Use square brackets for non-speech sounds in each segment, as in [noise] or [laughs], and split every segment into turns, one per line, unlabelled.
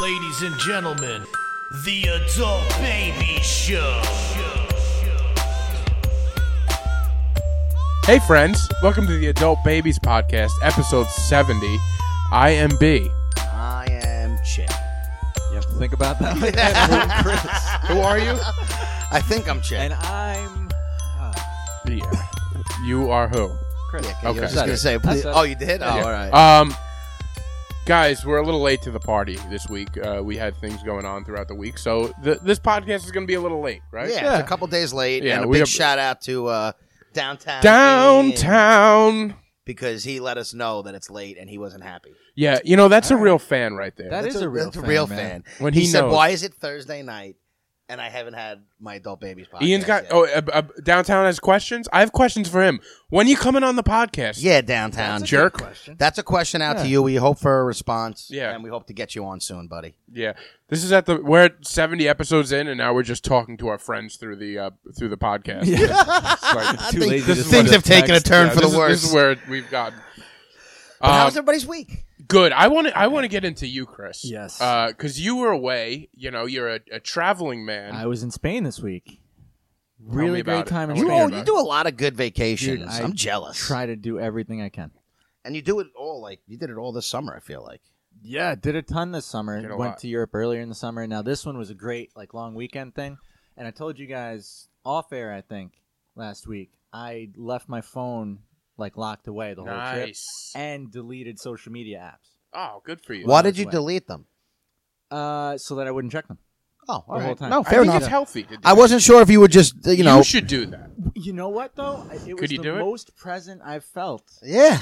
Ladies and gentlemen, the Adult Baby Show.
Hey, friends. Welcome to the Adult Babies Podcast, episode 70. I am B.
I am Chip.
You have to think about [laughs] that. one.
Who are you?
I think I'm Chip.
and I'm.
B. You are who?
Oh,
Chris.
Yeah, okay. I was
Okay.
just gonna say.
That's it.
oh, you did? Oh,
Yeah.
all right.
Um, guys, we're a little late to the party this week. Uh, we had things going on throughout the week, so th- this podcast is going to be a little late, right?
yeah, it's a couple days late.
Yeah,
and a
we
big
got-
shout out to uh, downtown.
Downtown.
because he let us know that it's late and he wasn't happy.
Yeah, you know that's a real fan right there.
That is a real
that's
fan.
a real
man.
fan.
When
he,
he
said,
knows.
"Why is it Thursday night?" and I haven't had my adult babies podcast.
Ian's got
yet.
oh uh, uh, downtown has questions. I have questions for him. When you coming on the podcast?
yeah, downtown
a jerk.
Question.
That's a question out to you. We hope for a response.
Yeah.
and we hope to get you on soon, buddy.
Yeah, this is at the we're at seventy episodes in, and now we're just talking to our friends through the uh, through the podcast. It's like,
[laughs]
Too lazy to
things
send
have taken
text.
a turn
yeah,
for the
this is-
worse.
This is where we've gotten.
But
Um,
how's everybody's week?
good. I want to. I want to get into you, Chris.
Yes.
Because you were away. You know, you're a, a traveling man.
I was in Spain this week.
me
Really
about
great
it.
time
I wanna
in
You,
hear
Spain.
oh,
about
you
it.
do a lot of good vacations.
Dude, I
I'm jealous.
Try to do everything I can.
And you do it all like you did it all this summer. I feel like.
Yeah, did a ton this summer.
Did a
Went
lot.
to Europe earlier in the summer. Now this one was a great like long weekend thing. And I told you guys off air, I think, last week. I left my phone like locked away the whole trip
nice.
and deleted social media apps.
Oh, good for you.
Why
that's
did you
why.
delete them?
Uh, so that I wouldn't check them.
Oh, all
whole
right.
time.
No,
I
I
fair
think
enough.
it's healthy. To do
I
that.
wasn't sure if you would just, uh, you know.
You should do that.
You know what though? I- It was
you
the
do it?
most present I've felt.
yeah.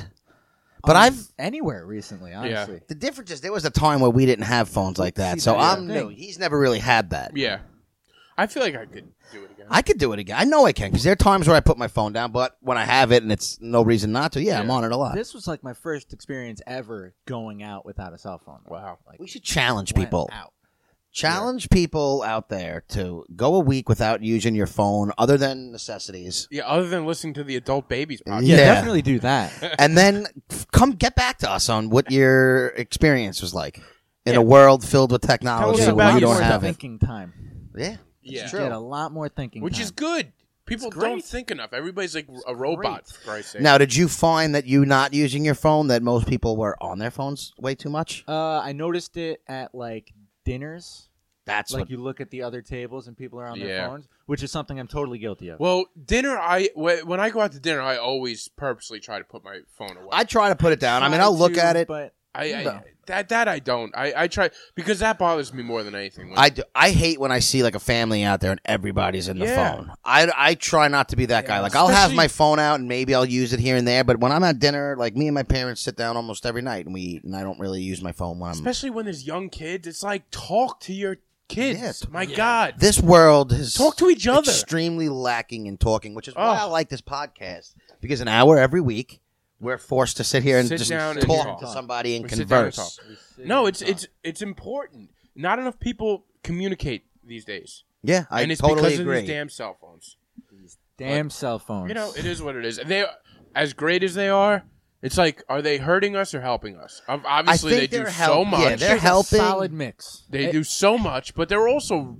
But
on
I've-
anywhere recently, honestly.
The difference is there was a time where we didn't have phones like that,
See,
so
that's
I'm
the
new.
thing.
He's never really had that.
Yeah. I feel like I could do it again.
I could do it again. I know I can because there are times where I put my phone down, but when I have it and it's no reason not to, yeah, I'm
Yeah.
on it a lot.
This was like my first experience ever going out without a cell phone.
wow.
Like
we should challenge
went
people.
out.
Challenge people out there to go a week without using your phone, other than necessities,
Yeah. Other than listening to the adult babies podcast.
Yeah,
Yeah.
definitely do that.
and then f- come get back to us on what your experience was like in a world filled with
us
technology
about
where you
your
don't
more
have it.
thinking time.
Yeah,
Yeah.
It's
You
true.
Get a lot more thinking,
Which
time.
is good. People
It's great.
don't think enough. Everybody's like a robot. For Christ's sake.
Now, did you find that you not using your phone that most people were on their phones way too much?
Uh, I noticed it at like dinners.
That's
Like
what
you look at the other tables and people are on
Yeah.
their phones, which is something I'm totally guilty of.
Well, dinner. I wh- when I go out to dinner, I always purposely try to put my phone away.
I try to put it down. I mean,
Try
I'll look
to,
at it.
but
I, I
No.
that that I don't. I, I try because that bothers me more than anything. When-
I, do, I hate when I see like a family out there and everybody's in the
Yeah.
phone. I, I try not to be that guy.
Yeah.
Like I'll have
Especially-
my phone out and maybe I'll use it here and there. But when I'm at dinner, like me and my parents sit down almost every night and we eat, and I don't really use my phone when I'm.
especially when there's young kids. It's like talk to your kids.
Yeah, t-
My God,
this world is
talk to each other.
extremely lacking in talking, which is why
Oh.
I like this podcast because an hour every week we're forced to sit here and
Sit
just
down and
talk
talk.
to somebody and
We sit down and
converse.
talk. No, it's it's it's important. Not enough people communicate these days,
Yeah, I
and it's
totally
because
agree.
of these damn cell phones.
damn cell phones.
You know, it is what it is. They as great as they are. It's like, are they hurting us or helping us? Ob-
I
Obviously,
think
they do so
they're help-
much.
Yeah, they're
It's a
helping.
Solid mix.
They
It-
do so much, but they're also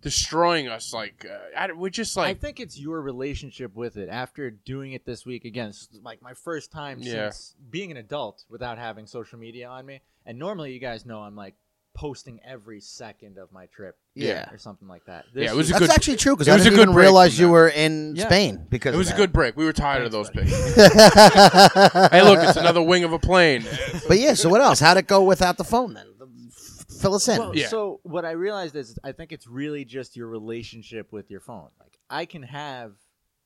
destroying us. Like uh, I, we're just
I
like
think it's your relationship with it after doing it this week again. It's like my first time
Yeah.
since being an adult without having social media on me. And normally, you guys know I'm like posting every second of my trip,
Yeah.
or something like that.
Yeah, it was
That's
good-
actually true because
it
I
was a
didn't
good
even
break
realize
from
you
that.
were in
Yeah.
Spain because
it was a
of
good break. We were tired of those
[laughs]
things.
[laughs] that.
hey, look, it's another wing of a plane.
but yeah, so what else? How'd it go without the phone then? F- Fill us in.
Well,
Yeah.
Oh, So what I realized is I think it's really just your relationship with your phone. Like I can have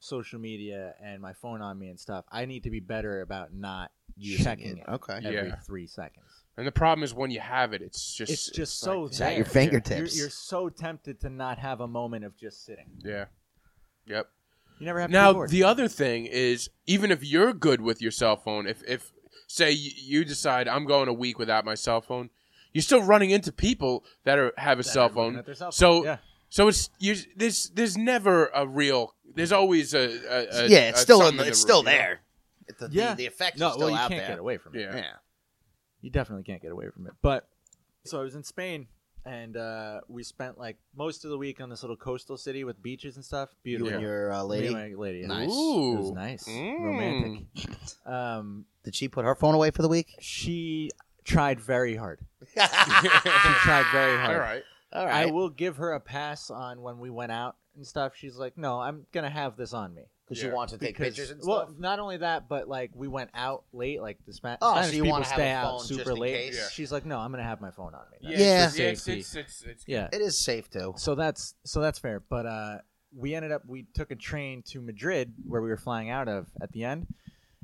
social media and my phone on me and stuff. I need to be better about not
Using
checking it,
Okay.
every
Yeah.
three seconds.
And the problem is when you have it, it's just
It's just
like-
so
It's at
there.
your
Yeah.
fingertips.
You're, you're so tempted to not have a moment of just sitting.
yeah, yep.
You never have to be
Now
bored.
the other thing is, even if you're good with your cell phone, if if say you, you decide I'm going a week without my cell phone, you're still running into people that are have a cell
looking
phone.
at their cell phone,
So
yeah.
so it's you, there's there's never a real. There's always a, a, a
yeah, it's
a
still
something
in the,
in
it's
room,
still
you know?
there. The, the-
yeah,
the effects
no,
are still
well, you
out
can't
there.
get away from it.
Yeah.
Yeah.
You definitely can't get away from it. But So I was in Spain, and uh, we spent like most of the week on this little coastal city with beaches and stuff.
You
Beautiful.
and your uh,
Me
lady.
and my lady.
Nice.
It was
Ooh.
nice.
Mm.
Romantic.
[laughs]
Um,
Did she put her phone away for the week?
she tried very
[laughs]
hard.
All
She tried
[laughs]
very hard.
All right.
I
right.
will give her a pass on when we went out and stuff. She's like, no, I'm gonna have this on me.
Because
Yeah.
she wants to take
Because-
pictures and
well,
stuff.
not only that, but like we went out late, like the Spa-
Oh, so
Spanish
you
people
wanna have
stay
a
out
phone just
super
in
late.
case? Yeah.
She's like, no, I'm gonna have my phone on me.
Yeah.
It's,
For
it's,
safety.
it's, it's, it's-
yeah.
It is safe though.
So that's so that's fair. But uh, we ended up we took a train to Madrid where we were flying out of at the end,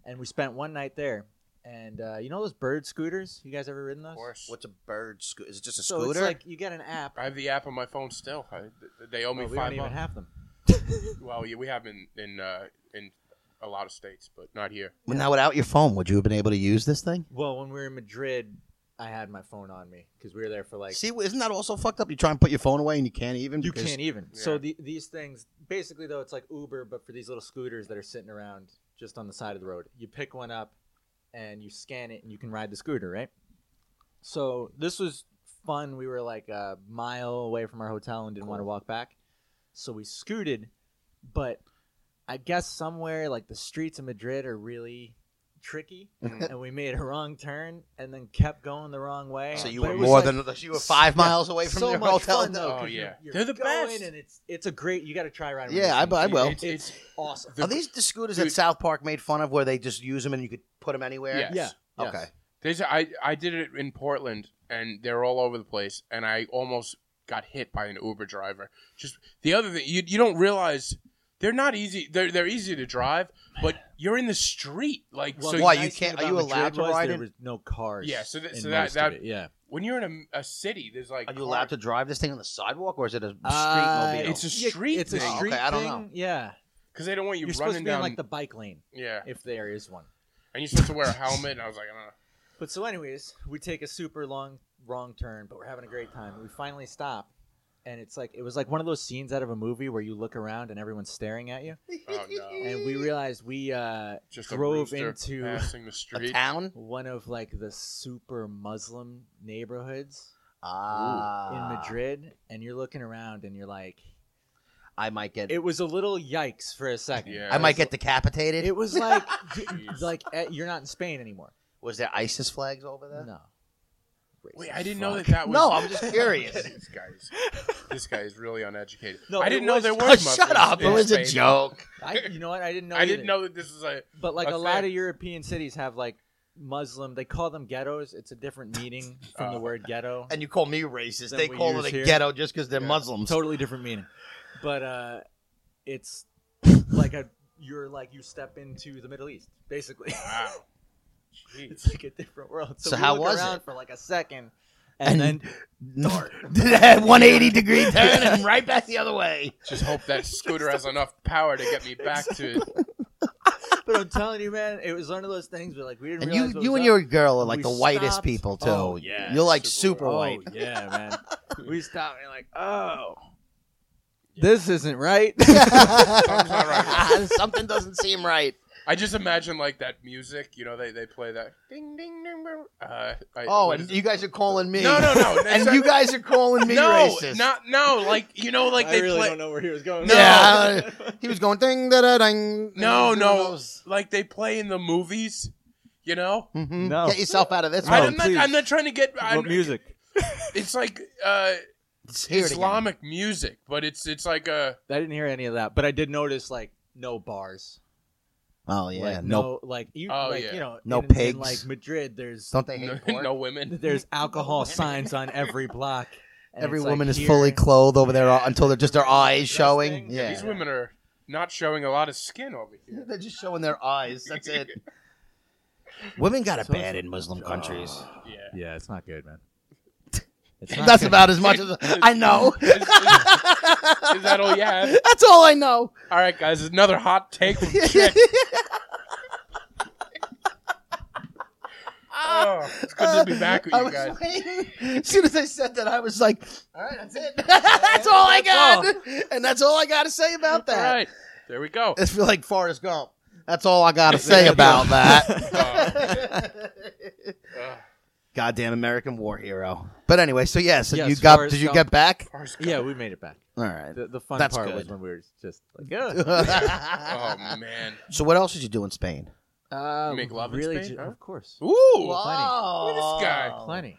and we spent one night there. And uh, you know those bird scooters? You guys ever ridden those?
Of course.
What's a bird scooter? Is it just a
So
scooter?
it's like you get an app.
I have the app on my phone still. I, th- they owe me
Well, we don't
five
even
bucks.
have them.
Well, yeah, we have in in uh, in a lot of states, but not here.
Well, now without your phone, would you have been able to use this thing?
Well, when we were in Madrid, I had my phone on me because we were there for like
See, isn't that also fucked up? You try and put your phone away and you can't even.
you
because-
can't even. So
Yeah.
the, these things, basically, though, it's like Uber, but for these little scooters that are sitting around just on the side of the road. You pick one up, and you scan it, and you can ride the scooter, right? So this was fun. We were like a mile away from our hotel and didn't want to walk back, so we scooted. But I guess somewhere like the streets of Madrid are really
[laughs]
tricky, and we made a wrong turn and then kept going the wrong way.
So you
But
were
it was,
more
like,
than you were five miles away from
so
your
much
hotel.
fun, though,
Oh,
'cause you're-
yeah.
you're
They're the
going
best.
and it's it's a great. You got to try riding.
Yeah, I, Oh,
with these
I
things.
will.
It's, it's,
awesome.
the-
Are these the scooters
Dude.
that South Park made fun of, where they just use them and you could put them anywhere?
yes.
Yeah. yes.
Okay.
There's I I did it in Portland and they're all over the place and I almost got hit by an Uber driver. Just the other thing you you don't realize they're not easy. They're they're easy to drive, but you're in the street like
Well,
so.
the
Why,
you-
you
nice thing
can't- are
about
you
Madrid
allowed to
was
ride
There
in-
was no cars.
Yeah, so th-
in
so that-
most of
that-
it, yeah.
when you're in a, a city, there's like
Are you
cars-
allowed to drive this thing on the sidewalk, or is it a street mobile?
It's a street
Uh, It's a
thing.
street
Okay, I don't
thing, Yeah,
because they don't want you
you're supposed to
running
be in
down.
like the bike lane
yeah,
if there is one.
and you're supposed to wear a helmet. And I was like, I don't know.
But so, anyways, we take a super long wrong turn, but we're having a great time. We finally stop, and it's like it was like one of those scenes out of a movie where you look around and everyone's staring at you,
Oh
[laughs]
no!
and we realized we uh,
Just
drove
a rooster
into.
passing the street.
a town.
one of like the super Muslim neighborhoods
Ah,
in Madrid, and you're looking around and you're like,
I might get.
it was a little yikes for a second.
Yeah.
I might get decapitated.
It
[laughs]
was like,
Jeez.
like eh, you're not in Spain anymore.
was there ISIS flags over there?
No.
Wait,
Racist
I didn't know
fuck.
that that was.
No, I'm just
[laughs]
curious.
this guy's this guy is really uneducated.
No,
I
it
didn't know
[laughs]
was-
there
Oh,
were.
shut up! It was a joke.
I, you know what? I
[laughs]
didn't know.
I
either.
didn't know that this was a.
But like
a
a, lot
thing.
of European cities have like Muslim. They call them ghettos. It's a different meaning from the
Oh.
word ghetto.
And you call me racist?
That
They
we
call
use
it a
here.
ghetto just because they're
Yeah.
Muslims. [laughs]
totally different meaning. But uh, it's like a you're like you step into the Middle East basically. [laughs]
Wow.
it's like a different world. So,
So
we
how
look
was
around
it?
for like a second,
[laughs]
and,
And-
then
[laughs]
North. That 180 degree turn [laughs] and right back the other way.
Just hope that scooter has enough power to get
[laughs]
me back to.
but I'm telling you, man, it was one of those things where like we didn't
And
realize
you,
what
you
was
and
up.
your girl are like
We
the whitest
stopped.
people too.
Oh,
yeah,
You're like
super
super,
oh
[laughs]
[laughs] white.
yeah,
[laughs]
man. we stopped and like oh. This
[laughs]
isn't right.
not right.
Something doesn't seem right.
I just imagine like that music. You know, they they play that ding ding ding. ding. Uh, I,
Oh,
what
and
is it?
you guys are calling me.
No, no, no.
[laughs] and you guys are calling me
no,
racist.
not no. Like you know, like
I
they
really
play.
don't know where he was going.
No.
[laughs] Yeah, he was going ding da da ding.
No, no. Like they play in the movies. You know,
hmm
No.
Get yourself out of this
No,
I, am
one.
not.
please.
I'm not trying to get. I'm,
What music?
It's like uh,
Hear it again.
Islamic music, but it's it's like uh, a.
I didn't hear any of that, but I did notice like no bars.
Oh yeah,
like,
no.
no, like you,
Oh,
like,
yeah.
you know,
No
in, in,
pigs.
like Madrid, there's
Don't they
[laughs] no,
hate pork?
no women.
[laughs] there's alcohol signs on every block. and
Every
it's, like,
woman is
here-
fully clothed over there until they're just [laughs] their eyes
Those
showing.
things.
Yeah.
These women are not showing a lot of skin over here.
[laughs] They're just showing their eyes. That's it. [laughs] Women got it
So-
bad in Muslim countries. [sighs] [laughs]
Yeah.
Yeah, it's not good, man. It's not
That's
good.
about as much [laughs] as I know.
Is, is- is that all you have?
That's all I know.
All right, guys, another hot take
[laughs]
from Chick. Oh, it's good to be back with
I
you
was
guys.
waiting. As soon as I said that, I was like, "All right, that's it. [laughs] that's all I got, [laughs] and that's all I got to say about
All
that."
right, there we go.
It's feel like Forrest Gump. [laughs] That's all I got to say about that.
Uh, uh,
Goddamn American war hero. But anyway, so yeah, so
Yes,
you got
Forrest
did you
Gump.
get back?
Forrest Gump.
[laughs] Yeah, we made it back.
All right. [laughs]
The, the fun
That's
part was
good.
when we were just
[laughs]
like, yeah.
Oh
so
man.
[laughs] what else did you do in Spain?
Uh,
You make love in
really
Spain,
ju-
huh?
Of course.
Ooh. Look at this guy.
Plenty.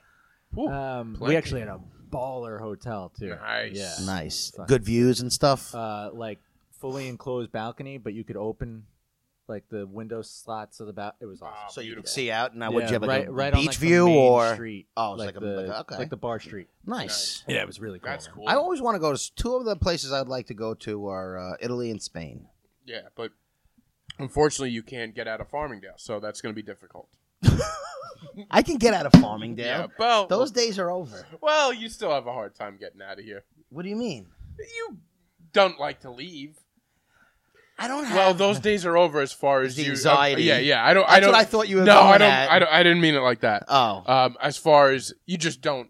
Ooh.
Um,
plenty.
We actually had a baller hotel, too.
Nice.
Yeah.
Nice.
Fun.
Good views and stuff.
Uh, like, fully enclosed balcony, but you could open, like, the window slots of the balcony. It was awesome.
Wow.
so you could
beautiful.
see out and I would
Yeah,
you have like
right,
a
right
beach
on, like, the
view
main
or
street,
Oh, it's
like,
like a-
the
like- okay.
like the bar street.
nice.
Yeah, it was really cool.
That's cool.
I always want to go to s- two of the places I'd like to go to are uh, Italy and
[laughs]
Spain.
yeah, but unfortunately, you can't get out of Farmingdale, so that's going to be difficult.
I can get out of Farmingdale.
Yeah. Well,
Those days are over.
Well, you still have a hard time getting out of here.
What do you mean?
You don't like to leave.
I don't have.
Well,
[laughs]
those days are over as far as
The
you,
anxiety.
yeah, yeah. I don't. I
That's
don't.
what I thought you were
no, I
going
don't,
at.
I don't. I didn't mean it like that.
Oh,
uh,
Um, as far as you just don't.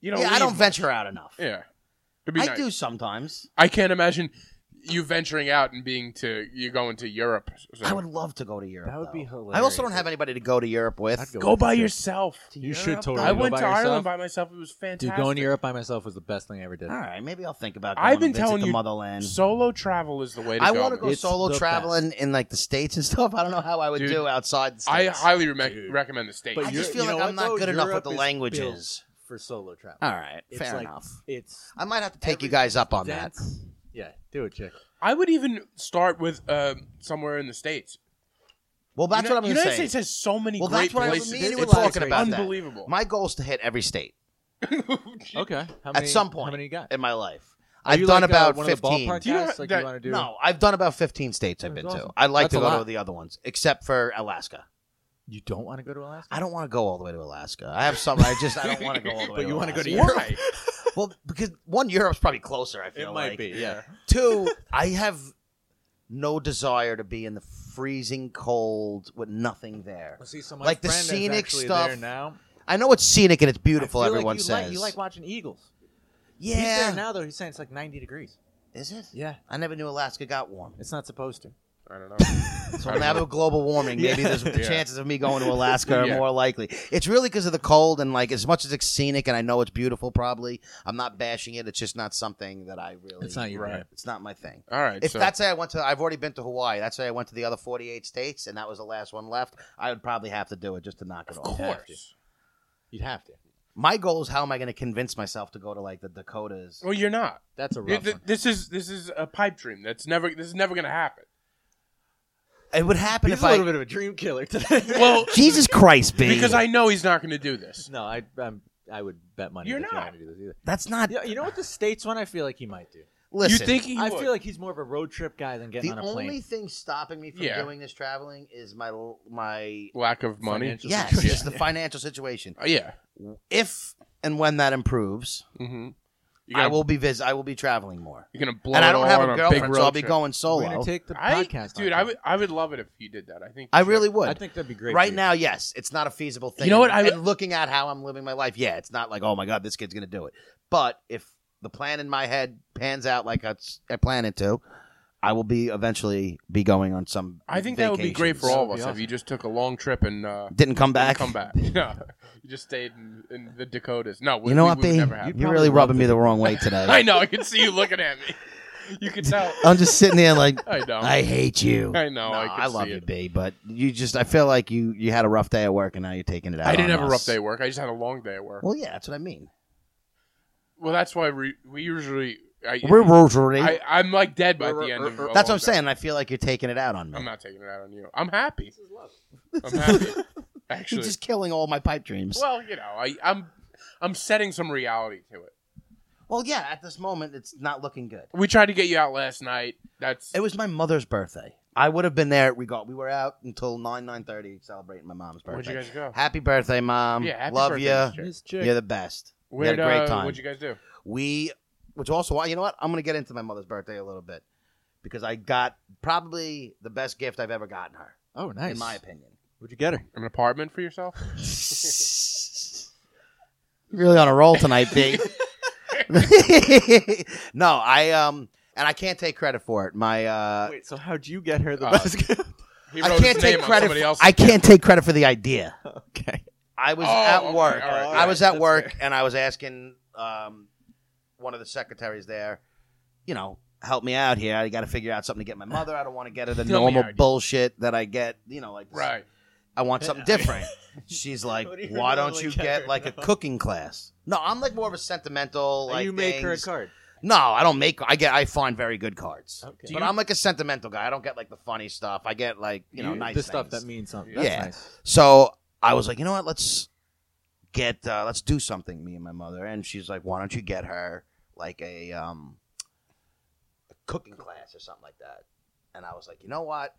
You don't.
yeah, I
leave.
don't venture out enough.
Yeah. It'd be
I
nice.
do sometimes.
I can't imagine you venturing out and being to you going to Europe. So-
I would love to go to Europe.
That would
though.
be
I also
hilarious.
don't have anybody to go to Europe
I'd
with.
go by
Europe.
yourself.
You should totally.
I
go
went
by
to
yourself.
Ireland by myself. It was fantastic.
Dude, going to Europe by myself was the best thing I ever did.
All right, maybe I'll think about. Going
I've been
to visit
telling
the
you-
motherland.
Solo travel is the way to
I
go.
want to go
man.
It's
solo
the
traveling in like the states and [laughs] stuff. I don't know how I would
Dude,
do outside the
I
states.
highly re- recommend the state.
I just
you-
feel
you know
like I'm
what,
not
though?
good enough with
Europe
the
is
languages.
For solo travel.
All right,
It's
fair
like-
enough.
It's
I might have to take you guys up on that.
dense. Yeah, do it, chick.
I would even start with uh, somewhere in the states.
Well, that's
You know-
what I'm going
United
to say.
States has so many
well,
great
that's what
places.
I was meaning
It's
we're talking
like
about. that.
unbelievable. [laughs]
My [laughs] goal is to hit every state
Okay. How
at
many,
some point
How many you got?
in my life.
Are
I've
you
done
like, uh,
about
one
fifteen.
Of the ballpark
Do you know
guys? like
that-
you want to do?
No, I've done about 15 states I've
That's
been
awesome.
to. I'd like
That's
to
a
go
lot.
to the other ones, except for Alaska.
You don't want to go to Alaska.
I don't want to go all the way to Alaska. I have some. I just I don't want to go
[laughs]
all the way.
But you
want
wanna go to
Why?
Well, because one, Europe's probably closer. I feel
It might
like.
be. Yeah. [laughs]
Two, I have no desire to be in the freezing cold with nothing there.
See, so my
Like the
friend is
scenic
actually
stuff.
there now.
I know it's scenic and it's beautiful.
I feel
Everyone
like you
says.
Like, you like watching eagles. He's
yeah.
there now, though. He's saying it's like 90 degrees.
Is it?
Yeah.
I never knew Alaska got warm.
It's not supposed to.
I don't know.
So when they have a global
[laughs]
warming, maybe there's the
Yeah.
chances of me going to Alaska are
Yeah.
more likely. It's really because of the cold and like as much as it's scenic and I know it's beautiful. Probably I'm not bashing it. It's just not something that I really.
It's not your
Right.
vibe.
It's not my thing.
All right.
If
so
that's how I went to, I've already been to Hawaii. That's how I went to the other 48 states, and that was the last one left. I would probably have to do it just to knock it
of
off.
course.
You'd have to.
My goal is how am I going to convince myself to go to like the Dakotas?
Well, you're not.
That's a
Th-
rough
th-
one.
this is this is a pipe dream. That's never this is never gonna
[laughs]
happen.
It would happen
He's
if
a
I.
little bit of a dream killer today. [laughs]
Well, [laughs]
Jesus Christ, baby!
because I know he's not gonna do this.
no, I I'm, I would bet money.
You're
that
not.
You're to do this either.
that's not.
Yeah, you know what? The states one, I feel like he might do.
Listen,
you think he
I
would.
feel like he's more of a road trip guy than getting
the
on a
only
plane.
thing stopping me from
Yeah.
doing this traveling is my my
lack of money?
Financial
yes,
situation.
it's
[laughs]
the financial situation.
Uh, yeah.
If and when that improves,
Mm-hmm. You
I
gotta-
will be vis- I will be traveling more,
You're gonna blow
and
it
I don't
all
have
on
a
big
girlfriend, so
road
I'll be
trip.
going
We're
solo.
gonna take the
I,
podcast,
dude,
on
I would I would love it if you did that. I think
I
you should.
really would.
I think that'd be great.
right
dude.
now, yes, it's not a feasible thing.
You know what? I-
and looking at how I'm living my life, yeah, it's not like oh my god, this kid's gonna do it. But if the plan in my head pans out like I, s- I plan it to, I will be eventually be going on some.
I think that would be great for
vacations.
all of
That'd
us
be
if
awesome.
you just took a long trip and uh,
Didn't come
didn't
back.
come back. [laughs] No, you just stayed in, in the Dakotas. No, we,
You know
we-
what,
we
B?
would never have.
You're really
probably
rubbing
loved
me
it.
the wrong way
[laughs] I
today.
know. I can see you looking at me. You can
[laughs]
tell.
I'm just sitting there like
[laughs] I know.
I hate you.
I know, I can
I love
see
you,
it.
B. But you just, I feel like you you had a rough day at work, and now you're taking it out.
I didn't
on
have a rough
us.
day at work. I just had a long day at work.
Well, yeah, that's what I mean.
Well, that's why we, we usually. I,
We're rotary.
I, I'm like dead by the end of. a
That's what
long
I'm
day.
saying. I feel like you're taking it out on me.
Oh, I'm not taking it out on you. I'm happy. I'm
[laughs]
happy. Actually,
You're just killing all my pipe dreams.
well, you know, I, I'm I'm setting some reality to it.
Well, yeah, at this moment, it's not looking good.
We tried to get you out last night. That's
It was my mother's birthday. I would have been there. Regard, we were out until nine nine thirty celebrating my mom's birthday.
where'd you guys go?
Happy birthday, mom!
Yeah, happy
love
birthday, Miss
ya.
Chick.
This chick.
You're the best. We had
Where'd,
a great
uh,
time.
What'd you guys do?
we, which also, why you know what? I'm gonna get into my mother's birthday a little bit because I got probably the best gift I've ever gotten her,
Oh, nice.
in my opinion.
Would you get her?
An apartment for yourself?
[laughs] really on a roll tonight, B. [laughs] no, I um, and I can't take credit for it. My uh,
Wait, so how'd you get
Oh.
her the
Uh,
best gift?
He
I
wrote his
can't take
name on
credit.
somebody
for-
else.
I can't take credit for the idea.
[laughs] okay.
I was
Oh,
at
okay,
work.
all right,
I was at
that's
work and I was asking um, one of the secretaries there, you know, help me out here. I got to figure out something to get my mother. I don't want to get her the
Help me
normal
out.
bullshit that I get, you know, like
Right.
I want something different. She's like,
[laughs] What do you
why don't
normally
you
get
get
her?
like a cooking class? No, I'm like more of a sentimental. Like
you make her a
things.
card.
No, I don't make. I get. I find very good cards.
Okay.
But I'm like a sentimental guy. I don't get like the funny stuff. I get like you know nice
the stuff
things.
that means something.
Yeah.
That's nice.
So I was like, you know what? Let's get uh, let's do something. Me and my mother, and she's like, why don't you get her like a um a cooking class or something like that? And I was like, you know what?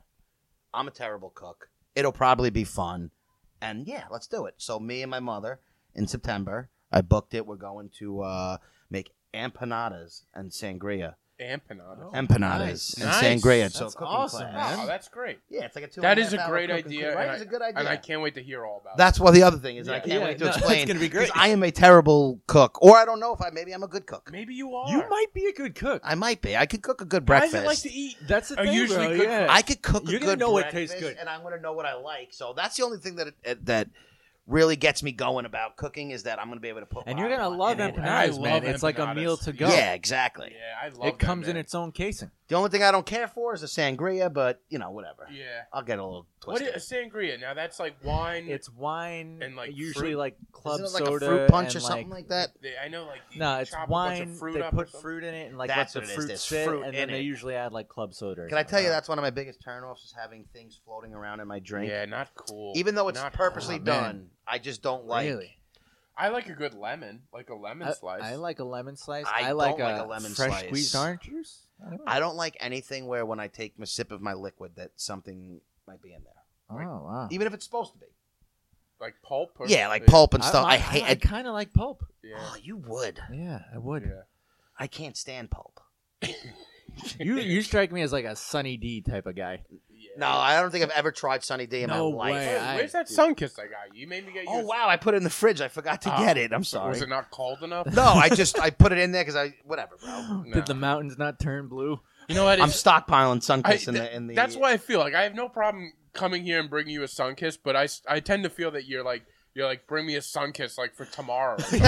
I'm a terrible cook. It'll probably be fun, and yeah, let's do it. So me and my mother in September, I booked it. We're going to uh, make empanadas and sangria.
Empanada.
Oh,
empanadas
nice.
and
Nice.
sangria. So
That's
cooking
awesome,
class.
man.
Wow, that's great.
Yeah, it's like a two.
That
and
is a
half hour
great
cooking
idea,
class.
and
Right?
I-
It's a good idea.
And I can't wait to hear all about
That's what the other thing is. I
Yeah.
can't
Yeah,
wait to
no, [laughs] that's
explain.
gonna be
'cause
great.
I am a terrible cook, or I don't know if I maybe I'm a good cook.
it. Maybe you are.
You might be a good cook.
I might be. I could cook a good
Guys
breakfast.
that like to eat.
That's the
I
thing,
usually
bro.
cook-
yeah.
I could cook a
You're gonna
good
know what
breakfast,
tastes good.
and I'm gonna know what I like. So that's the only thing that it, that really gets me going about cooking is that I'm gonna be able to put.
and
what
you're
I
gonna
want
love
in it.
empanada.
empanadas,
I love
man. It's like a
empanadas.
meal to go.
Yeah, exactly.
Yeah, I love
It
that,
comes in
man.
its own casing.
The only thing I don't care for is a sangria, but you know, whatever.
Yeah.
I'll get a little
What
twisted.
is a sangria? Now that's like wine.
It's wine
And, like,
usually
fruit.
like club
Isn't it like
soda
a fruit punch
and,
or something like, that?
They- I know, like you
No, it's
chop a bunch
wine.
of fruit
they
up or
put
something.
fruit in it and like
That's
let
what it
the
is.
fruit
There's
sit,
fruit
and
in
then
it.
they usually add like club soda. Or
Can I
something
tell you
like
that's one of my biggest turnoffs is having things floating around in my drink.
Yeah, not cool.
Even though it's
Not Oh,
purposely
cool.
man.
done, I just don't like.
Really?
I like a good lemon, like a lemon
I,
slice.
I like a lemon slice.
I
I, like,
don't like
a,
a lemon
fresh
slice.
squeezed orange juice. I don't know.
I don't like anything where when I take a sip of my liquid that something might be in there,
oh wow.
even if it's supposed to be.
like pulp. Or
yeah, like pulp and
I-
stuff. I,
I,
hate.
I, kind of like pulp.
Yeah.
oh, you would.
Yeah, I would.
yeah.
I can't stand pulp.
You you strike me as like a Sunny D type of guy.
Yeah.
No, I don't think I've ever tried Sunny D in
No
my life.
way.
Hey,
I-
where's that sunkist I got? You made me get.
Oh
you-
wow, I put it in the fridge. I forgot to
Oh,
get it. I'm
so
sorry.
Was it not cold enough?
no, I just I put it in there because I whatever, bro.
[laughs] No.
Did the mountains not turn blue?
You know what?
I'm
it's-
stockpiling Sunkist
I-
in
th-
the in the. [laughs]
That's why I feel like I have no problem coming here and bringing you a sun kiss, but I, s- I tend to feel that you're like you're like bring me a sun kiss like for tomorrow. like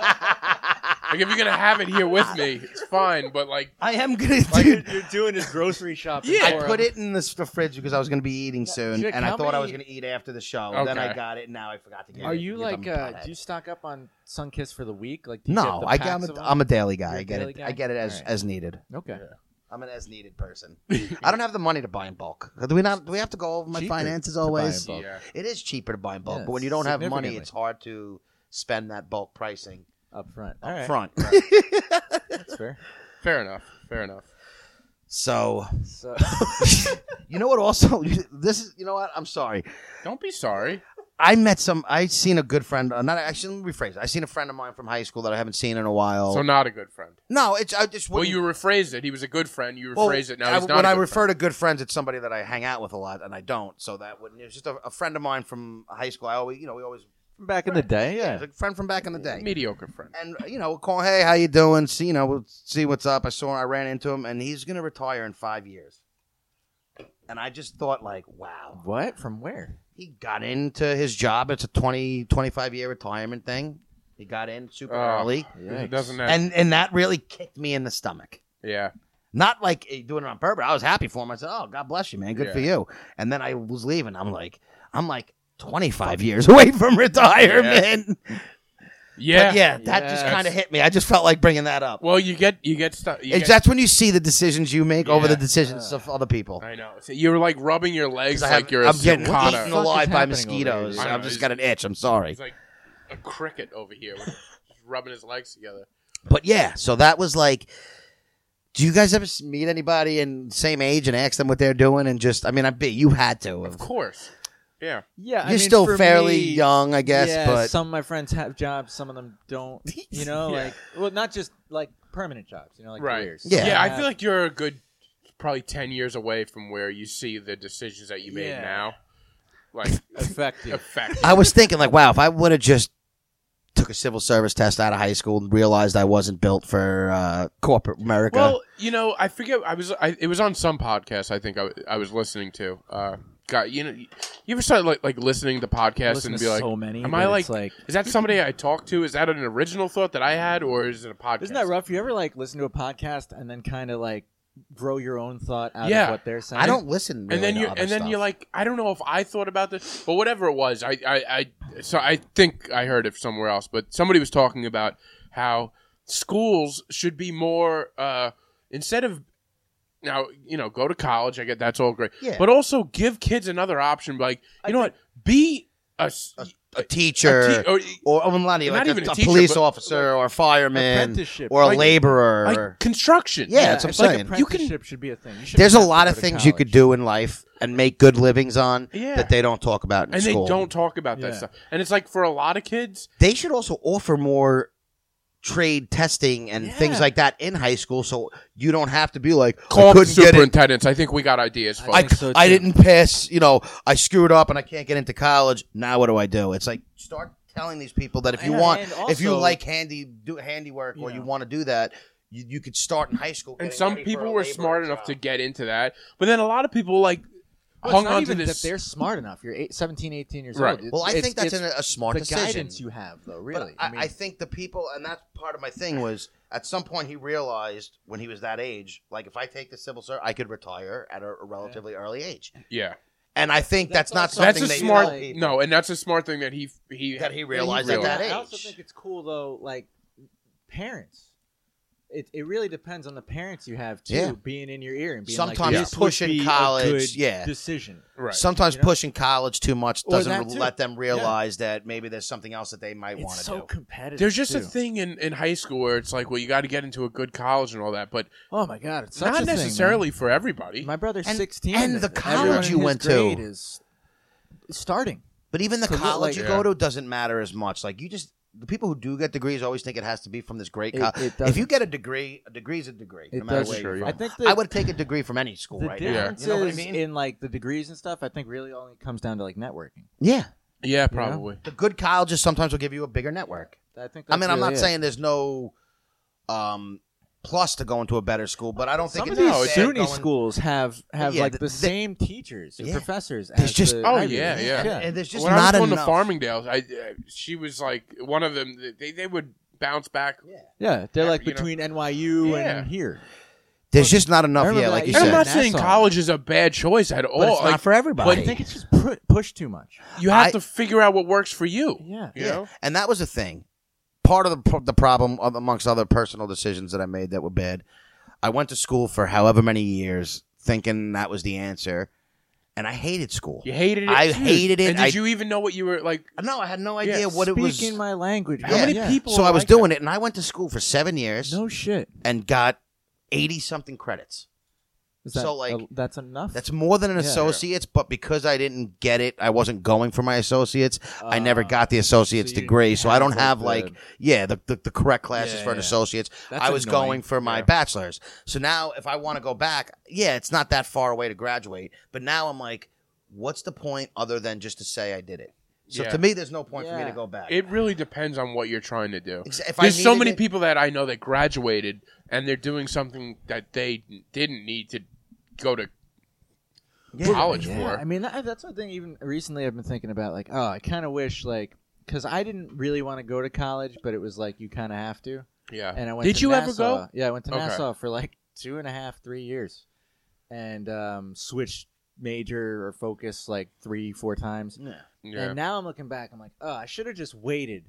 if you're gonna have it here with me,
[laughs]
it's fine. But like
I am gonna do.
doing his grocery shopping.
Yeah.
I put it in the, the fridge because I was going to be eating soon,
Chick,
and I
how
thought I was
many-
going to eat after the show. and Then I
Okay.
got it, and now I forgot to get it.
Are you
because
like?
I'm a
Uh,
pothead.
do you stock up on Sunkiss for the week? Like do you get
no,
the
I,
packs
I'm,
of
a,
'em?
I'm a daily guy.
You're
I
a
get
daily
it.
guy?
I get it as
Alright.
as needed.
okay.
I'm an as needed
[laughs]
person. I don't have the money to buy in bulk. Do we not? Do we have to go over my
Cheaper
finances
to buy in
always?
bulk.
yeah.
It is cheaper to buy in bulk,
Yeah,
but when you don't have money,
significantly.
it's hard to spend that bulk pricing
Up front.
up
All right.
[laughs]
front.
That's fair.
Fair enough. Fair enough.
so [laughs]
[laughs] So,
you know what? Also, [laughs] this is you know what? I'm sorry.
Don't be sorry.
I met some. I seen a good friend. Uh, not actually. Let me rephrase. I seen a friend of mine from high school that I haven't seen in a while.
So not a good friend.
no, it's I just
Well,
wouldn't-
you rephrased it. He was a good friend. You rephrased
well,
it. Now
I-
he's not.
when
a
I
good
refer
friend.
to good friends, it's somebody that I hang out with a lot, and I don't. So that wouldn't. It's just a, a friend of mine from high school. I always, you know, we always
back in the day, yeah.
it's a friend from back in the day.
mediocre friend.
And uh, you know, we'll call, hey, how you doing? See, you know, we'll see what's up. I saw him. I ran into him, and he's gonna retire in five years. And I just thought, like, wow,
What? From where?
he got into his job. It's a 20, 25 year retirement thing. He got in super
Oh,
early,
Yikes.
Doesn't that?
and and that really kicked me in the stomach.
yeah.
Not like eh, doing it on purpose. I was happy for him. I said, "Oh, God bless you, man. Good for
Yeah.
you." And then I was leaving. I'm like, I'm like 25 years [laughs] away from retirement.
Yeah.
But yeah, that just
Yes.
kind of hit me. I just felt like bringing that up.
Well, you get you get stuff.
It's- that's when you see the decisions you make over the
Yeah.
decisions of other people.
I know. So you're like rubbing your legs
I
like you're a
am getting
cicada.
eaten
What the
alive
fuck is
by
happening over here,
mosquitoes.
dude?
I've just got an itch. I'm sorry.
He's like a cricket over here,
[laughs]
with- rubbing his legs together.
But yeah, so that was like. Do you guys ever s- meet anybody in same age and ask them what they're doing and just? I mean, I bet you had to.
Of course. Yeah.
Yeah, I
You're
mean,
still
for
fairly
me,
young, I guess,
yeah,
but
some of my friends have jobs, some of them don't. You know, like well, not just like permanent jobs. You know, like
right.
careers.
Yeah.
I feel like you're a good, probably ten years away from where you see the decisions that you made
Yeah.
now, like [laughs]
effective.
affect.
I was thinking like, wow, if I would have just took a civil service test out of high school and realized I wasn't built for uh, corporate
[laughs]
America.
Well, you know, I forget. I was. I, it was on some podcast. I think I, I was listening to. Uh, got you know. You ever start like like listening to podcasts
Listen
and
to
be like,
so many.
am
that
I
it's
like, is that somebody I talked to? Is that an original thought that I had, or is it a podcast?
Isn't that rough? You ever like listen to a podcast and then kind of like grow your own thought out
Yeah.
of what they're saying?
I don't listen. Really
and then
to
you
other
and then
stuff.
you're like, I don't know if I thought about this, but whatever it was, I, I, I so I think I heard it somewhere else, but somebody was talking about how schools should be more uh, instead of now you know go to college. I get that's all great,
Yeah.
but also give kids another option. Like you know what, be a, s-
a
a
teacher.
te- or,
or well, not, even,
Not
like
even
a,
a
a
teacher,
police
but-
officer or a fireman
Apprenticeship,
or a
like-
laborer.
like construction.
yeah, that's what I'm
it's like
saying.
You can-
apprenticeship should be a thing. You shouldn't
There's a
have to
lot
go
of
to
things you could
college.
do in life and make good livings on
Yeah.
that they don't talk about in
and
school.
they don't talk about that
Yeah.
stuff. And it's like for a lot of kids,
They should also offer more trade testing and things
Yeah.
like that in hhigh school, so you don't have to be like
call
I
up the
couldn't get it.
superintendents. I think we got ideas. Folks.
I,
think so,
I
too.
didn't pass. You know, I screwed up and I can't get into college. Now what do I do? It's like start telling these people that if you
Yeah,
want,
and
if you
also-
like handy do handiwork or
Yeah.
you want to do that, you, you could start in high school.
and
getting
some
ready for a
people were
labor
smart enough
job.
to get into that but then a lot of people like
Well,
hung
it's not
on to
even
this
that they're smart enough. You're eight, 17, 18 years
Right.
old. It's-
Well, I
it's-
think that's
it's
an, a smart
the
decision.
guidance you have, though.
But
Really,
I,
I, mean,
I think the people, and that's part of my thing was at some point he realized when he was that age, like if I take the civil service, I could retire at a, a relatively early age.
yeah
And I think that's,
That's
not
also-
that's
something
a
they
smart
tell people
no and that's a smart thing that he he
that he
Yeah, you
realized at
think
that
that-
age.
I also think it's cool though, like parents. It, it really depends on the parents you have too,
Yeah.
being in your ear and being
Sometimes
like, this would
pushing
be a
college,
good
yeah.
decision.
right
Sometimes
You know?
pushing college too much
Or
doesn't
that
re-
too.
let them realize that maybe there's something else that they might want
It's
to
so
do.
competitive.
there's just a
too.
thing in, in high school where it's like well you got to get into a good college and all that but
Oh my god, it's such
not
a thing, man.
necessarily for everybody
My brother's
And-
16.
and the
everyone
college
in
you
his
went to.
grade is starting.
But even the
So, like-
college you
Yeah.
go to doesn't matter as much. Like you just the people who do get degrees always think it has to be from this great
It-
college.
it
If you
doesn't.
get a degree, a degree's a degree,
It
no matter
doesn't.
where
Sure,
you're
yeah.
from.
I think the,
I would take a degree from any school
the
right now.
difference
You know what I
is
mean?
in like the degrees and stuff. I think really only comes down to like networking.
yeah.
yeah probably
The good colleges sometimes will give you a bigger network.
I think.
I mean,
that's
I'm not
really it.
saying there's no um, plus to going to a better school, but I don't think
Some of
it's
these
No,
bad
it's-
SUNY
going-
schools have have
Yeah,
like
th-
the,
th-
same teachers and
Yeah.
professors.
There's
as
just-
the
oh
Ivy
yeah
Leagues.
yeah,
And there's just
when
not
I was going
enough.
to Farmingdale I uh, she was like one of them they, they would bounce back
Yeah, they're
Yeah,
like
you know.
between NYU
Yeah.
and here.
There's just not enough.
I remember
Yeah,
that
like you
used
and
to
I'm
said,
not saying
Nassau.
college is a bad choice at all
but it's
Like,
not for
But I
everybody.
think it's just pu- pushed too much.
you have
I-
to figure out what works for you
Yeah.
you
Yeah.
know
And that was the thing. Part of the, pro- the problem, of- amongst other personal decisions that I made that were bad, I went to school for however many years thinking that was the answer, and I hated school.
You hated it.
I
Dude,
hated it.
And did
I-
you even know what you were like?
No, I had no
Yeah,
idea what it was.
Speaking my language.
How
man.
many
Yeah.
people?
so
are
I was
like
doing it, and I went to school for seven years
No shit.
and got eighty something credits.
Is that,
So, like,
uh, that's enough.
That's more than an
Yeah.
associate's, but because I didn't get it, I wasn't going for my associates. I never
Uh,
got the associate's
so you
degree, so I don't
have,
have
like,
like,
the-
yeah, the, the the correct classes
Yeah,
for an
yeah.
associate's.
That's
I was
annoying.
going for my
Yeah.
bachelor's. So now, if I want to go back, yeah, it's not that far away to graduate. But now I'm like, what's the point other than just to say I did it? So
Yeah.
to me, there's no point for me
Yeah.
to go back.
It really depends on what you're trying to do.
Ex- if I
There's so
needed
many
it-
people that I know that graduated and they're doing something that they didn't need to go to college
yeah.
for.
I mean, that, that's one thing. Even recently, I've been thinking about like, oh, I kind of wish like because I didn't really want to go to college, but it was like you kind of have to.
Uh,
yeah.
And I went.
Did
to
you ever
Nassau.
go?
Yeah, I went to
Okay.
Nassau for like two and a half, three years, and um, switched major or focus like three, four times.
Yeah.
Yeah.
And now I'm looking back, I'm like, oh, I should have just waited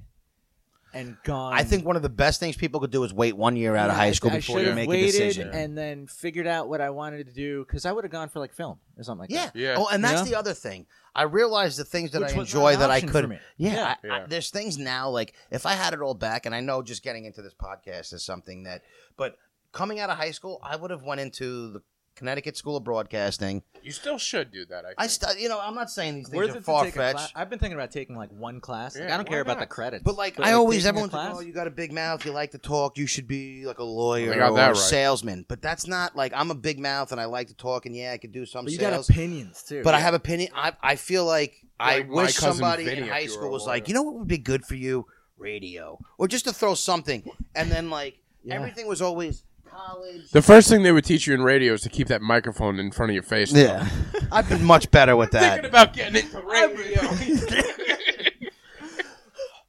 and gone.
I think one of the best things people could do is wait one year out of
Yeah,
high
I-
school
I
before
should
you
have
make a
waited
decision.
and then figured out what I wanted to do because I would have gone for like film or something like
Yeah.
that.
Yeah.
Oh, and that's
Yeah.
the other thing. I realized the things that
Which
I
was not
enjoy
an
that I
option for
could.
me.
Yeah, I- I-
Yeah.
there's things now like if I had it all back, and I know just getting into this podcast is something that. But coming out of high school, I would have went into the Connecticut School of Broadcasting.
you still should do that. I, think.
I, st- you know, I'm not saying these
Worth
things
it
are
to
far
take a cla-
fetched,
I've been thinking about taking like one class. Like,
Yeah,
I don't
why
care about
not?
the credits.
but like I always,
taking a
everyone's like,
class-
"Oh, you got a big mouth. You like to talk. You should be like a lawyer
They got
or
that
a
right.
salesman." But that's not like I'm a big mouth and I like to talk, and yeah, I could do some
but you got
sales.
opinions too.
But I have opinion. I I feel like, I
Like my
wish
cousin
somebody
Vinny,
in
if
high
you were
school
a
was
lawyer.
like, you know what would be good for you, radio, or just to throw something, and then like
Yeah.
everything was always college.
The first thing they would teach you in radio is to keep that microphone in front of your face.
Yeah, I've been much better
[laughs]
with
Thinking
that.
about getting into radio.
[laughs]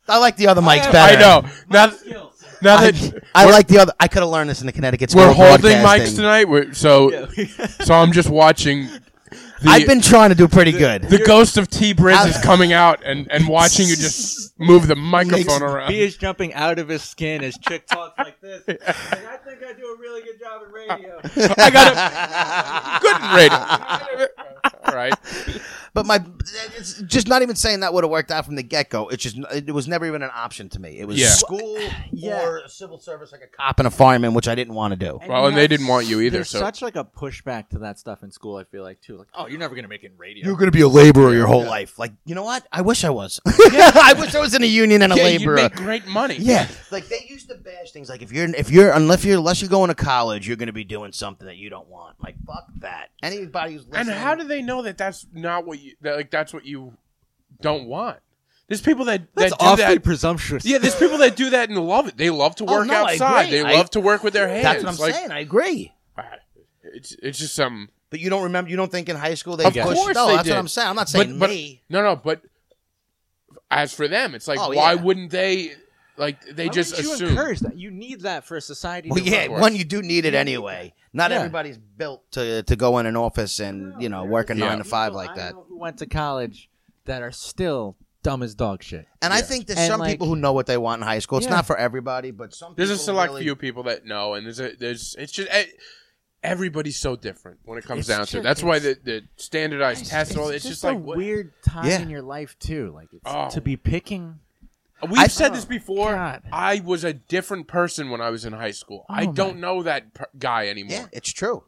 I like the other
[laughs]
mics
I
better.
know. Now,
Skills.
now
I,
that
I
we're-
like the other. I could have learned this in the Connecticut School
we're
of
holding mics
Broadcasting.
tonight, we're, so so I'm just watching. The,
I've been trying to do pretty good.
the ghost of T. Briz
I-
is coming out and, and watching you just move the microphone around.
[laughs] He is jumping out of his skin as Chick talks like this.
[laughs]
Like, I think I do a really good job at radio.
I
[laughs]
got a good rating. All right.
But my, it's just not even saying that would have worked out from the get go. It's just it was never even an option to me. It was
Yeah.
school
Yeah.
or civil service, like a cop and a fireman, which I didn't want to do.
[laughs] Well, and
you
they
have
didn't want you either,
There's
so-
such like a pushback to that stuff in school. I feel like too. Like, oh, you're never gonna make it in radio.
gonna be a laborer your whole life. Like you know what? I wish I [laughs] was. I wish I was in a union and a
Yeah, you
laborer.
make great money.
Yeah, like they used to bash things like if you're if you're unless you're unless you're going to college, you're going to be doing something that you don't want. Like fuck that. Anybody who's
And
listening,
how do they know that that's not what you that, like? That's what you don't want. There's people that
That's
that do
awfully
that.
presumptuous.
Yeah, there's people that do that and love it. They love to
Oh,
work
no, I
outside.
agree.
They
I-
love to work with their hands.
that's what I'm
Like,
saying. I agree.
ah, It's it's just some.
But you don't remember. You don't think in high school they
Of
pushed.
course
no,
they
that's
did.
what I'm saying. I'm not saying
But, but
me.
no, no. But as for them, it's like
Oh,
why
yeah.
wouldn't they? Like they
Why
just
wouldn't you
assume.
encourage that. You need that for a society.
[laughs] Well,
to
yeah,
run.
one you do need it anyway. Not
Yeah.
everybody's built to to go in an office and you know work a
Yeah.
nine to five
People
like
I
that.
know who went to college that are still dumb as dog shit.
And I think there's
And,
some
like-
people who know what they want in high school. It's
Yeah.
not for everybody, but some
There's a
people
select
really-
few people that know, and there's a there's it's just eh, everybody's so different when it comes
It's
down to it.
ju-
That's why the,
it's-
the standardized tests and all. It's, just, like
a
what-
weird time
Yeah.
in your life too. Like it's,
Oh.
to be picking.
we've
I-
said this
Oh,
before.
God.
I was a different person when I was in high school. I
Oh,
don't know that per- guy anymore.
Yeah, it's true.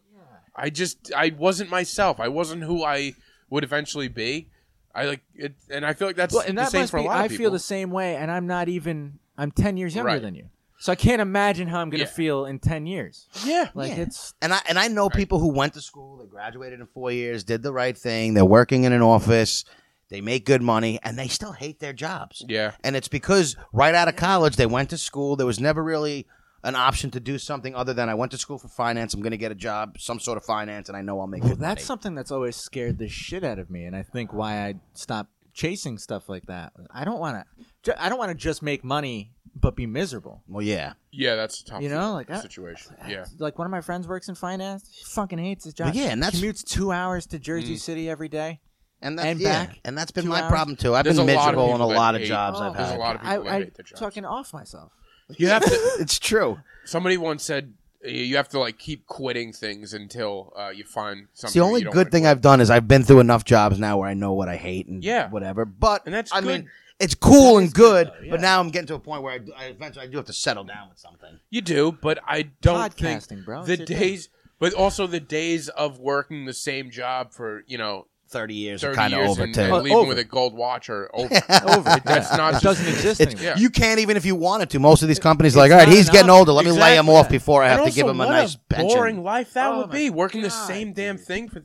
I just I wasn't myself. I wasn't who I would eventually be. I like it, and I feel like that's
Well, and
the
that
same
must
for
be.
a lot
I
of people.
feel the same way, and I'm not even. I'm ten years younger
Right.
than you, so I can't imagine how I'm gonna
Yeah.
feel in ten years.
yeah,
Like
Yeah.
it's
And I and I know people who went to school, they graduated in four years, did the right thing, they're working in an office, they make good money, and they still hate their jobs.
yeah.
And it's because right out of college they went to school. There was never really an option to do something other than I went to school for finance, I'm gonna get a job, some sort of finance, and I know I'll make
Well,
good
that's
money.
something that's always scared the shit out of me, and I think why I stopped chasing stuff like that. I don't want to. I don't want to just make money but be miserable.
Well yeah.
Yeah, that's a tough.
You know, like, I-
situation. Yeah,
[laughs] Like one of my friends works in finance. He fucking hates his job.
Well, yeah, and that's-
commutes two hours to Jersey
Mm.
City every day.
And that's
And
yeah.
back
and that's been
two
my
hours.
problem too. I've
There's
been
a lot of
miserable in a
people that
lot of
hate-
jobs
Oh,
I've
there's
had.
a
[laughs]
lot of people that
I,
hate their jobs.
fucking off myself.
you have to.
It's true.
Somebody once said uh, you have to like keep quitting things until uh, you find something.
It's the only
you don't
good
like.
thing I've done is I've been through enough jobs now where I know what I hate and
Yeah.
whatever. But
And that's
I
good.
mean, it's cool
That
and
is good,
good.
though,
But
yeah.
now I'm getting to a point where I, do- I eventually I do have to settle down with something.
you do, but I don't
Podcasting,
think
bro.
the
It's your thing.
days, but also the days of working the same job for you know
Thirty years are
thirty
kind of
years
Uh, over
and,
too.
and
Oh,
leaving
over.
with a gold watch
[laughs]
or over.
Over. it.
That's not
it
just- [laughs]
doesn't exist
It's-
anymore.
yeah.
You can't even if you wanted to. Most of these companies are like,
it's
all right,
not
he's
an
getting
option.
older. Let me lay him
Exactly.
off before I
And
have to
also,
give him a
what
nice
boring
pension.
life that
Oh
would
my
be working the
God,
same damn
dude.
thing for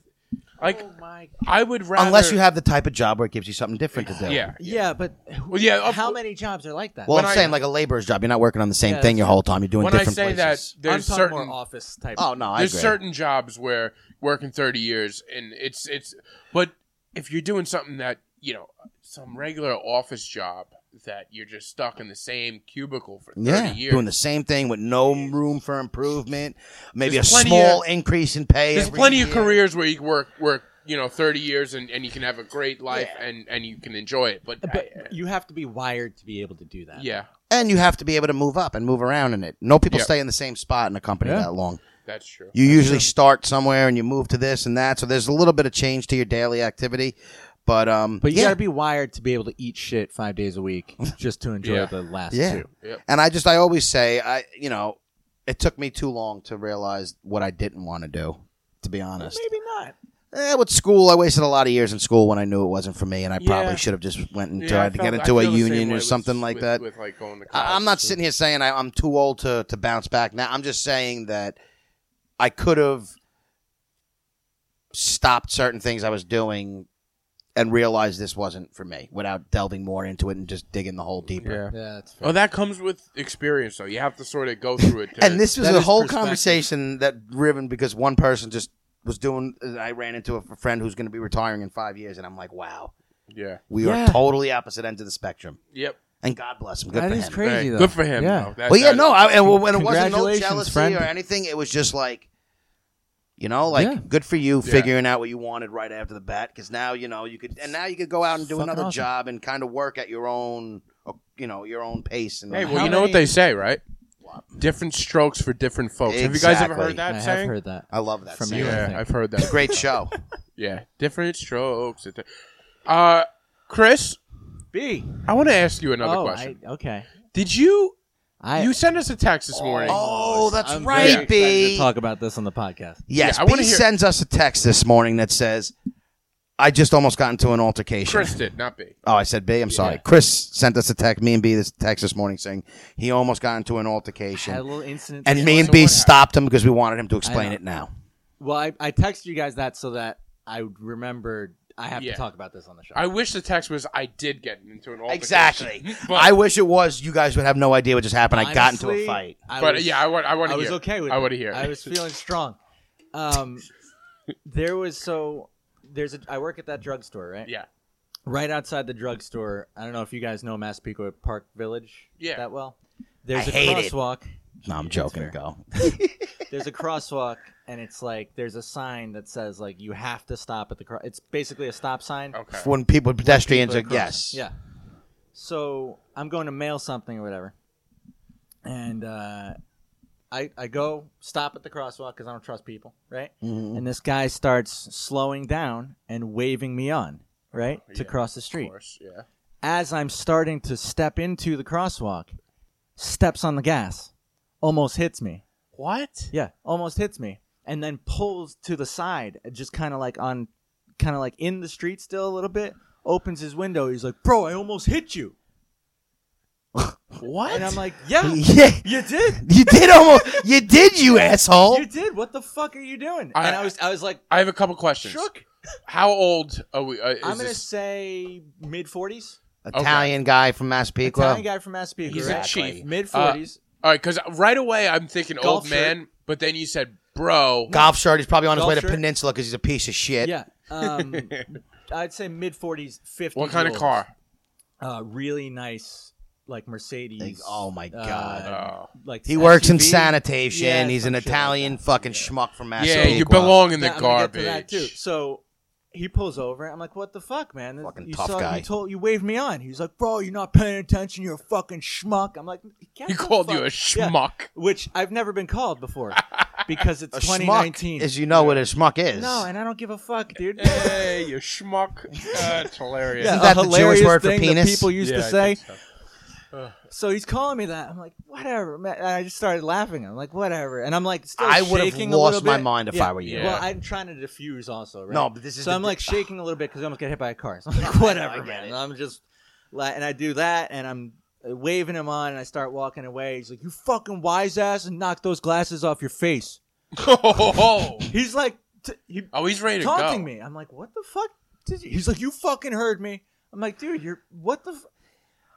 like
Oh my.
I would rather
Unless you have the type of job where it gives you something different to do.
yeah
Yeah, but who-
Well, yeah, of
how
course-
many jobs are like that?
Well,
When
I'm
I-
saying like a laborer's job. You're not working on the same
Yeah,
thing
that's
your whole time. You're doing
when I
different
say
places.
that
I'm
there's
talking
certain
more office type.
Oh no, I
there's
agree.
certain jobs where working 30 years and it's it's but if you're doing something that you know some regular office job that you're just stuck in the same cubicle for 30
Yeah,
years
doing the same thing with no room for improvement. Maybe
There's
a
plenty
small increase in pay.
there's
every
plenty of
year.
careers where you can work work you know 30 years and, and you can have a great life and and you can enjoy it but,
But
I- uh,
you have to be wired to be able to do that.
yeah
and you have to be able to move up and move around in it. No people
Yeah.
stay in the same spot in a company
Yeah.
that long.
that's true
You usually start somewhere and you move to this and that. So there's a little bit of change to your daily activity, but um,
But you
yeah,
gotta be wired to be able to eat shit five days a
[laughs]
week just to enjoy
Yeah.
the last
yeah.
two.
Yep.
And I just I always say I you know it took me too long to realize what I didn't want to do. To be honest,
Maybe not.
Eh, with school, I wasted a lot of years in school when I knew it wasn't for me, and I
Yeah.
probably should have just went and
Yeah, I
tried to
felt-
get
I
into a
feel the same
union
way
or
with-
something like
with-
that.
with, like, going to college.
I- I'm not sitting here saying I, I'm too old to to bounce back now. I'm just saying that I could have stopped certain things I was doing and realized this wasn't for me without delving more into it and just digging the hole deeper.
Yeah.
Yeah, that's fair.
Well, that comes with experience, though. You have to sort of go through
[laughs]
it. To,
And this was
That
a
is
whole
perspective.
conversation that driven because one person just was doing. I ran into a friend who's going to be retiring in five years, and I'm like, wow,
yeah,
we
Yeah.
are totally opposite ends of the spectrum.
yep.
And God bless him. Good
That
for
is
him.
Hey,
crazy though.
Good for him.
Yeah.
though. That-
Well, yeah,
that-
no, I, and when when it wasn't no
Congratulations,
jealousy
friend.
or anything. It was just like, you know, like
Yeah.
good for you
Yeah.
figuring out what you wanted right after the bat. Because now you know you could, and now you could go out and do
Fucking
another
awesome.
job and kind of work at your own, uh, you know, your own pace. And
Hey, well,
How
you know what
many-
they say, right? Different strokes for different folks. Have you guys ever
Exactly.
heard that
I have
saying?
heard that.
I love that.
From
saying.
you.
yeah,
I think.
I've heard that.
Great
[laughs]
show.
Yeah, different strokes. at the- Uh, Chris,
B.
I want to ask you another
Oh,
question.
I, okay.
Did you
I
you sent us a text this morning?
oh, that's
I'm very
right,
excited to
B.
talk about this on the podcast.
Yes,
Yeah, I
B
wanna hear-
sends us a text this morning that says, "I just almost got into an altercation."
Chris did not be.
Oh, I said B. I'm sorry.
Yeah.
Chris sent us a text. Me and B this text this morning saying he almost got into an altercation.
Had a little incident.
And
today.
me and
so
B
what
stopped him because we wanted him to explain
know.
it now.
Well, I, I texted you guys that so that I remembered I have
Yeah.
to talk about this on the show.
I wish the text was I did get into an altercation. [laughs]
[laughs]
But,
I wish it was. You guys would have no idea what just happened. I got into a
Honestly,
fight.
I
but
was-
yeah, I want I want
I
to hear.
was okay with
I
it.
want to hear.
I was feeling strong. Um, there was so there's a I work at that drugstore,
[laughs]
right?
yeah.
Right outside the drugstore. I don't know if you guys know Massapequa Park Village
Yeah.
that well. There's
I
a
hate it. [laughs]
crosswalk.
No, I'm joking. Go.
There's a crosswalk and it's like there's a sign that says like you have to stop at the cross. It's basically a stop sign.
Okay.
[laughs] When people, pedestrians
people
are,
are
yes.
crossing. Yeah. So I'm going to mail something or whatever, and uh, I I go stop at the crosswalk because I don't trust people, right? And this guy starts slowing down and waving me on, right, to
Oh, Yeah,
cross the
Of
street.
course, yeah.
As I'm starting to step into the crosswalk, steps on the gas, almost hits me.
What?
Yeah, almost hits me, and then pulls to the side, just kind of like on, kind of like in the street still a little bit. Opens his window. He's like, "Bro, I almost hit you,"
What?
and I'm like,
[laughs]
"Yeah,
[laughs] Yeah.
you did,
You did
[laughs]
almost. You did, you asshole.
you did. What the fuck are you doing?"
I-
and I was, I was like,
I have a couple questions.
shook.
How old are we? Uh, is
I'm gonna
this-
say mid 40s.
Italian guy from Massapequa.
Italian guy from Massapequa.
He's
right?
a chief. Uh,
Mid 40s.
All right, because right away I'm thinking
Golf
old
shirt.
man, but then you said bro.
Golf shirt. He's probably on his
Golf
way to
shirt.
Peninsula because he's a piece of shit.
yeah. Um,
[laughs]
I'd say mid 40s, 50s.
what kind of car?
Uh, really nice, like Mercedes. Uh,
Like, oh my God.
Oh.
like
He works in
SUV.
sanitation.
Yeah,
he's an
some shit like
Italian
that.
fucking schmuck from
Yeah,
Massapequa.
you belong in the
Yeah, I'm gonna get
garbage.
to that, too. So he pulls over. I'm like, what the fuck, man? This-
Fucking
you
tough
saw,
guy.
You, told, you waved me on. He's like, bro, you're not paying attention. You're a fucking schmuck. I'm like, "Get
He
the
called you a
fuck-" Yeah.
schmuck.
which I've never been
[laughs]
called before because it's
A schmuck,
2019.
as you know what a schmuck is.
no, and I don't give a fuck, dude.
[laughs]
Hey, you schmuck. [laughs] That's hilarious.
Yeah. Isn't that
a
the Jewish
hilarious
word for
thing that
penis?
people used
Yeah,
to
I
say.
think so.
So he's calling me that. I'm like, whatever. Man. And I just started laughing. I'm like, whatever. And I'm like, still
I
would
would've
have
lost my mind if
yeah.
I were you.
Yeah.
Well, I'm trying to diffuse also, right?
No, but this is
so
the
I'm
di-
like shaking a little bit because I almost got hit by a car.
[laughs]
So I'm like, whatever,
I get
man.
it.
And I'm just, la- and I do that, and I'm waving him on, and I start walking away. He's like, you fucking wise ass, and knock those glasses off your face.
[laughs] Oh,
He's like, t- he
oh, he's ready to go.
taunting me. I'm like, what the fuck? Did you? He's like, you fucking heard me. I'm like, dude, you're what the? F-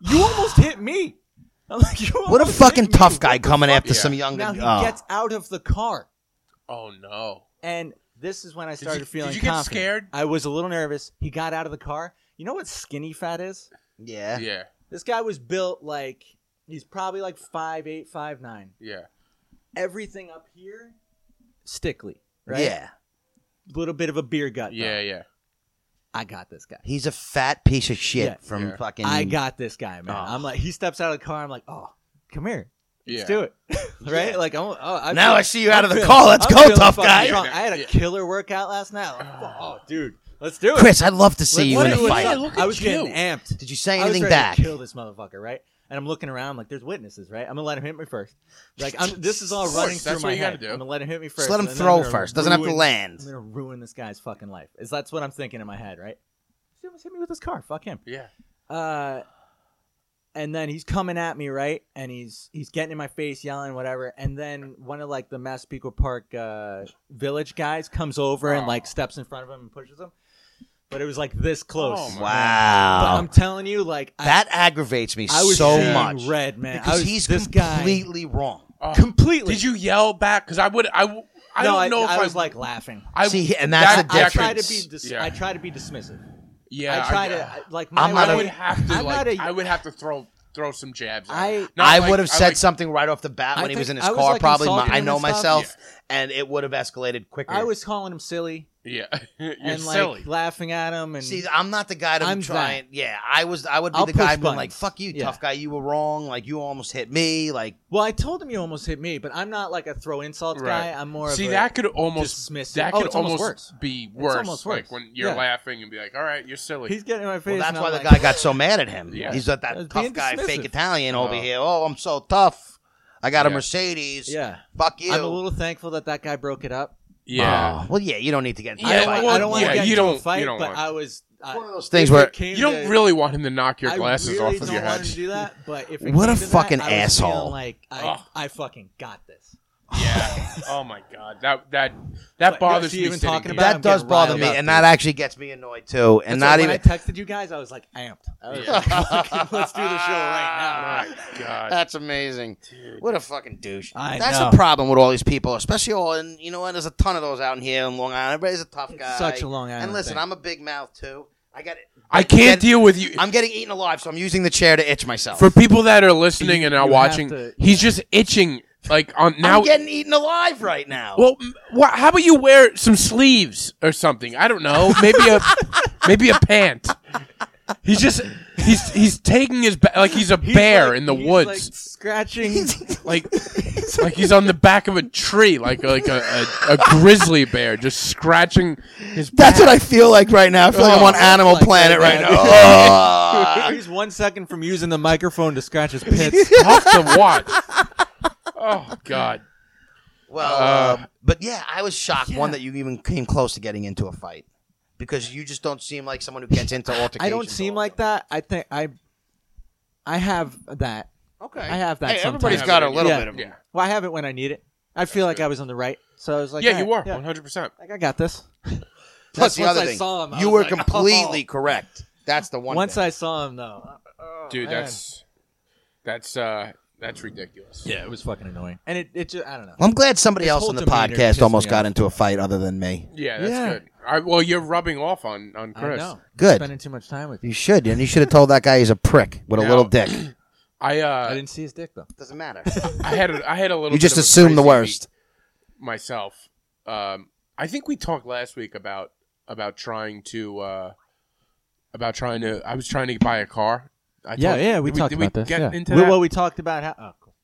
you almost hit me. I'm like, you.
What a
almost
fucking
hit me.
tough
What
guy
the
coming
fuck?"
after
Yeah.
some young
Now he
oh.
gets out of the car,
Oh no.
and this is when I
you-
started
did
feeling.
you get
confident.
scared?
I was a little nervous. He got out of the car. You know what skinny fat is?
Yeah.
Yeah,
This guy was built like he's probably like five eight, five nine.
yeah.
Everything up here, stickly, right?
Yeah.
little bit of a beer gut. though.
Yeah, yeah.
I got this guy.
He's a fat piece of shit
Yeah.
from
Yeah.
fucking.
I got this guy, man.
Oh.
I'm like, he steps out of the car. I'm like, oh, come here,
yeah.
let's do it, [laughs] right?
Yeah.
Like, I'm, oh, I
Now
feel-
I see you out of
I'm
the
feeling-
car. Let's
I'm
go,
feeling
tough
fucking
guy.
strong. I had a
Yeah.
killer workout last night. I'm like,
[sighs]
oh, dude, let's do it.
Chris, I'd love to
Like,
see
what
you in
are
a
you-
fight.
yeah, look-
I
at
was
you.
getting amped.
Did you say
I was
anything
ready
back?
to kill this motherfucker, right? And I'm looking around, like, there's witnesses, right? I'm gonna let him hit me first. Like, I'm, this is all
Of course,
running through
that's
my
what you gotta
head.
do.
I'm gonna let him hit me first.
Just let him
and then
throw
I'm gonna
first. Doesn't have to
ruin-
land.
I'm gonna ruin this guy's fucking life. Is that's what I'm thinking in my head, right? He almost hit me with his car. Fuck him.
Yeah.
Uh, and then he's coming at me, right? And he's he's getting in my face, yelling, whatever. And then one of like the Massapequa Park uh, Village guys comes over and like steps in front of him and pushes him. but it was like this close.
Oh, my
But
Wow.
I'm telling you, like I-
that aggravates me
I, was
so
seeing
much.
red, man. I
Because
was,
he's
this guy
completely wrong.
Oh.
completely.
Did you yell back? Because I would. I. w- I
no,
don't know if
I,
I
was like laughing.
I
See, and that's the
I
difference.
try to be. Dis-
Yeah.
I try to be dismissive.
Yeah,
I try
I,
to I- like. My
I'm not
I
a-
way-
would have to.
I'm
like,
not a-
I would have to throw throw some jabs. at
I-
him. Not
I
like-
would have
I
said
like-
something right off the bat
I
when he was
think
in his
I was,
car.
like,
probably, my,
insulting
I
him
know
and stuff.
myself, and it would have escalated quicker.
I was calling him silly
Yeah, [laughs] you're
and like
silly.
laughing at him and
See, I'm not the guy to
I'm
try and Yeah, I was. I would be
I'll
the guy
push
being like,
buttons.
"Fuck you,
Yeah.
tough guy. You were wrong. Like you almost hit me. Like
Well, I told him you almost hit me, but I'm not like a throw insults
Right.
guy. I'm more
See,
of a,
that could almost
dismissive-
that
Oh,
could
it's almost worse.
be worse.
almost
like
worse.
when you're
Yeah.
laughing and be like, "All right, you're silly."
he's getting in my face.
well, that's
and
why
I'm
the
like,
guy got so mad at him.
Yeah.
He's that, that
That's
tough
being
guy,
dismissive.
fake Italian over
Oh.
here. Oh, I'm so tough. I got a
Yeah.
Mercedes.
Yeah,
Fuck you.
I'm a little thankful that that guy broke it up.
yeah,
Oh, well, yeah, you don't need to get. into
I
Yeah,
don't, want-
well,
I don't want
yeah,
to get
you
into
don't-
a
you
fight,
don't
but
want-
I was I,
one of those things where
you don't really want him to knock your glasses off of
don't
your
want
head.
to do that, but if it
What
came
a
to that,
fucking
I was feeling
asshole.
Like I,
Ugh.
I fucking got this.
Yeah. [laughs] oh my god, that that that
But,
bothers
see,
me.
even
sitting
talking
here.
about
that
I'm
does
getting
bother
riled
me,
up,
and
dude.
that actually gets me annoyed too. And
That's
not
why
even
When I texted you guys, I was like amped. I was like, [laughs] fucking, let's do the
[laughs]
show right now.
oh my god,
That's amazing. What a fucking douche.
I
That's
know.
the problem with all these people, especially all and you know what? There's a ton of those out in here in Long Island. Everybody's a tough guy.
Such a Long Island
And listen,
thing.
I'm a big mouth too. I got it.
I can't
Get-
deal with you.
I'm getting eaten alive, so I'm using the chair to itch myself.
For people that are listening
You-
and are
you have
watching,
to-
he's just itching. Like on
now,
now,
I'm getting eaten alive right now.
Well, m- wha how about you wear some sleeves or something? I don't know. Maybe
[laughs]
a maybe a pant. He's just he's he's taking his ba- like he's a
He's
bear
like-
in the
he's, like,
woods,
[laughs]
scratching.
like like he's on the back of a tree, like like a, a, a grizzly bear, just scratching his.
That's
back.
what I feel like right now. I feel like I'm on
Oh,
Animal
like
Planet
that,
right
man.
now.
[laughs]
Oh.
He's one second from using the microphone to scratch [laughs] his pits.
tough to watch. Oh God!
[laughs] well,
Uh,
uh, but yeah, I was shocked one that you even came close to getting into a fight because you just don't seem like someone who gets into altercations.
[sighs] I don't seem
all
like that. I think I, I have that.
Okay.
I have that
Hey, everybody's
sometimes.
got a little
Yeah.
bit of
Yeah,
Well, I have it when I need it. I feel like
good.
I was on the right, so I was like,
yeah, you
"All
are
right,
one hundred percent.
Like I got this.
Plus,
That's
the
once
other
I
thing,
saw him, I
you were
was like, [laughs]
completely
oh.
correct. That's the one.
Once
thing.
I saw him, though,
dude.
Oh, man.
That's that's uh that's ridiculous.
yeah, it was fucking annoying. And it, it just, I don't know.
I'm glad somebody
His
else
whole
on the
demeanor
podcast
pissed
almost
me
got
off.
into a fight other than me.
Yeah, that's
Yeah.
good. I, well, you're rubbing off on on
I
Chris.
know.
Good.
Spending too much time with you.
You should, and you should have told that guy he's a prick with a
No.
little
[clears throat]
dick.
I
I
uh,
didn't see his dick though.
Doesn't
[laughs]
matter.
I had a, I had a little.
you just
bit of a
assume the
crazy
worst.
beat myself. Um, I think we talked last week about about trying to uh, about trying to. I was trying to buy a car. I
yeah,
told-
yeah, we
did
talked
did
about this.
Get
yeah.
into
We-
that?
Well, we talked about how. Oh,
[laughs]
cool.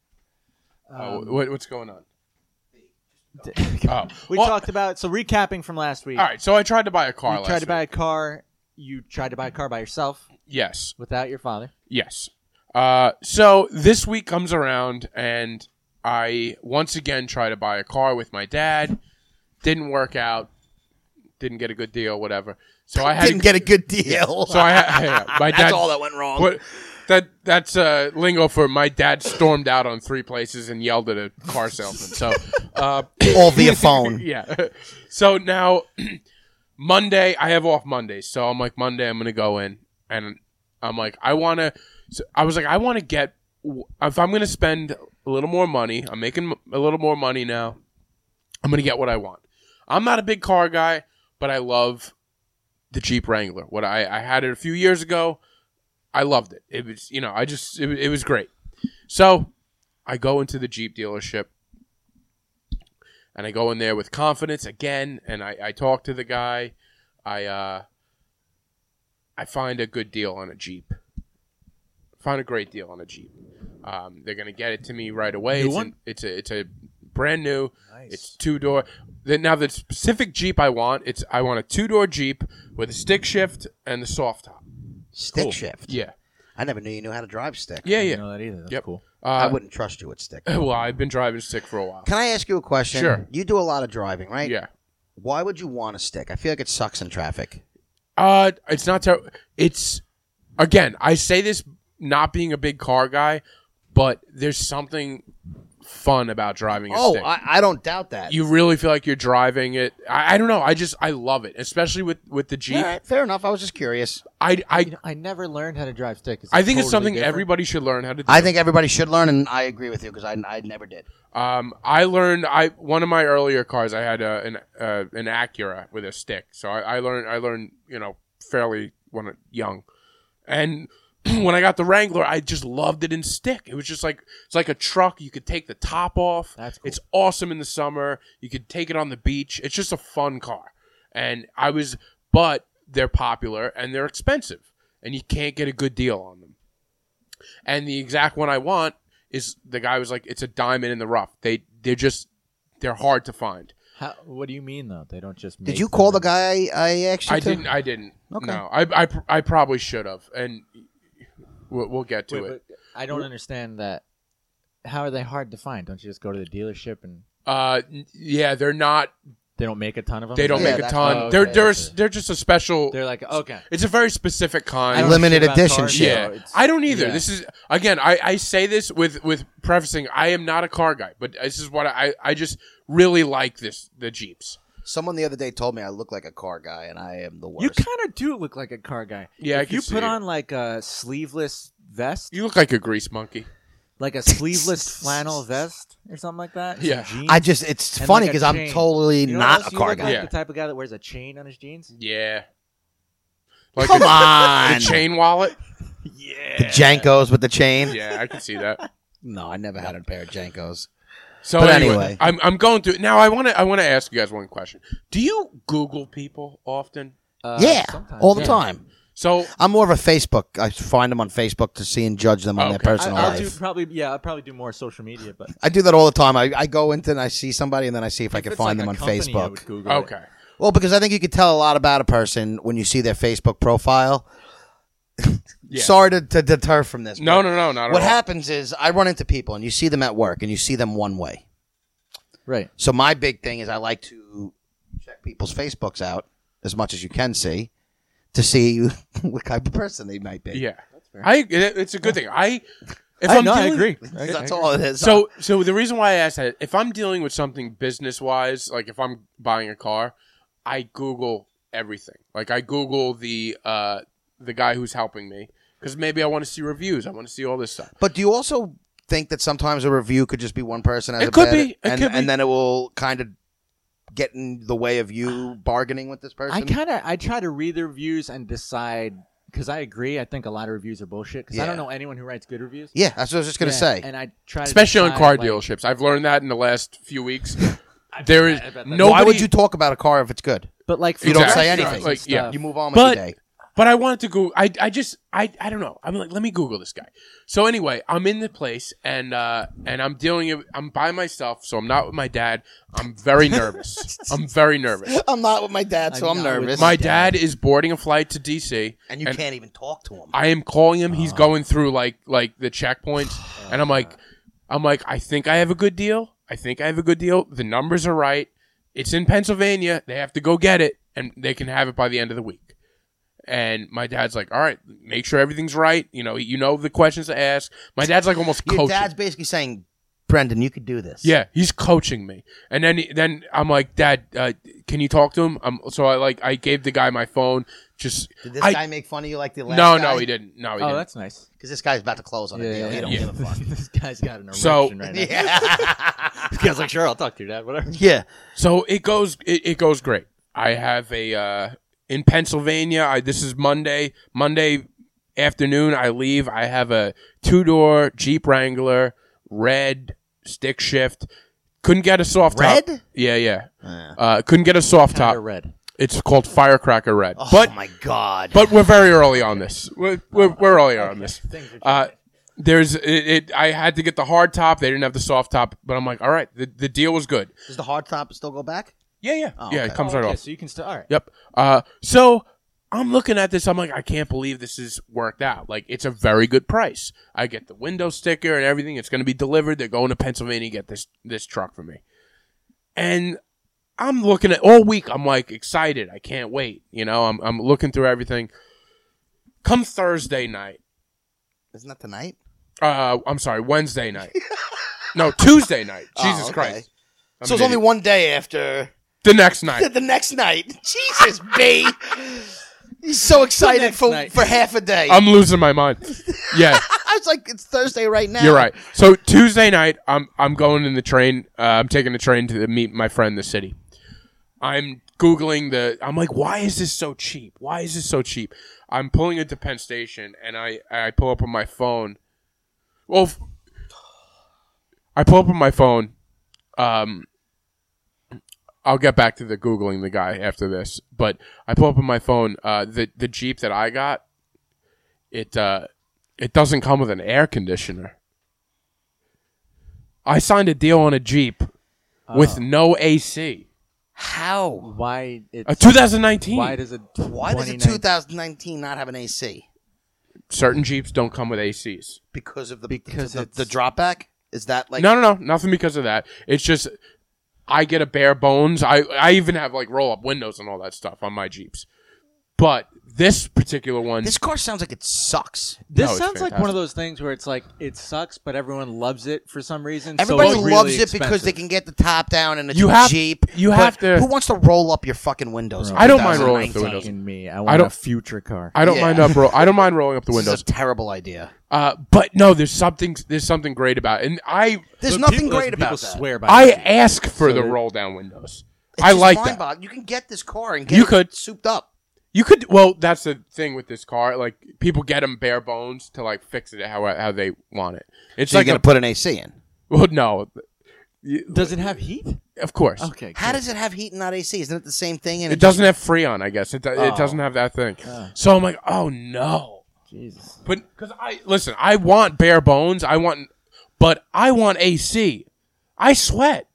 [laughs]
Oh,
Um,
what, what's going on? Oh,
we
well,
talked about so recapping from last week.
All right, so I tried to buy a car.
you
last
tried to buy
week.
a car. You tried to buy a car by yourself
Yes,
without your father.
yes. Uh, so this week comes around, and I once again try to buy a car with my dad. Didn't work out. Didn't get a good deal. Whatever. So I had
Didn't get a good [laughs] deal.
So I, ha-
[laughs]
yeah, my
That's
dad.
all that went wrong.
What, that that's uh, lingo for my dad stormed out on three places and yelled at a car salesman. So, uh,
[laughs] All [laughs] via
[laughs]
phone.
yeah. So now [clears throat] Monday, I have off Monday, so I'm like Monday, I'm gonna go in, and I'm like, I wanna. So I was like, I want to get if I'm gonna spend a little more money. I'm making a little more money now. I'm gonna get what I want. I'm not a big car guy, but I love the Jeep Wrangler. What I, I had it a few years ago. I loved it. It was you know I just it, it was great. So I go into the Jeep dealership and I go in there with confidence again, and I, I talk to the guy. I uh, I find a good deal on a Jeep. Find a great deal on a Jeep. Um, they're gonna get it to me right away.
New
it's,
one?
An, it's a it's a brand new.
Nice.
It's two door. Then now the specific Jeep I want. It's I want a two door Jeep with a stick shift and the soft top.
Stick shift.
Yeah,
I never knew you knew how to drive stick.
yeah,
Didn't
yeah.
know that either. That's
Yep.
cool.
Uh,
I wouldn't trust you with stick.
[laughs] well, I've been driving stick for a while.
Can I ask you a question?
Sure.
You do a lot of driving, right?
Yeah.
Why would you want a stick? I feel like it sucks in traffic.
Uh, it's not terrible. It's again, I say this not being a big car guy, but there's something fun about driving a
Oh,
stick.
I, I don't doubt that.
you really feel like you're driving it. I, I don't know. I just I love it, especially with with the
All
Jeep.
right, fair enough. I was just curious.
I I
You know, I never learned how to drive stick.
I think it's
totally
something
different.
everybody should learn how to do.
I think everybody should learn, and I agree with you because I, I never did.
Um, I learned I one of my earlier cars I had a, an uh, an Acura with a stick, so I, I learned I learned you know fairly when young, and [clears throat] when I got the Wrangler, I just loved it in stick. It was just like it's like a truck. You could take the top off.
That's cool.
It's awesome in the summer. You could take it on the beach. It's just a fun car, and I was but they're popular and they're expensive, and you can't get a good deal on them. And the exact one I want is the guy was like, it's a diamond in the rough. They they're just they're hard to find.
How, what do you mean though? They don't just.
Did
make
you call the
them
guy I actually?
I didn't. I didn't.
Okay.
No, I I, pr- I probably should have, and we'll, we'll get to
and- Wait,
it.
but I don't understand that. How are they hard to find? Don't you just go to the dealership and
Uh, n- yeah, they're not.
they don't make a ton of them?
They don't
Yeah,
make a
that's-
ton.
oh, okay,
they're they're
I
s-
see.
they're just a special.
They're like okay.
it's a very specific
I
kind.
don't
Limited
shit about
edition
cars,
shit.
yeah,
so it's-
I don't either.
yeah.
This is again. I, I say this with with prefacing. I am not a car guy, but this is what I I just really like this the Jeeps.
Someone the other day told me I look like a car guy, and I am the worst.
You kind of do look like a car guy.
Yeah, I
if
can
you
see
put
it.
on like a sleeveless vest,
You look like a grease monkey.
like [laughs] a sleeveless flannel vest or something like that. some
Yeah.
jeans,
I just it's
and,
funny
like, a
because I'm
chain.
totally
You know what
not
else
a
you
car
look
guy.
Like
Yeah.
The type of guy that wears a chain on his jeans.
Yeah. Like
Come
a,
on,
a chain wallet.
the Jankos with the chain.
Yeah, I can see
[laughs]
that.
No, I never had a pair of Jankos.
So
But
anyway,
anyway.
I'm I'm going through now. I want to I want to ask you guys one question. Do you Google people often?
Uh,
yeah,
sometimes,
all the
yeah.
time.
So
I'm more of a Facebook. I find them on Facebook to see and judge them on their
Okay. I-
I,
personal
I'll
life.
do probably yeah. I'll probably do more social media, but
I do that all the time. I, I go into and I see somebody and then I see if, I
If
can
it's
find
like
them
a
on
company, I
Facebook.
would Google it.
okay,
Well, because I think you could tell a lot about a person when you see their Facebook profile.
[laughs] Yeah.
Sorry to, to deter from this.
no,
but
no, no, not
What
at all.
happens is I run into people and you see them at work and you see them one way.
Right.
So my big thing is I like to check people's Facebooks out as much as you can see to see [laughs] what type of person they might be.
Yeah, I it, it's a good thing. I if
I,
am
no, I
dealing-
agree.
That's all it is.
So so the reason why I asked that if I'm dealing with something business wise, like if I'm buying a car, I Google everything. Like I Google the uh the guy who's helping me because maybe I want to see reviews. I want to see all this stuff.
But do you also think that sometimes a review could just be one person? As
It
a
could
bad-
be. It
and,
could be.
and then it will kind of get in the way of you bargaining with this person.
I kind of I try to read the reviews and decide because I agree. I think a lot of reviews are bullshit because I
Yeah.
don't know anyone who writes good reviews.
yeah, that's what I was just gonna
Yeah,
say.
and I try, to
especially on
decide,
car
like,
dealerships. I've learned that in the last few weeks. there is
I bet that-
no.
Why would you talk about a car if it's good?
But like, for
You don't say
restaurants
anything.
and
Like, yeah.
stuff,
You move on with
But-
your day.
But I wanted to go. I, I just I, I don't know. I'm like, let me Google this guy. So anyway, I'm in the place and uh and I'm dealing. It, I'm by myself, so I'm not with my dad. I'm very nervous. I'm very nervous.
I'm not with my dad, so
I'm
I'm
not with
nervous.
My dad is boarding a flight to DC,
and you can't even talk to him.
I am calling him.
Ah.
He's going through like like the
[sighs]
checkpoints, and I'm like, I'm like, I think I have a good deal. I think I have a good deal. The numbers are right. It's in Pennsylvania. They have to go get it, and they can have it by the end of the week. And my dad's like, all right, make sure everything's right. You know, you know the questions to ask. My dad's like almost
[laughs] Your
coaching.
dad's basically saying, "Brendan, you could do this."
Yeah, he's coaching me, and then then I'm like, Dad, uh, can you talk to him? Um, so I like I gave the guy my phone. Just
Did this
I-
guy make fun of you like the last?
no, no, he didn't. No, he
Oh,
didn't.
that's nice.
Because this guy's about to close on a
Yeah,
deal.
yeah,
he don't
yeah.
give a fuck.
[laughs] this guy's got an erection
So-
right
[laughs]
now.
yeah.
[laughs] This guy's like, sure, I'll talk to your dad, whatever.
yeah.
So it goes it, it goes great. I have a uh, in Pennsylvania. I, this is Monday. Monday afternoon, I leave. I have a two door Jeep Wrangler, red stick shift. Couldn't get a soft top.
Red?
Yeah, yeah.
Yeah.
Uh, couldn't get a soft
Kinda
top.
red.
It's called Firecracker Red.
Oh
but
my god.
but we're very early on this. We're we're, we're early on this.
Things are
Uh, there's it, it. I had to get the hard top. They didn't have the soft top. But I'm like, all right, the, the deal was good.
Does the hard top still go back?
Yeah, yeah,
Oh,
yeah.
okay.
It comes
Oh,
right
okay,
off.
So you can still. All right.
Yep. Uh, so I'm looking at this. I'm like, I can't believe this is worked out. Like, it's a very good price. I get the window sticker and everything. It's going to be delivered. They're going to Pennsylvania to get this this truck for me. And I'm looking at all week. I'm like excited. I can't wait. You know, I'm I'm looking through everything. Come Thursday night.
Isn't that tonight?
Uh, I'm sorry, Wednesday night. No, Tuesday night.
Oh,
Jesus
okay.
Christ. I'm
so it's
an
only
idiot.
one day after
the next night.
the next night. Jesus, [laughs] B. He's so excited
next
for,
night.
for half a day.
I'm losing my mind. Yeah,
I was like, it's Thursday right now.
you're right. So Tuesday night, I'm I'm going in the train. Uh, I'm taking the train to meet my friend in the city. I'm googling the. I'm like, why is this so cheap? Why is this so cheap? I'm pulling into Penn Station, and I I pull up on my phone. Well, f- I pull up on my phone. Um, I'll get back to the googling the guy after this, but I pull up on my phone. Uh, the the Jeep that I got, it uh, it doesn't come with an air conditioner. I signed a deal on a Jeep with
Oh.
no AC.
How?
Why it?
Uh, 2019.
Why does it?
Why does the 2019 not have an AC?
Certain Jeeps don't come with ACs.
Because of the
Because
the,
it's-
the dropback? Is that like
no, no, no, nothing because of that. It's just I get a bare bones. I I even have like roll up windows and all that stuff on my Jeeps. But this particular one,
this car sounds like it sucks.
This
No, it's
sounds like one
fantastic.
of those things where it's like it sucks, but everyone loves it for some reason. so
Everybody
it's really
loves it because
expensive.
they can get the top down and it's
You
a
have-
Jeep.
you
but
have to-
Who wants to roll up your fucking windows? in
I don't mind rolling up the
2019?
windows.
Fucking me. I
I
want
don't-
a future car.
I don't
yeah.
mind up. Ro- I don't mind rolling up the
[laughs] This is
windows.
a terrible idea.
Uh, but no, there's something there's something great about it. And I
There's
But
nothing
people-
great
people
about that.
swear by
I
it.
ask for
So
the
they-
roll down windows.
It's
I
just
like that.
mind-boggling. You can get this car and get
You
it
could.
souped up.
You could. Well, that's the thing with this car. Like people get them bare bones to like fix it how how they want it. It's
So
like
you're
a,
gonna put an AC in.
[laughs] well, no, You-
Does it have heat?
of course.
Okay.
How
good.
does it have heat and not AC? Isn't it the same thing? And
It doesn't have Freon, I guess. It, do- it
Oh.
doesn't have that thing. So I'm like, oh no.
Jesus.
But because I listen, I want bare bones. I want, but I want AC. I sweat,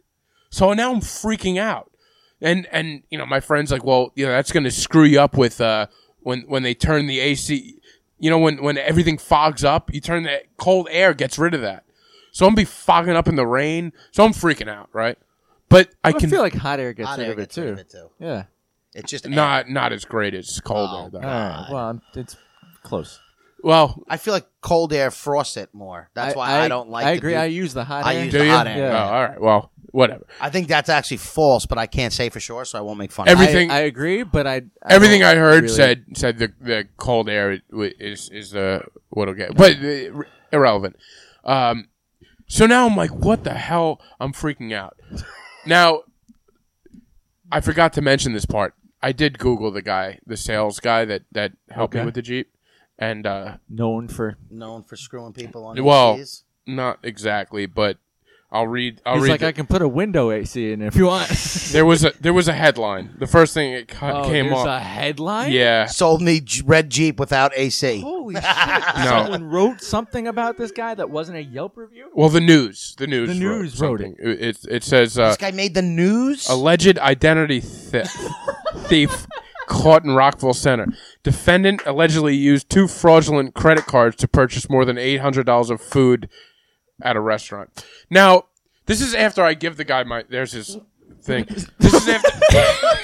so now I'm freaking out. And and you know, my friend's like, well, you know, that's gonna screw you up with uh when when they turn the AC. You know, when when everything fogs up, you turn the cold air gets rid of that. So I'm be fogging up in the rain. So I'm freaking out, right? But I
I,
can
feel like hot air gets
Hot
rid
air
of it
gets rid
too.
of it too.
Yeah.
It's just air.
not not as great as cold
Oh,
air though.
All right. Well, I'm- it's close.
Well,
I feel like cold air frosts it more. That's why I, don't like.
I
to
agree.
do-
I use the hot
I
air.
use
do
the
you?
hot air.
Oh, all right. Well, whatever.
I think that's actually false, but I can't say for sure, so I won't make fun of
Every-
it.
Everything-
I, I agree, but I, I
Everything
don't
I heard
really-
said said the the cold air i- is is the what'll get, but uh, irrelevant. Um, so now I'm like, what the hell? I'm freaking out. Now, I forgot to mention this part. I did Google the guy, the sales guy that that helped me
Okay.
with the Jeep, and uh,
known for
Known for screwing people on E
Well,
ACs.
not exactly, but I'll read. I'll
he's
read.
like
the-
I can put a window AC in if you want.
[laughs] there was a there was a headline. The first thing it ca-
oh,
came
there's
up.
a headline.
yeah.
Sold me j- red Jeep without AC.
[laughs]
Holy shit!
No.
Someone wrote something about this guy that wasn't a Yelp review.
Well, the news, the news,
The news wrote it.
something. It, it says uh,
this guy made the news.
alleged identity theft thief caught in Rockville Center. Defendant allegedly used two fraudulent credit cards to purchase more than eight hundred dollars of food at a restaurant. Now, this is after I give the guy my. There's his thing. This is after. [laughs]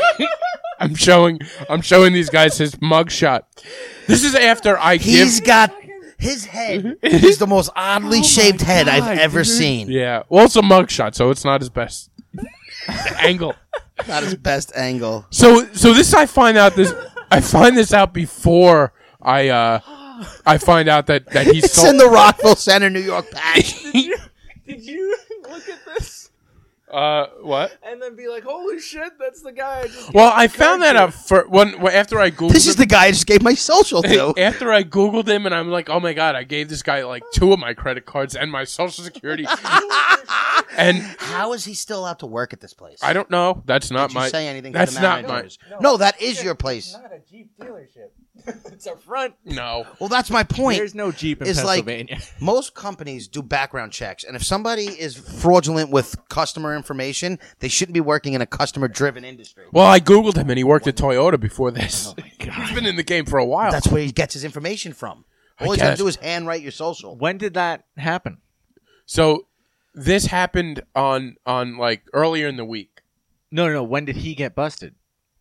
I'm showing. I'm showing these guys his mugshot. This is after I give. Mm-hmm. Oh
He's got his head is the most oddly shaped head I've
God,
ever
dude.
seen.
yeah. Well, it's a mugshot, so it's not his best angle.
Not his best
[laughs]
angle.
So so this I find out this I find this out before I uh I find out that that he
[laughs] It's
sold
in the Rockville Center, New York
[laughs]
patch.
Did you [laughs] look at this
uh what?
and then be like, "Holy shit, that's the guy"? I just
Well, I found that out for when, when after I googled
this is the guy I just gave my social to.
him, after I googled him and I'm like, "Oh my god, I gave this guy like two of my credit cards and my social
[laughs]
security." and
How is he still allowed to work at this place?
I don't know. That's not
Did you
my
say anything
That's
to the
not my
managers? No, that is your place.
not a Jeep dealership. it's a front.
No.
Well, that's my point.
There's no Jeep in
It's like-
Pennsylvania.
[laughs]
Most companies do background checks, and if somebody is fraudulent with customer information, they shouldn't be working in a customer-driven industry.
Well, I googled him and he worked at Toyota before
Oh
this. [laughs] He's been in the game for a while.
That's where he gets his information from.
I
All he's got to
guess.
do is handwrite your social.
when did that happen?
so this happened on on like earlier in the week.
No, no, no. When did he get busted?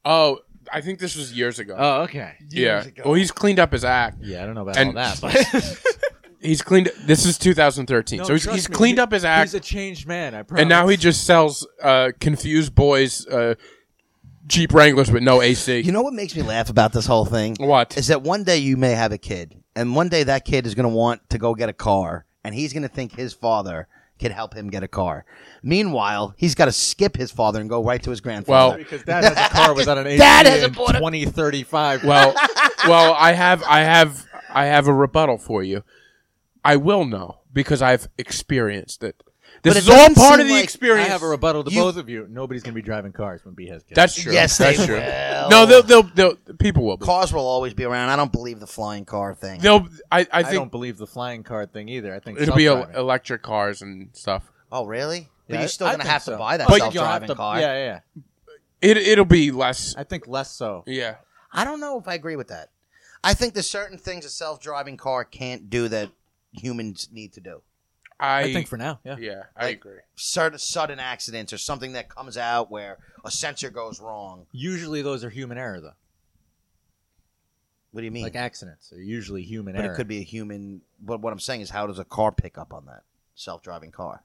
Oh, I think this was years ago.
Oh, okay.
yeah. Well, he's cleaned up his act.
Yeah, I don't know about
And- [laughs]
all that, but [laughs]
he's cleaned. This is 2013,
No,
so he's,
trust
he's
me,
cleaned
he-
up his act,
He's a changed man. I promise.
and now he just sells uh, confused boys uh, Jeep Wranglers with no AC.
You know what makes me laugh about this whole thing?
What?
Is that one day you may have a kid, and one day that kid is going to want to go get a car, and he's going to think his father can help him get a car. Meanwhile, he's got to skip his father and go right to his
Well-
grandfather.
because dad has a car
[laughs]
without an AC
Dad has a
in
border-
2035.
well, well, I have, I have, I have a rebuttal for you. I will know because I've experienced it. This
But it
is all
doesn't
part
seem
of the
like
I
experience.
have a rebuttal to
You-
both of you. Nobody's gonna be driving cars when B has kids.
That's true.
Yes,
that's
they
true.
will.
No, they'll, they'll, they'll, people will. Be.
cars will always be around. I don't believe the flying car thing.
They'll, I, I
I don't
think
believe the flying car thing either. I think
it'll be el
self-driving.
electric cars and stuff.
oh, really?
Yeah,
but you're still
I
going to
think
have
so.
to buy that
But you'll
self-driving
have to-
car.
Yeah, yeah, yeah.
It, it'll be less.
I think less so.
Yeah.
I don't know if I agree with that. I think there's certain things a self-driving car can't do that humans need to do.
I,
I, think for now, yeah.
yeah, I agree.
Certain sudden accidents or something that comes out where a sensor goes wrong.
Usually those are human error though.
What do you mean?
Like accidents are usually human
but
error.
it could be a human. But what I'm saying is, how does a car pick up on that self-driving car?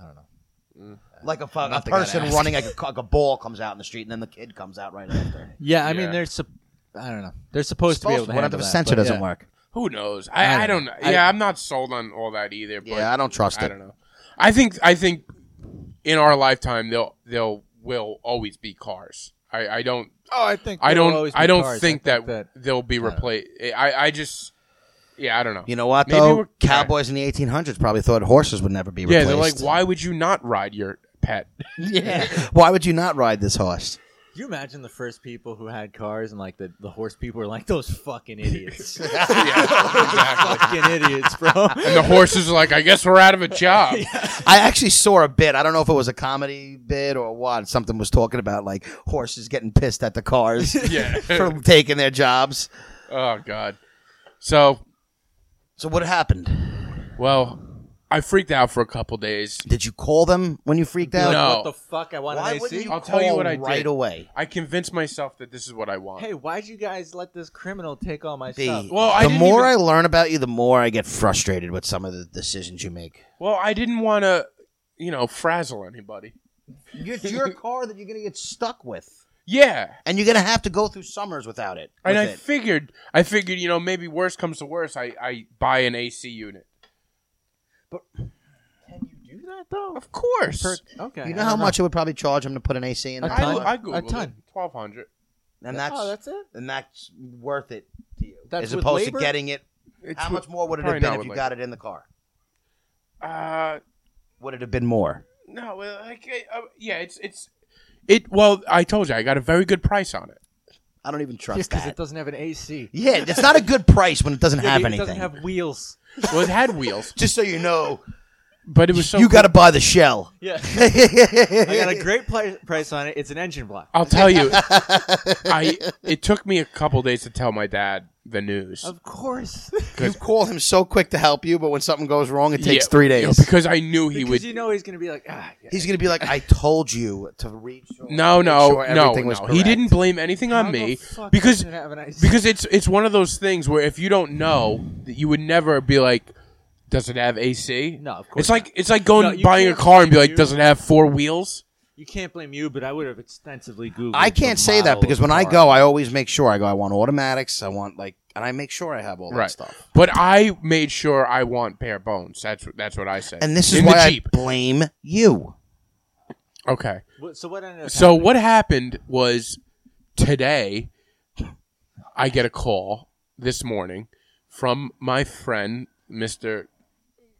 I don't know.
Like a, fuck- a
Nothing I'd
person
ask.
running like a, like a ball comes out in the street, and then the kid comes out right after.
Yeah, I
Yeah.
mean they're sup- I don't know. They're supposed, to be able to
what if
handle
the
that,
sensor
but
doesn't
yeah.
work?
Who knows?
I
I, I don't
don't
know.
know.
Yeah,
I-
I'm not sold on all that either. But
Yeah, I don't trust
I
it.
don't know. I think I think in our lifetime they'll they'll will always be cars. I, I don't
Oh, I think
I
there will
don't
always be
I don't
cars.
think,
I
that, they'll be replaced. I I just yeah I don't know.
You know what
Maybe
though?
we're-
Cowboys in the 1800s probably thought horses would never be
yeah,
replaced.
they're like, why would you not ride your pet?
[laughs] Why would you not ride this horse?
Can you imagine the first people who had cars and like the, the horse people were like those
[laughs]
fucking idiots. [laughs] fucking idiots, bro.
And the horses are like, I guess we're out
[laughs]
of a job.
I actually saw a bit. I don't know if it was a comedy bit or what. Something was talking about like horses getting pissed at the cars
[laughs]
[laughs]
Yeah.
for taking their jobs.
Oh God. So
So what happened?
well, I freaked out for a couple days.
Did you call them when you freaked out?
Like,
No.
What the fuck? I want
Why
an
wouldn't
AC.
you
I'll tell you
call
what I did.
right away?
I convinced myself that this is what I want.
Hey, why'd you guys let this criminal take all my stuff?
The,
Well, I
the
didn't
more
even-
I learn about you, the more I get frustrated with some of the decisions you make.
Well, I didn't want to, you know, frazzle anybody. [laughs]
It's your car that you're going to get stuck with,
Yeah,
and you're going to have to go through summers without it.
and I
with it.
figured, I figured, you know, maybe worse comes to worse, I I buy an AC unit.
Can you do that though?
Of course,
okay.
you
I
know how
don't
much it would probably charge them to put an AC in
A
that
I,
car?
ton.
I googled
A ton.
twelve hundred.
and that's,
oh, that's it.
and that's worth it to you,
That's
as
with
opposed
labor?
to getting it. how much more would it have been if you got it in the car?
Uh,
Would it have been more?
no, well, like, uh, yeah, it's it's it. Well, I told you, I got a very good price on it.
I don't even trust
Just because
that.
it doesn't have an AC.
yeah, it's not a good price when it doesn't have
It
anything.
doesn't have wheels.
Well, it had wheels,
Just so you know,
but it was so.
[laughs] you got to buy the shell.
[laughs] Yeah. I got
I [laughs]
a great pli- price on it. It's an engine block.
I'll tell you, I it took me a couple days to tell my dad the news.
Of course.
You call him so quick to help you, but when something goes wrong, it takes
Yeah,
three
you know,
days.
because I knew he
because
would.
you know he's gonna be like, ah, yeah.
He's gonna be like, "I told you to reach."
[laughs]
No, no,
sure
no,
everything was
no. He
correct.
didn't blame anything
How
on
the
me
fuck
because
doesn't it have an AC?
because it's it's one of those things where if you don't know, that you would never be like, does it have AC?
No, of course
It's like it's like going
No, you
buying a
can't
car and be
blame
like,
you.
does it have four wheels?
you can't blame you, but I would have extensively googled.
I can't
the
say that
model
because
of
when
the
I
car.
go, I always make sure I go. I want automatics. I want like, and I make sure I have all that
Right.
stuff.
But I made sure I want bare bones. That's what that's what I said.
And this is
In the
why I
Jeep.
blame you.
okay.
What- So what ended up?
So what happened was today I get a call this morning from my friend Mr.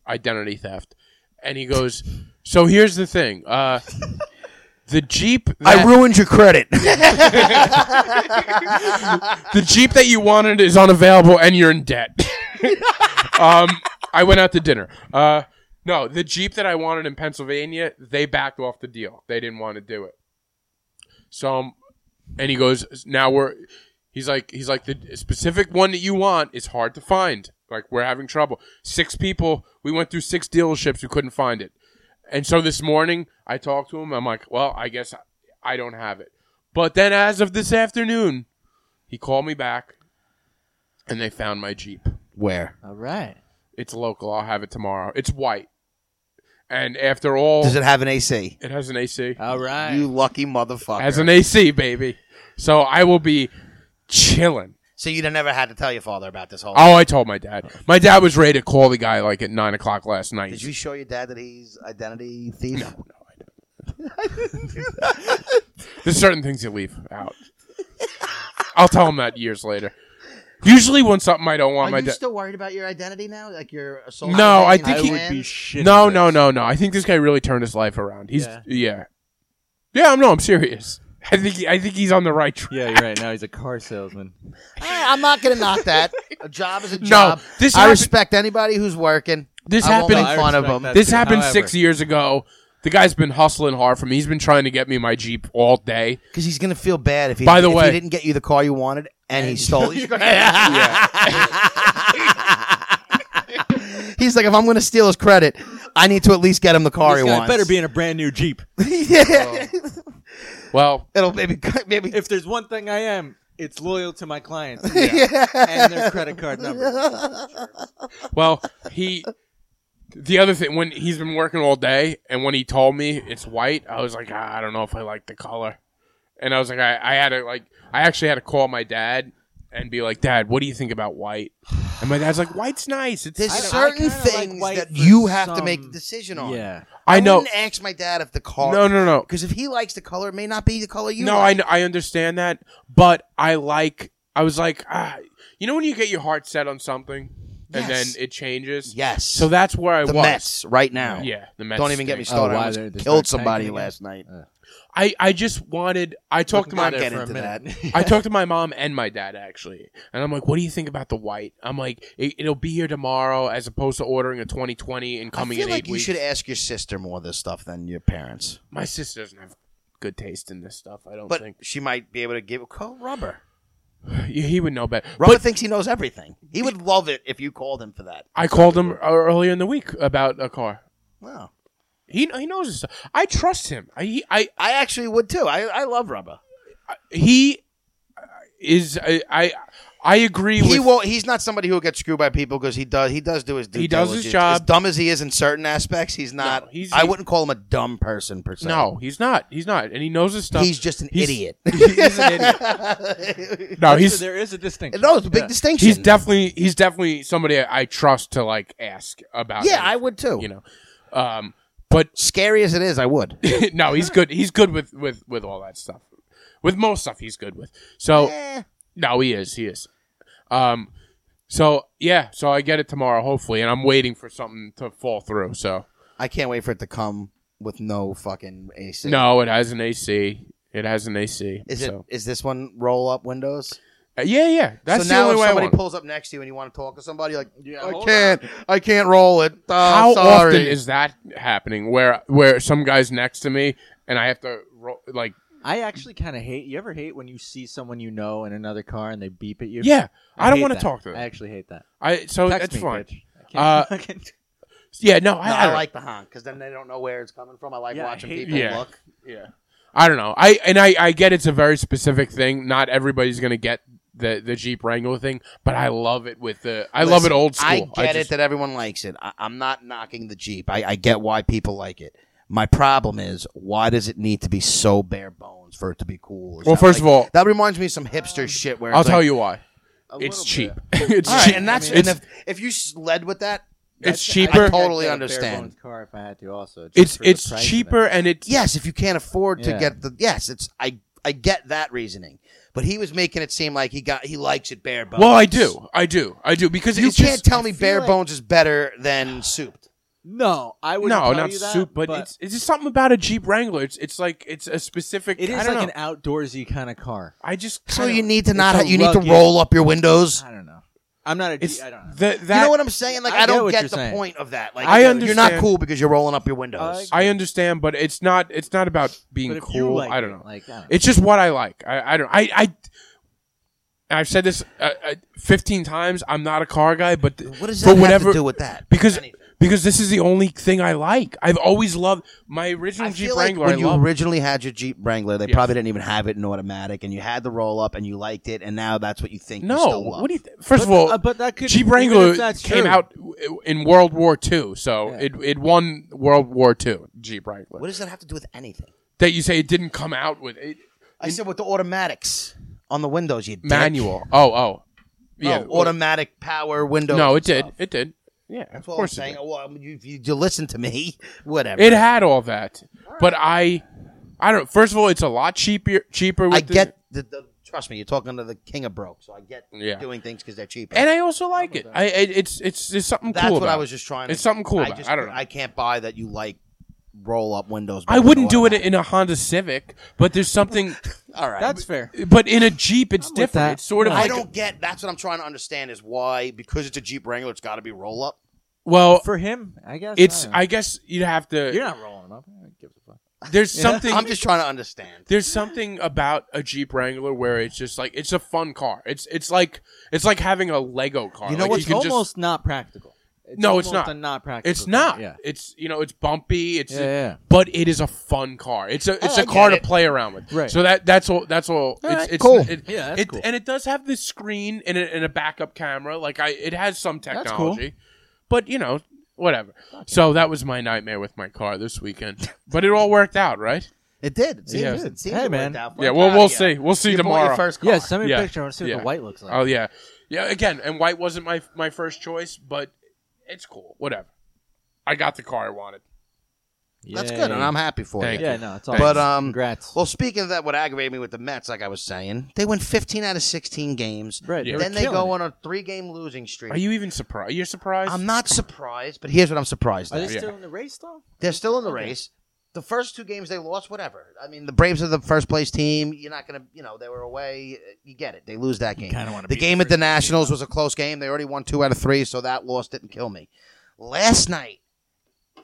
Identity Theft and he goes, "So here's the thing. Uh the Jeep that,
I ruined your
[laughs]
credit.
the Jeep that you wanted is unavailable and you're in debt." um I went out to dinner. Uh no, the Jeep that I wanted in Pennsylvania, they backed off the deal. They didn't want to do it. So, um, and he goes, now we're, he's like, he's like, the specific one that you want is hard to find. Like, we're having trouble. Six people, we went through six dealerships, we couldn't find it. And so this morning, I talked to him. I'm like, well, I guess I, I don't have it. But then as of this afternoon, he called me back and they found my Jeep.
Where?
All right.
It's local. I'll have it tomorrow. It's white, and after all,
Does
it-,
it Oh, have an AC?
has an AC.
All right.
You lucky motherfucker.
has an AC, baby. So I will be chilling.
so you'd have never had to tell your father about this whole.
Oh, I told my dad. My dad was ready to call the guy like at nine o'clock last night.
Did you show your dad that he's identity
[laughs]
thief?
There's certain things you leave out. I'll tell him that years later. Usually, when something I don't want
Are
my
you
dad.
still worried about your identity now? Like your assault?
No, I think
in
he-
Thailand?
shit.
no, no, no, no. I think this guy really turned his life around. He's yeah,
Yeah.
yeah. I'm no, I'm serious. I think he, I think he's on the right track.
Yeah, you're right. Now he's a car salesman.
Eh, I'm not gonna knock [laughs] that. A job is a
No,
job.
this
I
happened-
respect anybody who's working.
This
I won't
happened.
make fun of
respect
him.
that
This
too.
happened
However,
six years ago. The guy's been hustling hard for me. He's been trying to get me my Jeep all day.
Because he's gonna feel bad if he
By the
if
way-
he didn't get you the car you wanted and
[laughs]
he stole it. [laughs] he's like, if I'm gonna steal his credit, I need to at least get him the car
This
he
guy
wants. [laughs]
better be in a brand new Jeep.
[laughs]
yeah.
Oh. Well,
It'll maybe [laughs] maybe
if there's one thing I am, it's loyal to
[laughs]
my clients and their credit card number.
well, he. The other thing, when he's been working all day, and when he told me it's white, I was like, ah, I don't know if I like the color. And I was like, I, I had to like, I actually had to call my dad and be like, Dad, what do you think about white? And my dad's like, White's nice. It's
there's
I- I
certain
kinda like
things
white
that
for
you have to
some-
make a decision on.
Yeah.
I know.
wouldn't ask my dad if the car.
No, no, no.
Because if he likes the color, it may not be the color you.
no,
like.
I kn- I understand that, but I like. I was like, ah, you know, when you get your heart set on something, and
Yes.
then it changes.
Yes.
So that's where I
the
was.
Mets right now.
Yeah, the Mets.
Don't even get me
stink.
started.
Oh,
I
why
almost
they're- they
killed
start
somebody
tanking again?
last night.
I I just wanted. I talked to my.
Not get
for a
into that.
minute.
[laughs] I talked to my mom and my dad actually, and I'm like, "What do you think about the white?" I'm like, it, "It'll be here tomorrow," as opposed to ordering a 2020 and
I
coming
feel
in
like
eight
you
weeks.
should ask your sister more of this stuff than your parents.
My sister doesn't have good taste in this stuff. I don't
But
think
she might be able to give. Call Rubber.
Yeah, he would know better.
Rubber
But
thinks he knows everything. He would love it if you called him for that.
I called him uh, earlier in the week about a car.
Wow.
He he knows his stuff. I trust him. I he, I
I actually would too. I, I love Rubber.
he is I I, I agree
He
with
won't. He's not somebody who'll get screwed by people because he does. He does do his. Due
He does his
diligence.
job.
As dumb as he is in certain aspects, he's not.
he's-
I
he-
wouldn't call him a dumb person per se.
no, he's not. He's not, and he knows his stuff.
he's just an
He's- [laughs]
idiot.
he's an idiot. No,
[laughs]
That's
he's
where there is a distinction.
no, it's a big
Yeah.
distinction.
he's definitely he's definitely somebody I, I trust to like ask about.
yeah, I
anything,
would too.
You know, [laughs] um, but
Scary as it is,
[laughs]
I would.
no, he's good. He's good with with with all that stuff. With most stuff, he's good with. So
Eh.
no, he is. He is. Um. So yeah, so I get it tomorrow, hopefully, and I'm waiting for something to fall through. So
I can't wait for it to come with no fucking AC.
No, it has an AC. It has an AC.
Is it? Is
so.
this one roll up windows?
Uh, yeah, yeah. That's
so
the
now
only
if
way I
somebody
want. it.
pulls up next to you and you want to talk to somebody, you're like
Yeah,
I
hold
can't, I can't roll it. Uh,
How
sorry.
often is that happening? Where where some guy's next to me and I have to ro- like
I actually kind of hate. You ever hate when you see someone you know in another car and they beep at you?
yeah. I, don't
hate
want to
that.
talk to
I
them.
actually hate that.
I, so
Text
that's
me,
fine.
bitch. I
Uh,
can't fucking-
Yeah, no, I,
No,
I
I
don't-
like the honk because then they don't know where it's coming from. I like
Yeah, I
watching
hate
people
that. Yeah.
look.
yeah. I don't know. I and I I get it's a very specific thing. Not everybody's gonna get the the Jeep Wrangler thing, but I love it with the. I love it
Listen,
old school.
I get
just-
it that everyone likes it. I, I'm not knocking the Jeep. I, I get why people like it. My problem is why does it need to be so bare bones for it to be cool? Is
Well,
that
first of
like-
all,
that reminds me of some hipster shit. Where
I'll
it's
tell
like,
you why.
a
It's
little
cheap. [laughs]
bit.
it's
All right,
cheap.
and that's
it's,
and if, if you s- led with that,
it's
That's-
cheaper.
I think I'd
Totally
get a bare
understand.
bones Car if I had to, also. just
it's
for the price of
it's
it.
cheaper and it's
yes, if you can't afford to
Yeah.
get the yes, it's I I get that reasoning, but he was making it seem like he got he likes it bare bones.
Well, I do, I do, I do because
You
it's
can't
just,
tell me bare
like-
bones is better than souped.
No, I would
no,
tell
not
you that,
soup, but,
but
it's it's just something about a Jeep Wrangler. It's it's like it's a specific.
it is
I don't
like
know.
an outdoorsy kind of car.
I just
So
kinda-
you need to not
a
ha- you need to
rugged-
roll up your windows.
I don't know. I'm not a.
It's
Jeep- I don't know.
that that
you know what I'm saying? Like
I
I,
get
don't
what
get,
you're
the
saying.
point of that. Like
I
you're not
understand.
cool because you're rolling up your windows.
I understand, but it's not it's not about
But
being
if you
cool.
like
I don't
it,
know.
Like, I don't know.
It's just what I like. I, I don't. I I. I've said this uh, uh, 15 times. I'm not a car guy, but th-
what does
for
that have
whatever
to do with that?
because
Anything.
because this is the only thing I like. I've always loved my original
I
Jeep
feel like
Wrangler.
when
I
you
love.
originally had your Jeep Wrangler, they
Yes.
probably didn't even have it in automatic, and you had the roll up, and you liked it, and now that's what you think. you
no,
still love.
what do you? Th- First
But-
of all,
uh, but that could
Jeep
even if
Wrangler
that's
came
true.
out in World War II. So
Yeah.
it it won World War II. Jeep Wrangler.
What does that have to do with anything?
That you say it didn't come out with it,
I said with the automatics on the windows, you dick.
manual. Oh oh, yeah.
Oh, automatic power window.
Oh,
no, it did. It did. Yeah, of
That's all I'm
course it
saying.
did.
Oh, well, I mean, you, you, you listen to me, [laughs] whatever.
It had all that, but I, I don't. First of all, it's a lot cheaper. Cheaper. With
I
the-
get the, the trust me. You're talking to the king of broke, so I get
Yeah.
doing things because they're cheaper.
and I also like it. I, I it's it's it's something
That's
cool.
what I
about
was
it.
just trying. to
It's something cool
I
about it.
just-
I don't know.
I can't buy that you like roll up windows.
I wouldn't do it in a Honda Civic, but there's
[laughs]
something.
All right.
That's fair.
But in a Jeep, it's
with
different.
that.
It's sort of.
No.
I
like
don't get. That's what I'm trying to understand is why because it's a Jeep Wrangler, it's got to be roll up.
Well,
For him, I guess.
it's.
I don't know.
I guess you'd have to.
You're not rolling them up. I don't give a fuck.
there's something.
I'm just trying to understand.
there's something about a Jeep Wrangler where it's just like it's a fun car. It's it's like it's like having a Lego car.
You know
like,
what's
can just-
almost not practical. It's
No, it's
almost
not.
A not practical.
It's
thing.
not.
Yeah.
It's you know, it's bumpy. It's
Yeah, yeah.
but it is a fun car. It's a it's
Oh, I
a car
get
to play around with.
Right.
So that that's all. That's all. it's,
right,
it's
cool.
It,
Yeah, that's
it-
cool.
And it does have this screen and a, and a backup camera. Like I, it has some
cool.
technology. But you know, whatever. So that was my nightmare with my car this weekend. [laughs] but it all worked out, right?
It did. It seemed,
Yeah.
it seemed
Hey,
to work
man.
out.
yeah.
I'm
Well,
proud
we'll
of you.
see. We'll see
You bought
tomorrow.
Your first car.
Yeah, send me
Yeah,
a picture. I want to see what
yeah.
the white looks like.
Oh yeah, yeah. Again, and white wasn't my my first choice, but it's cool. Whatever. I got the car I wanted.
That's
Yay.
good, and I'm happy for
Thank
you.
Yeah, no, it's all.
But
good.
um,
congrats.
Well, speaking of that, what aggravated me with the Mets, like I was saying, they win 15 out of 16 games.
Right, they were
Then they
killing
go on
it.
a three-game losing streak.
Are you even surprised? You're surprised?
I'm not surprised, but here's what I'm surprised.
Are
At.
they
yeah.
still in the race though?
They're still in the
Okay.
race. The first two games they lost, whatever. I mean, the Braves are the first place team. You're not gonna, you know, they were away. You get it. They lose that game.
kinda wanna
The
be
game at the Nationals was a close game. They already won two out of three, so that loss didn't kill me. Last night,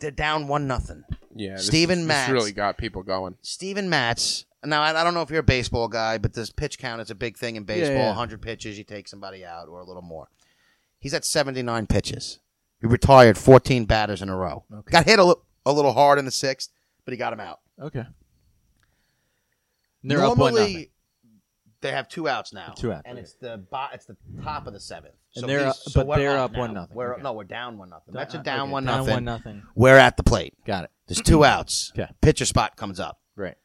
they're down one nothing.
Yeah, this,
Steven
this
Matz.
really got people going.
Steven Matz. Now, I, I don't know if you're a baseball guy, but this pitch count is a big thing in baseball.
yeah.
100 pitches, you take somebody out or a little more. He's at 79 pitches. He retired 14 batters in a row.
Okay.
Got hit a, li- a little hard in the sixth, but he got him out.
Okay. They're up one nothing.
Normally, they have two outs now.
Two outs,
and
okay.
it's the bo- it's the top of the seventh.
And
So
they're
he's-
up-
so
but
we're
they're up
now.
one nothing,
We're
okay.
no, we're down one nothing.
Uh,
Mets are down
okay,
one
down
nothing.
One nothing.
We're at the plate.
Got it.
There's
[clears throat]
two outs.
Okay.
Pitcher spot comes up.
Right.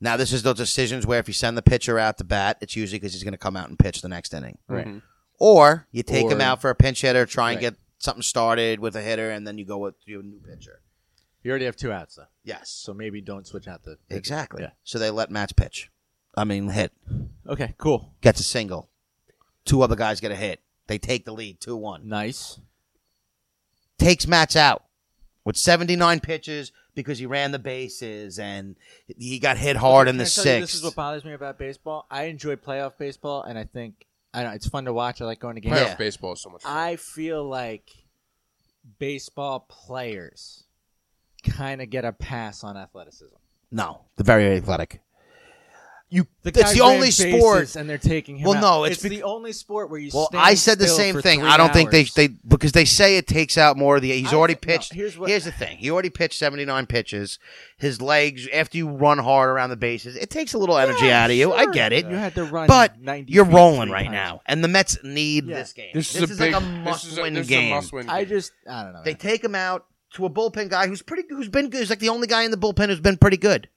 Now, this is those decisions where if you send the pitcher out to bat, it's usually because he's going to come out and pitch the next inning.
Right.
Or you take him
Or-
out for a pinch hitter, try and
Right.
get something started with a hitter, and then you go with your new pitcher.
You already have two outs though,
Yes.
so maybe don't switch out the.
Exactly.
Yeah.
So they let Match pitch. I mean, hit.
Okay. Cool.
Gets a single. Two other guys get a hit. They take the lead 2 1.
Nice.
takes Matts out with 79 pitches because he ran the bases and he got hit hard in
Can
the
I tell you, This
sixth.
is what bothers me about baseball. I enjoy playoff baseball, and I think I don't. It's fun to watch. I like going to games.
Playoff
Yeah.
baseball is so much. Fun.
I feel like baseball players kind of get a pass on athleticism.
No, the very athletic. You.
guy
it's the
ran
only
bases
sport.
and they're taking him.
Well,
out.
no, it's
it's
bec-
the only sport where you.
Well,
stand
I said the
still
same
for
thing.
three
I don't think they
hours.
they because they say it takes out more of the. He's
I
already
thi- no,
pitched.
here's what-
the thing. He already pitched 79 pitches. His legs after you run hard around the bases, it takes a little energy
Yeah,
out of you. I
sure.
get it.
You had to run
But
90
you're
feet
rolling
three
right
times.
now, and the Mets need
Yeah.
this game.
This, is, a big,
like a
this is a-
must-win
this is a
game.
must-win
I
game.
just I don't know.
They
man.
take him out to a bullpen guy who's pretty, who's been good. He's like the only guy in the bullpen who's been pretty good.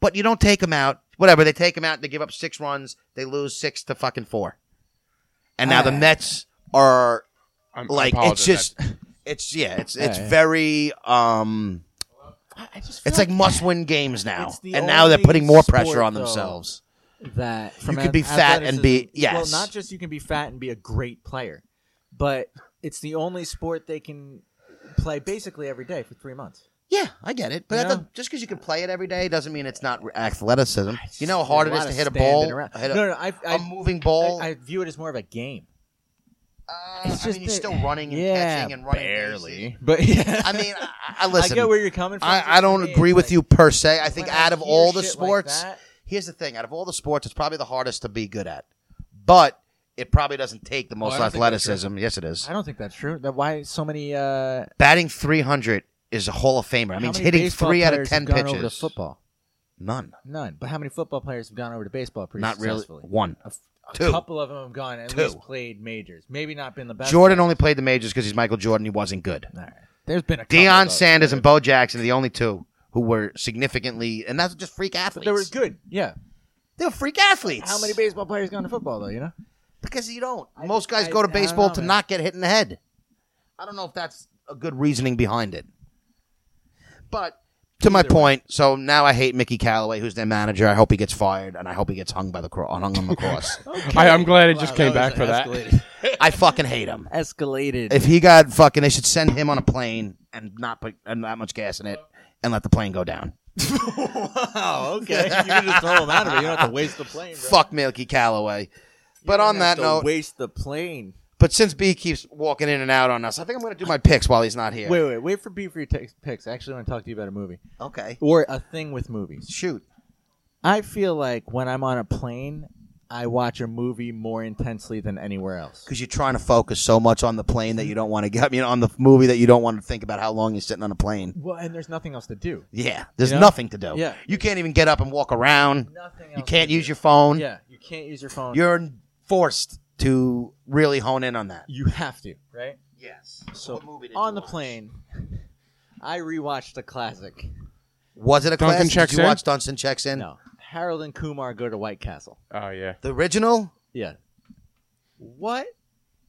But you don't take him out. Whatever they take him out, they give up six runs. They lose six to fucking four. And now the
Ah.
Mets are
I'm, I
like
apologize.
it's just, it's yeah, it's it's
Yeah, yeah.
very um,
I- I just feel
it's like must win games now.
It's the
And now they're
only
putting more
sport,
pressure on
though.
themselves.
that from
could
an
be fat and be-
athleticism-
yes.
Well, not just you can be fat and be a great player, but it's the only sport they can play basically every day for three months.
Yeah, I get it, but
You
that
know?
doesn't- just because you can play it every day doesn't mean it's not athleticism. You know how
There's
hard it
Ah, lot
is to
of
hit a
standing
ball,
around.
hit a,
no, no, I,
a
I,
moving ball.
I, I view it as more of a game.
Uh,
It's
I mean,
just
he's
that-
still running and
yeah,
catching and running. bases.
barely. But [laughs] yeah,
I mean, I, I
[laughs] I
listen. I,
get where you're coming from.
I, don't
It's
agree with
like,
you per se. I think
when
out of
hear
all the
shit like
sports,
that,
here's the thing: out of all the sports, it's probably the hardest to be good at, but it probably doesn't take the most
I don't think that's true.
athleticism. Yes, it is.
I don't think that's true. That why so many. Uh,
Batting 300 is a Hall of Famer. I
how
mean,
many
hitting
baseball
three out of
players
ten
have gone
pitches.
Over to football,
None.
none. But how many football players have gone over to baseball? Pretty
Not really.
successfully?
One.
A f- a
Two.
couple of them have gone at
Two.
least played majors. Maybe not been the best.
Jordan only played the majors because he's Michael Jordan. He wasn't good.
All right. There's been a couple of
Deion
those.
Sanders and Bo Jackson are the only two who were significantly, and that's just freak athletes.
But there was good. Yeah.
they were freak athletes.
How many baseball players gone to football though? You know.
Because you don't. Most guys
I-
go to
I don't
baseball
know,
to
man.
not get hit in the head. I don't know if that's a good reasoning behind it. But to my point, so now I hate Mickey Callaway, who's their manager. I hope he gets fired, and I hope he gets hung by the cro- hung on the [laughs] cross.
I, I'm glad it just
Wow,
came
that
back
was
for that. [laughs]
escalated.
I fucking hate him.
Escalated.
If he got fucking, they should send him on a plane and not put and not much gas in it, and let the plane go down.
[laughs] wow. Okay. You can just throw them out of it. You don't have to waste the plane. Bro.
Fuck Mickey Callaway. But
You
on
don't
that
have to
note,
waste the plane.
but since B keeps walking in and out on us, I think I'm gonna do my picks while he's not here.
Wait, wait, wait for B for your text picks. I actually want to talk to you about a movie
Okay.
or a thing with movies.
Shoot.
I feel like when I'm on a plane, I watch a movie more intensely than anywhere else.
because you're trying to focus so much on the plane that you don't want to get. I mean, on the movie that you don't want to think about how long you're sitting on a plane.
Well, and there's nothing else to do.
Yeah, there's
You know?
nothing to do.
Yeah.
you can't even get up and walk around.
Nothing else.
You can't
to
use
do.
your phone.
Yeah, you can't use your phone.
you're forced to really hone in on that.
you have to, right?
Yes.
So
What movie did
on
you
the
watch?
plane, I rewatched the classic.
Was it a
Duncan
classic?
checks
did you
in?
watch Dunstan checks in?
No, Harold and Kumar go to White Castle.
Oh yeah.
The original.
Yeah. What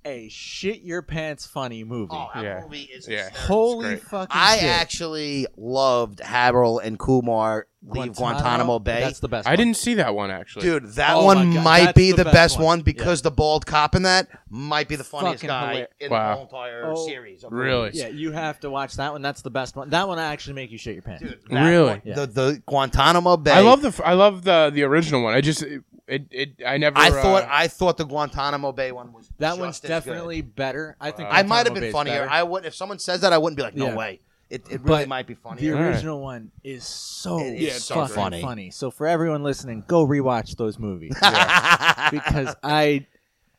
a shit your pants funny movie.
Oh,
that Yeah.
movie is.
Yeah. hysterical.
Holy
It's great.
fucking
I
shit.
actually loved Harold and Kumar leave Guantanamo, Bay.
That's the best.
I
one.
didn't see that one actually.
Dude, that
Oh
one
my God,
might
that's
be
the
the,
best
best,
one.
one, because the bald cop in that might be the funniest
Fucking
guy
hilar-
in
Wow.
the whole entire
Oh,
series. of
really?
movies.
Yeah, you have to watch that one. That's the best one. That one I actually make you shit your pants.
Dude, that
really.
one-
Yeah.
The the Guantanamo Bay.
I love the f- I love the the original one. I just it, it, I never.
I thought
uh,
I thought the Guantanamo Bay one was
that
just
one's
as
definitely better. I think
good. I might have
Guantanamo Bay's
been funnier.
better.
I would if someone says that I wouldn't be like no
Yeah.
way. It, it really
But
might be
the
funnier.
All right.
original one is so
It is
so
fucking funny.
funny.
So for everyone listening, go rewatch those movies
[laughs] yeah.
because I,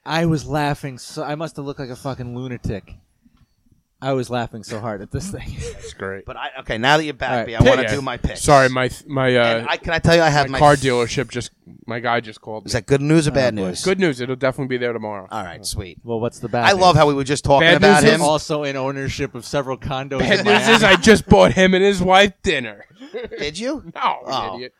I was laughing. So I must have looked like a fucking lunatic. I was laughing so hard
[laughs]
at this thing. [laughs]
That's great.
but I okay now that you're
All
back,
right,
B, I want to
Yeah.
do my pick.
Sorry, my th- my uh,
I, can I tell you I have
my
my,
car
f-
dealership just my guy just called. Me.
Is that good news or bad
boy.
news?
Good news. It'll definitely be there tomorrow.
All right, sweet.
well, what's the bad?
I
news?
love how we were just talking
Bad
about
news
him.
is-
also in ownership of
[laughs]
several condos.
Bad
in Miami.
news is I just bought him and his wife dinner.
Did you?
Oh,
Oh.
idiot.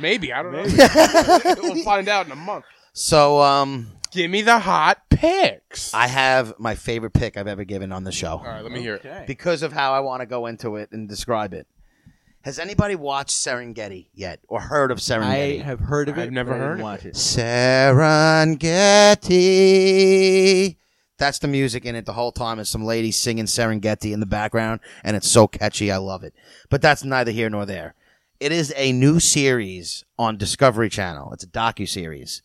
Maybe I don't know. [laughs] we'll find out in a month.
So um,
Give me the hot picks.
I have my favorite pick I've ever given on the show
All right, let me hear [laughs] it.
Okay.
because of how I want to go into it and describe it. Has anybody watched Serengeti yet or heard of
I
Serengeti?
have heard of it.
I've never
but I didn't
heard of
watch it.
Serengeti. That's the music in it the whole time, and some ladies singing Serengeti in the background, and it's so catchy. I love it. But that's neither here nor there. It is a new series on Discovery Channel. It's a docu series.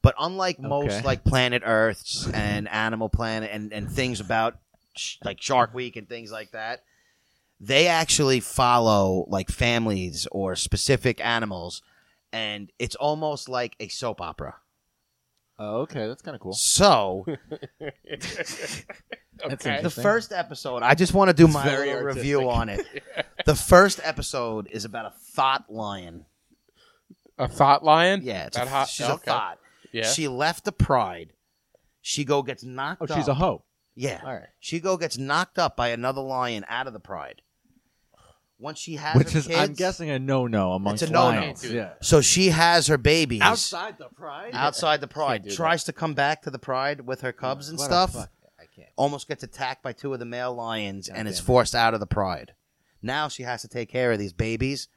But unlike
Okay.
most like Planet Earths and Animal Planet and, and things about sh- like Shark Week and things like that, they actually follow like families or specific animals and it's almost like a soap opera.
Oh, okay, that's kind of cool. [laughs]
So
That's
Okay.
the
interesting.
first episode, I just want to do my
very
little
artistic.
review on
[laughs]
it. The first episode is about a thought lion.
A thought lion.
Yeah, it's
that
a,
hot.
she's
okay.
a thought.
Yeah.
She left the pride. She go gets knocked.
Oh, she's a
up.
hoe.
yeah.
All right.
She go gets knocked up by another lion out of the pride. Once she has
Which
her
is, I'm
kids-
guessing, a no-no amongst
a no-no.
lions.
Can't do
Yeah.
So she has her babies
the pride.
outside the pride.
do
Tries to come back to the pride with her cubs and
What the
stuff.
fuck? I can't.
almost gets attacked by two of the male lions
God
and is
damn it.
forced out of the pride. Now she has to take care of these babies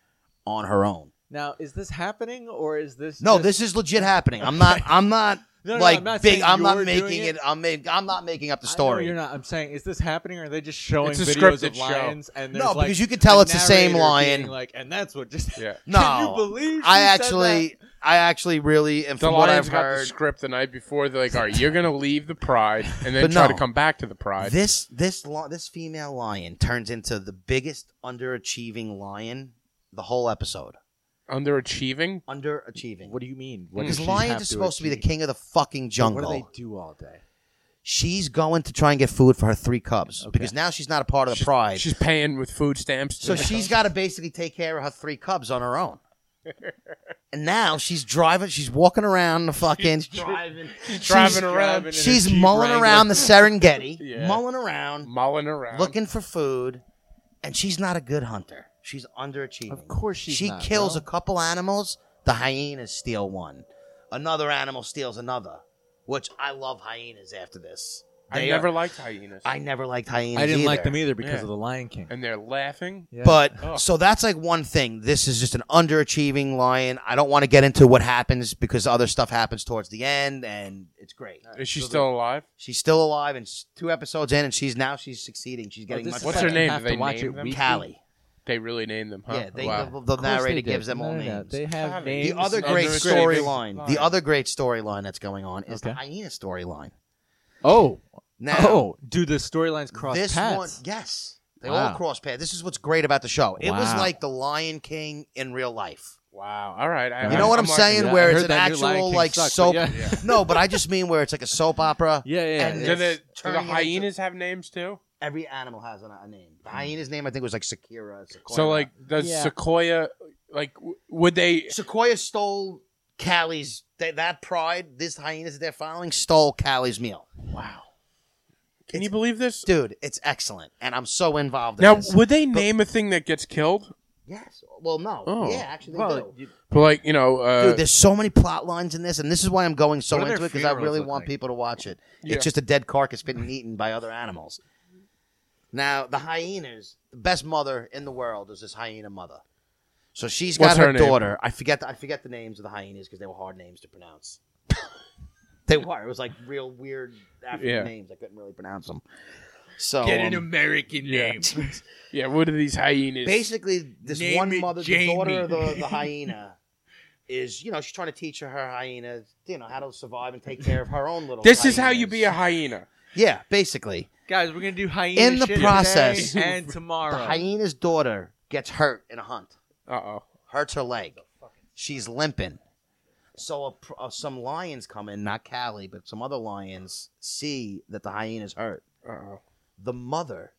on her own.
Now, is this happening or is this?
No,
just-
this is legit happening. I'm not. I'm not
[laughs] No, no,
like
I'm not
big.
saying
I'm
you're
not
doing
making
it.
it. I'm. Make, I'm not making up the
I know
story.
You're not. I'm saying, is this happening or are they just showing
It's a
videos
scripted
of
show.
lions? And
No,
there's, like,
because you could tell
a
it's the same
narrator
lion.
being Like, and that's what just. [laughs]
Yeah.
No,
Can you believe? she
I
said
actually. I actually really. And
The
from what
Lions
I've
got the
heard,
script the night before. They're like, "All right, you're gonna leave the
[laughs]
Pride and then
But
try
no.
to come back to the Pride."
this this lo- this female lion turns into the biggest underachieving lion. The whole episode
Underachieving.
underachieving.
that? What do you mean? What
Because
does she
lions
have
are supposed to be the
achieve?
king of the fucking jungle.
What do they do all day?
she's going to try and get food for her three cubs because now she's not a part of the
She's- [laughs]
pride.
She's paying with food stamps.
so
to-
she's got to basically take care of her three cubs on her own. And now she's driving. She's walking around the fucking.
Driving.
driving around. in a
She's
Jeep
mulling
Wrangler,
around the Serengeti,
Yeah.
mulling around,
mulling around.
looking for food, and she's not a good hunter. She's underachieving.
Of course she's
she
not,
kills
bro.
a couple animals. The hyenas steal one. Another animal steals another. Which I love hyenas. After this,
I
They
never
are-
liked hyenas,
I never liked hyenas.
I didn't
either.
like them either because
Yeah.
of the Lion King.
and they're laughing.
Yeah.
But
Oh.
so that's like one thing. This is just an underachieving lion. I don't want to get into what happens because other stuff happens towards the end, and it's great.
Is she still alive?
She's still alive, and s- two episodes in, and she's now she's succeeding. She's getting
Oh, this
much
is
What's
better.
her
like
name?
you have
Do they
to watch
name
it
them?
weekly.
Callie.
They really named them, huh?
Yeah, they,
Wow.
the, the
Of course they
narrator
did.
gives them all
No, no,
names.
no. They have
Cali.
names.
the other
and
great
they're
Underachieving
great.
storyline,
lion.
the other great storyline that's going on is the
Okay.
hyena storyline.
Oh,
Now,
oh, dude, the storylines cross
this one,
paths.
yes, they all
Wow.
cross paths. This is what's great about the show. It was
Wow.
like the Lion King in real life.
Wow. All right. I,
You
You know what I'm,
marking
saying?
yeah,
where
I
it's
heard
an
that new Lion
actual
King
like
sucks, but
soap.
yeah.
Yeah.
no, but I just mean where it's like a soap opera.
[laughs] Yeah, yeah.
And
that. Do
yeah.
the, do the
turning into-
hyenas have names too?
Every animal has a, a name. The hyena's name, I think, was like Sakura. Sequoia.
So like, does
Yeah.
Sequoia like w- would they?
Sequoia stole Callie's that, that pride. This hyenas that they're following stole Callie's meal.
wow.
Can you believe this?
Dude, it's excellent, and I'm so involved. In
Now,
this.
would they name a thing that gets killed?
yes. Well, no.
Oh.
Yeah, actually, they
Well,
do.
you-
But like, you know, uh,
Dude, there's so many plot lines in this, and this is why I'm going so
What do
into
their
it because I
funerals
really
look
want
like?
people to watch it.
Yeah.
It's just a dead carcass being eaten by other animals. Now, the hyenas, the best mother in the world is this hyena mother. So she's got
What's
her,
her name?
daughter. I forget the, I forget the names of the hyenas because they were hard names to pronounce. [laughs] they were. It was like real weird African
Yeah.
names. I couldn't really pronounce them. So um,
American name.
[laughs] yeah. What are these hyenas?
basically this
Name
one
it
mother the
Jamie.
daughter of the, the
[laughs]
hyena is you know she's trying to teach her her hyena you know how to survive and take care of her own little
this is how you
hyenas.
be a hyena.
yeah basically
Guys, we're gonna do hyena
In the
shit
process-
today and
the
tomorrow.
hyena's daughter gets hurt in a hunt
Uh oh.
hurts her leg she's limping so a, pr- uh, some lions come in not callie but some other lions see that the hyena's hurt
Uh oh.
the mother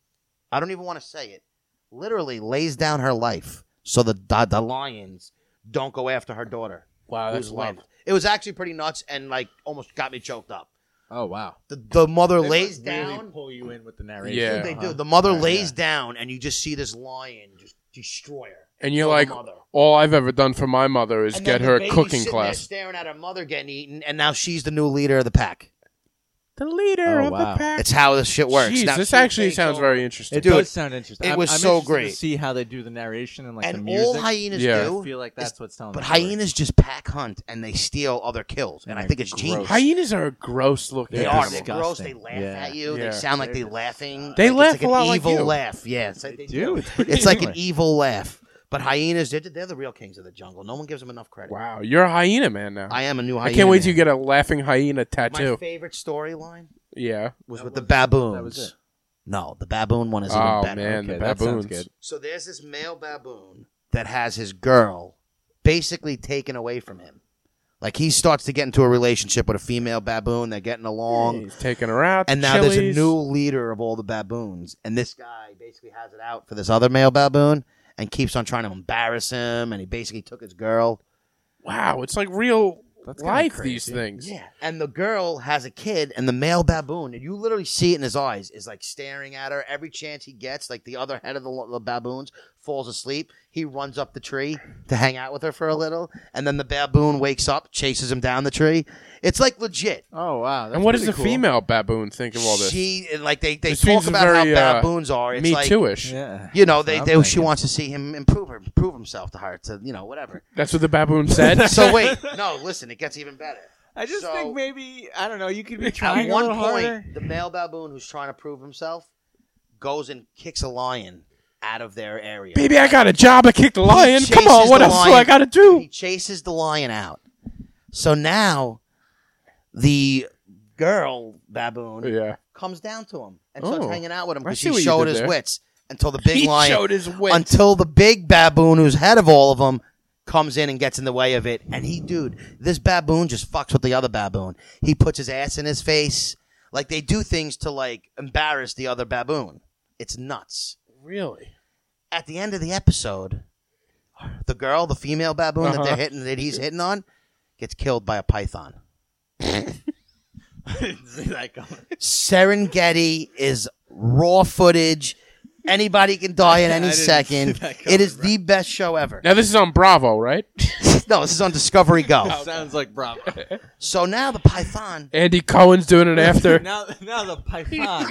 i don't even want to say it literally lays down her life so the, the, the lions don't go after her daughter
Wow,
who's left. It was actually pretty nuts and like almost got me choked up.
oh wow.
The, the mother
They
lays
must Really
down.
pull you in with the narration.
Yeah.
They
Uh-huh.
do. The mother
Yeah,
lays
yeah.
down, and you just see this lion just destroy her.
And you're
Kill the
like,
mother.
all I've ever done for my mother is
And then
get
the
her a
baby's
cooking
sitting There
class.
staring at her mother getting eaten, and now she's the new leader of the pack.
The leader
Oh,
of
wow.
the pack.
It's how this shit works.
Jeez,
Now,
this
she
actually
takes
sounds
over.
very interesting.
It
Dude,
does sound interesting.
it
I'm-
was
I'm
so
interested
great.
To see how they do the narration and like the
And
music.
all hyenas
Yeah.
do.
I feel like
is-
that's what's telling.
but
the story.
hyenas just pack hunt and they steal other kills, and I
They're
think it's
gross.
genius.
Hyenas are a gross looking.
They
They're
are. They're
disgusting.
gross. They laugh
Yeah.
at you.
Yeah.
They sound like they're laughing.
They
Like,
laugh
it's
a
like
lot
an
like
evil
you.
laugh. Yeah, it's like, they do.
Dude, it's pretty
It's like an
similar.
evil laugh. But hyenas, they're, they're the real kings of the jungle. No one gives them enough credit.
Wow, you're a hyena man now. I,
I am a new hyena.
can't wait
man.
till you get a laughing hyena
My
tattoo.
favorite storyline
yeah.
was with the baboons.
that was it.
No, the baboon one is
Oh
even better.
man,
Okay,
the
that
baboons.
sounds good.
So there's this male baboon that has his girl basically taken away from him. Like he starts to get into a relationship with a female baboon. They're getting along.
He's taking her out. to
and now there's
Chili's.
a new leader of all the baboons, and this guy basically has it out for this other male baboon and keeps on trying to embarrass him, and he basically took his girl.
Wow, it's like real
That's kinda
life.
crazy.
These things.
And the girl has a kid, and the male baboon, and you literally see it in his eyes, is like staring at her every chance he gets. Like the other head of the, the baboons falls asleep. He runs up the tree to hang out with her for a little, and then the baboon wakes up, chases him down the tree. It's like legit.
[laughs] Oh wow. That's
and what does
pretty
the
cool.
female baboon think of all this?
She and like they, they
This
talk
seems
about
very,
how
uh,
baboons are. It's
Me
like,
too ish.
Yeah.
You know, they,
I'm
they she
thinking.
wants to see him improve her, prove himself to her, to you know, whatever.
That's what the
[laughs]
baboon said. [laughs]
So wait, no, listen, it gets even better.
I just
So-
think maybe I don't know. You could be
At
trying a
one
little
point,
harder. [laughs]
the male baboon who's trying to prove himself goes and kicks a lion out of their area.
Baby, I got a job. I kicked a
He
lion. Come on,
chases
what
the
else do
lion.
I got to do?
He chases the lion out. So now, the girl baboon
Yeah.
comes down to him and starts
Oh.
hanging out with him
I
because
see
he
what you
showed
did
his
there.
wits until the
[laughs]
big
he
lion
showed his wit.
until the big baboon who's head of all of them comes in and gets in the way of it and he dude this baboon just fucks with the other baboon he puts his ass in his face like they do things to like embarrass the other baboon it's nuts
really?
at the end of the episode the girl, the female baboon that
Uh-huh.
they're hitting that he's hitting on, gets killed by a python.
See that coming.
Serengeti is raw footage. Anybody can die at
[laughs] I
any
didn't see
second.
that
It is
coming,
the best show ever.
Now this is on Bravo, right?
[laughs] No, this is on Discovery Go.
[laughs] Sounds like Bravo.
So now the python
Andy Cohen's doing it
[laughs]
after [laughs]
now, now the python.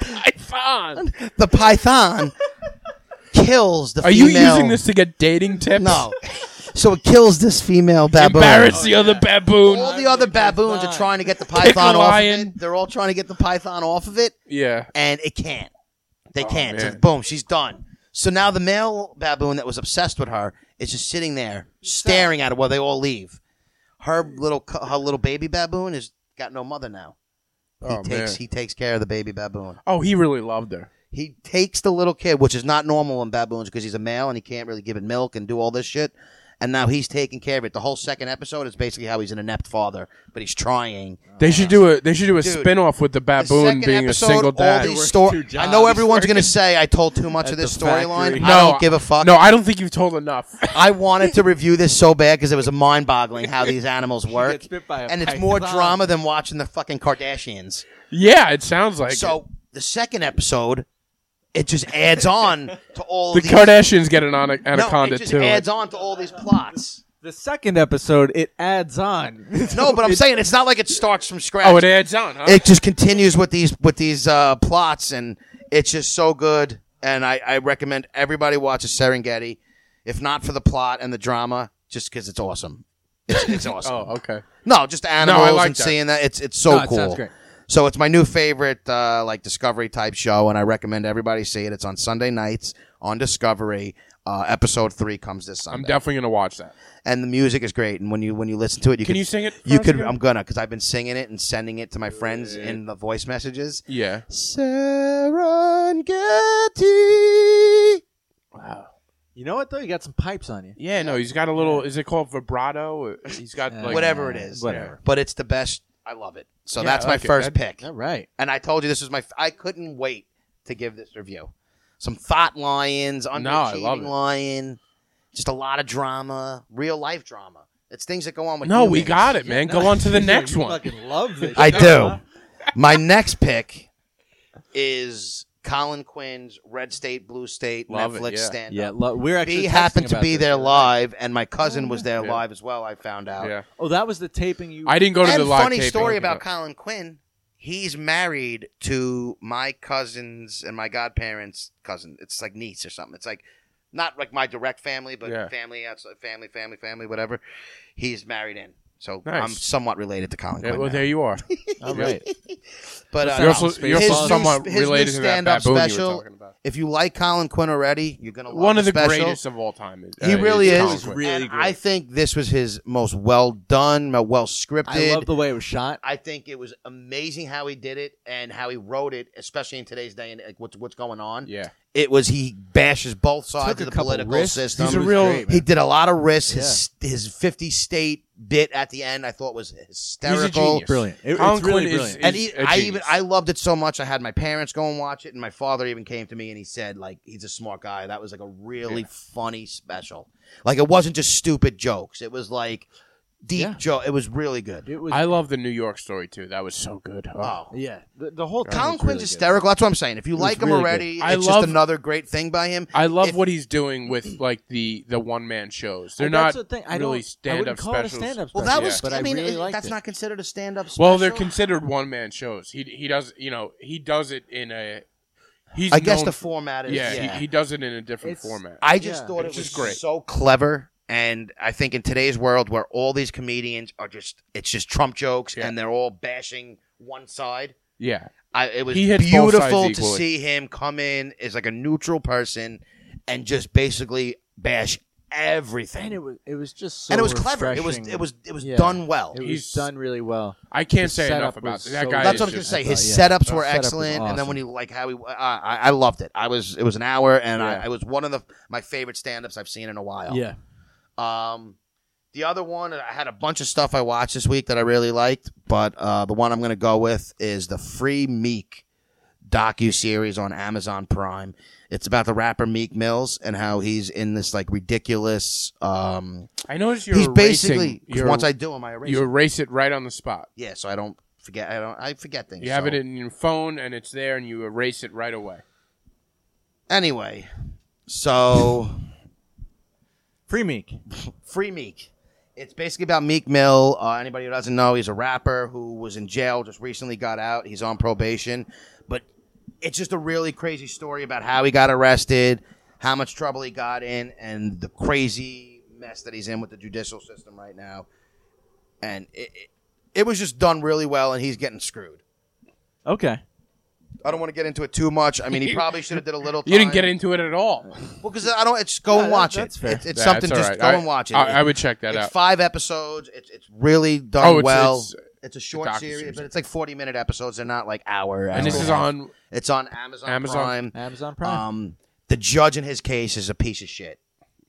Python.
the python kills the
Are you
female.
using this to get dating tips?
No. So it kills this female baboon. Oh,
Embarrass the other
All
baboon.
the other baboons are trying to get the
Pick a
python off of
lion.
it. They're all trying to get the python off of it,
Yeah.
and it can't. They can't. So
Oh, man.
boom, she's done. So now the male baboon that was obsessed with her is just sitting there staring at her while they all leave. Her little cu- her little baby baboon has got no mother now. He
Oh,
takes
man.
he takes care of the baby baboon.
Oh, he really loved her.
He takes the little kid, which is not normal in baboons because he's a male and he can't really give it milk and do all this shit. And now he's taking care of it. The whole second episode is basically how he's an inept father, but he's trying.
They should do a they should do a
Dude,
spin-off with the
The
baboon
second
being
episode,
a single
all
dad.
these
He works
sto-
two jobs.
I know everyone's
He's
gonna say I told too much of this
the factory.
storyline.
no,
I don't give a fuck.
No, I don't think you've told enough. [laughs]
I wanted to review this so bad because it was mind-boggling
[laughs]
how these animals work,
gets bit by a
and it's more
python.
drama than watching the fucking Kardashians.
yeah, it sounds like it.
So the second episode, it just adds on
[laughs]
to all
the
these.
Kardashians get an ana-
no,
anaconda
it just
too.
adds on to all these plots.
The second episode, it adds on.
[laughs] No, but I'm saying it's not like it starts from scratch.
oh, it adds on, huh?
It just continues with these with these uh, plots, and it's just so good. And I, I recommend everybody watches Serengeti, if not for the plot and the drama, just because it's awesome. It's, it's awesome.
oh, okay.
No, just animals
like
and
that.
seeing that it's it's so
No, it
cool.
sounds great.
So it's my new favorite uh, like Discovery type show, and I recommend everybody see it. It's on Sunday nights on Discovery. Uh, episode three comes this Sunday
I'm definitely gonna watch that.
and the music is great. And when you when you listen to it, you
Can you sing it for
You
us
could.
again?
I'm gonna because I've been singing it and sending it to my friends in the voice messages.
Yeah.
Serengeti.
You know what though? You got some pipes on you.
Yeah, no, he's got a little. Is it called vibrato? He's got
Yeah.
like, uh,
Whatever it is.
Whatever.
But it's the best. I love it. So
Yeah,
that's
I
my
like it.
first
That-
pick.
All right.
And I told you this was my. f- I couldn't wait to give this review. Some thought lions, underachieving
I love it.
lion, just a lot of drama, real life drama. It's things that go on with.
No, we
humans.
got it, man. Go on to the [laughs] next
[laughs] you
one.
Fucking love this.
I
show,
do.
Uh-huh.
huh?
My next pick is Colin Quinn's Red State, Blue State,
Love it,
Netflix
yeah.
stand
Yeah,
up.
lo- we're actually
B
texting
uh, happened to
about
be
this.
there
You're right.
live, and my cousin was there
Yeah.
live as well. I found out.
Yeah.
Oh, that was the taping you. [laughs]
I didn't go to
And
the live
funny
taping.
story about Colin Quinn. He's married to my cousins and my godparents' cousin. It's like niece or something. It's like not like my direct family, but
Yeah.
family outside, family, family, family, whatever. He's married in, so
Nice.
I'm somewhat related to Colin
Yeah,
Quinn.
well,
now.
there you
[laughs]
are.
All right.
But uh,
You're also, you're
his
also
new-
somewhat
his new
related to that
stand-up
baboon you were
special-
talking about.
If you like Colin Quinn already, you're gonna love
One of the
special.
greatest of all time. Is,
He
uh,
really
Colin
is.
Quinn.
really
and
great.
I think this was his most well done, well scripted.
I love the way it was shot.
I think it was amazing how he did it and how he wrote it, especially in today's day and like what's what's going on.
Yeah.
It was he bashes both sides
Took a
of the
couple
political
risks.
system.
He's a real-
Great, man.
he did a lot of risks. His his fifty state bit at the end I thought was hysterical.
genius.
brilliant. It,
Colin
it's really
Quinn is-
brilliant.
and
is
he,
a
I
genius.
even I loved it so much. I had my parents go and watch it, and my father even came to me and he said, like, he's a smart guy. That was like a really funny special. Like, it wasn't just stupid jokes. It was like deep
Yeah.
joke. It was really good.
it was.
I love the New York story too. That was so good. Oh.
Wow.
yeah. The, the whole. thing
Colin
was
Quinn's
really good.
hysterical. That's what I'm saying. If you like him
really
already,
good. I
it's
love-
just another great thing by him.
I love
If-
what he's doing with like the the one man shows. They're
And
not
that's the thing. I don't- I
really
wouldn't
stand up
call it a
specials.
stand-up
Well,
special,
that was.
But
I mean,
really
it-
liked
that's
it.
not considered a stand-up. Special.
Well, they're considered one man shows. He he does you know he does it in a. He's
I guess
known-
the format is.
yeah,
Yeah.
He, he does it in a different
It's-
format.
I just
Yeah.
thought
It's
it was
just great.
so clever. And I think in today's world where all these comedians are just, it's just Trump jokes
Yeah.
and they're all bashing one side.
yeah,
I, it was
He hits both
beautiful
sides
to
equally.
see him come in as like a neutral person and just basically bash everything.
And it was. It was just. So
And it was clever. It was
refreshing.
it was it was
Yeah.
done well.
It was
He's-
done really well.
I can't
The
say enough
setup
about
was
that, that
so
guy.
good.
That's
is
what I was gonna
just-
say.
I
His
thought, yeah.
setups were
His setup was
excellent, and then
awesome.
when he like how he, I, I I loved it. I was it was an hour, and
Yeah.
I, it was one of the my favorite stand-ups I've seen in a while.
Yeah.
Um, the other one, I had a bunch of stuff I watched this week that I really liked, but uh, the one I'm going to go with is the Free Meek docu series on Amazon Prime. It's about the rapper Meek Mills and how he's in this like ridiculous. Um,
I noticed you're
he's
basically
basically 'cause once I do him, I erase.
you
it.
erase it right on the spot.
Yeah, so I don't forget. I don't. I forget things.
You have
so.
it in your phone and it's there, and you erase it right away.
anyway. So
Free Meek.
[laughs] Free Meek. It's basically about Meek Mill. Uh, anybody who doesn't know, he's a rapper who was in jail, just recently got out. He's on probation. But it's just a really crazy story about how he got arrested, how much trouble he got in, and the crazy mess that he's in with the judicial system right now. And it, it, it was just done really well, and he's getting screwed.
Okay.
I don't want to get into it too much.
[laughs]
I mean, he probably should have did a little.
You didn't get
time.
into it at all.
Well, because I don't. It's go
Yeah,
and
that-
watch
that's
it.
fair.
It's,
That's
it's something.
all
Just
right.
go
I-
and watch it.
I, I would check that
it's
out.
five episodes. It's it's really done
Oh, it's-
well.
it's-
It's, a short
docu-series.
series, but it's like forty minute episodes. They're not like hour.
and
hour
this
a
is
half.
on.
It's on Amazon,
Amazon.
Prime.
Amazon Prime.
Um, the judge in his case is a piece of shit.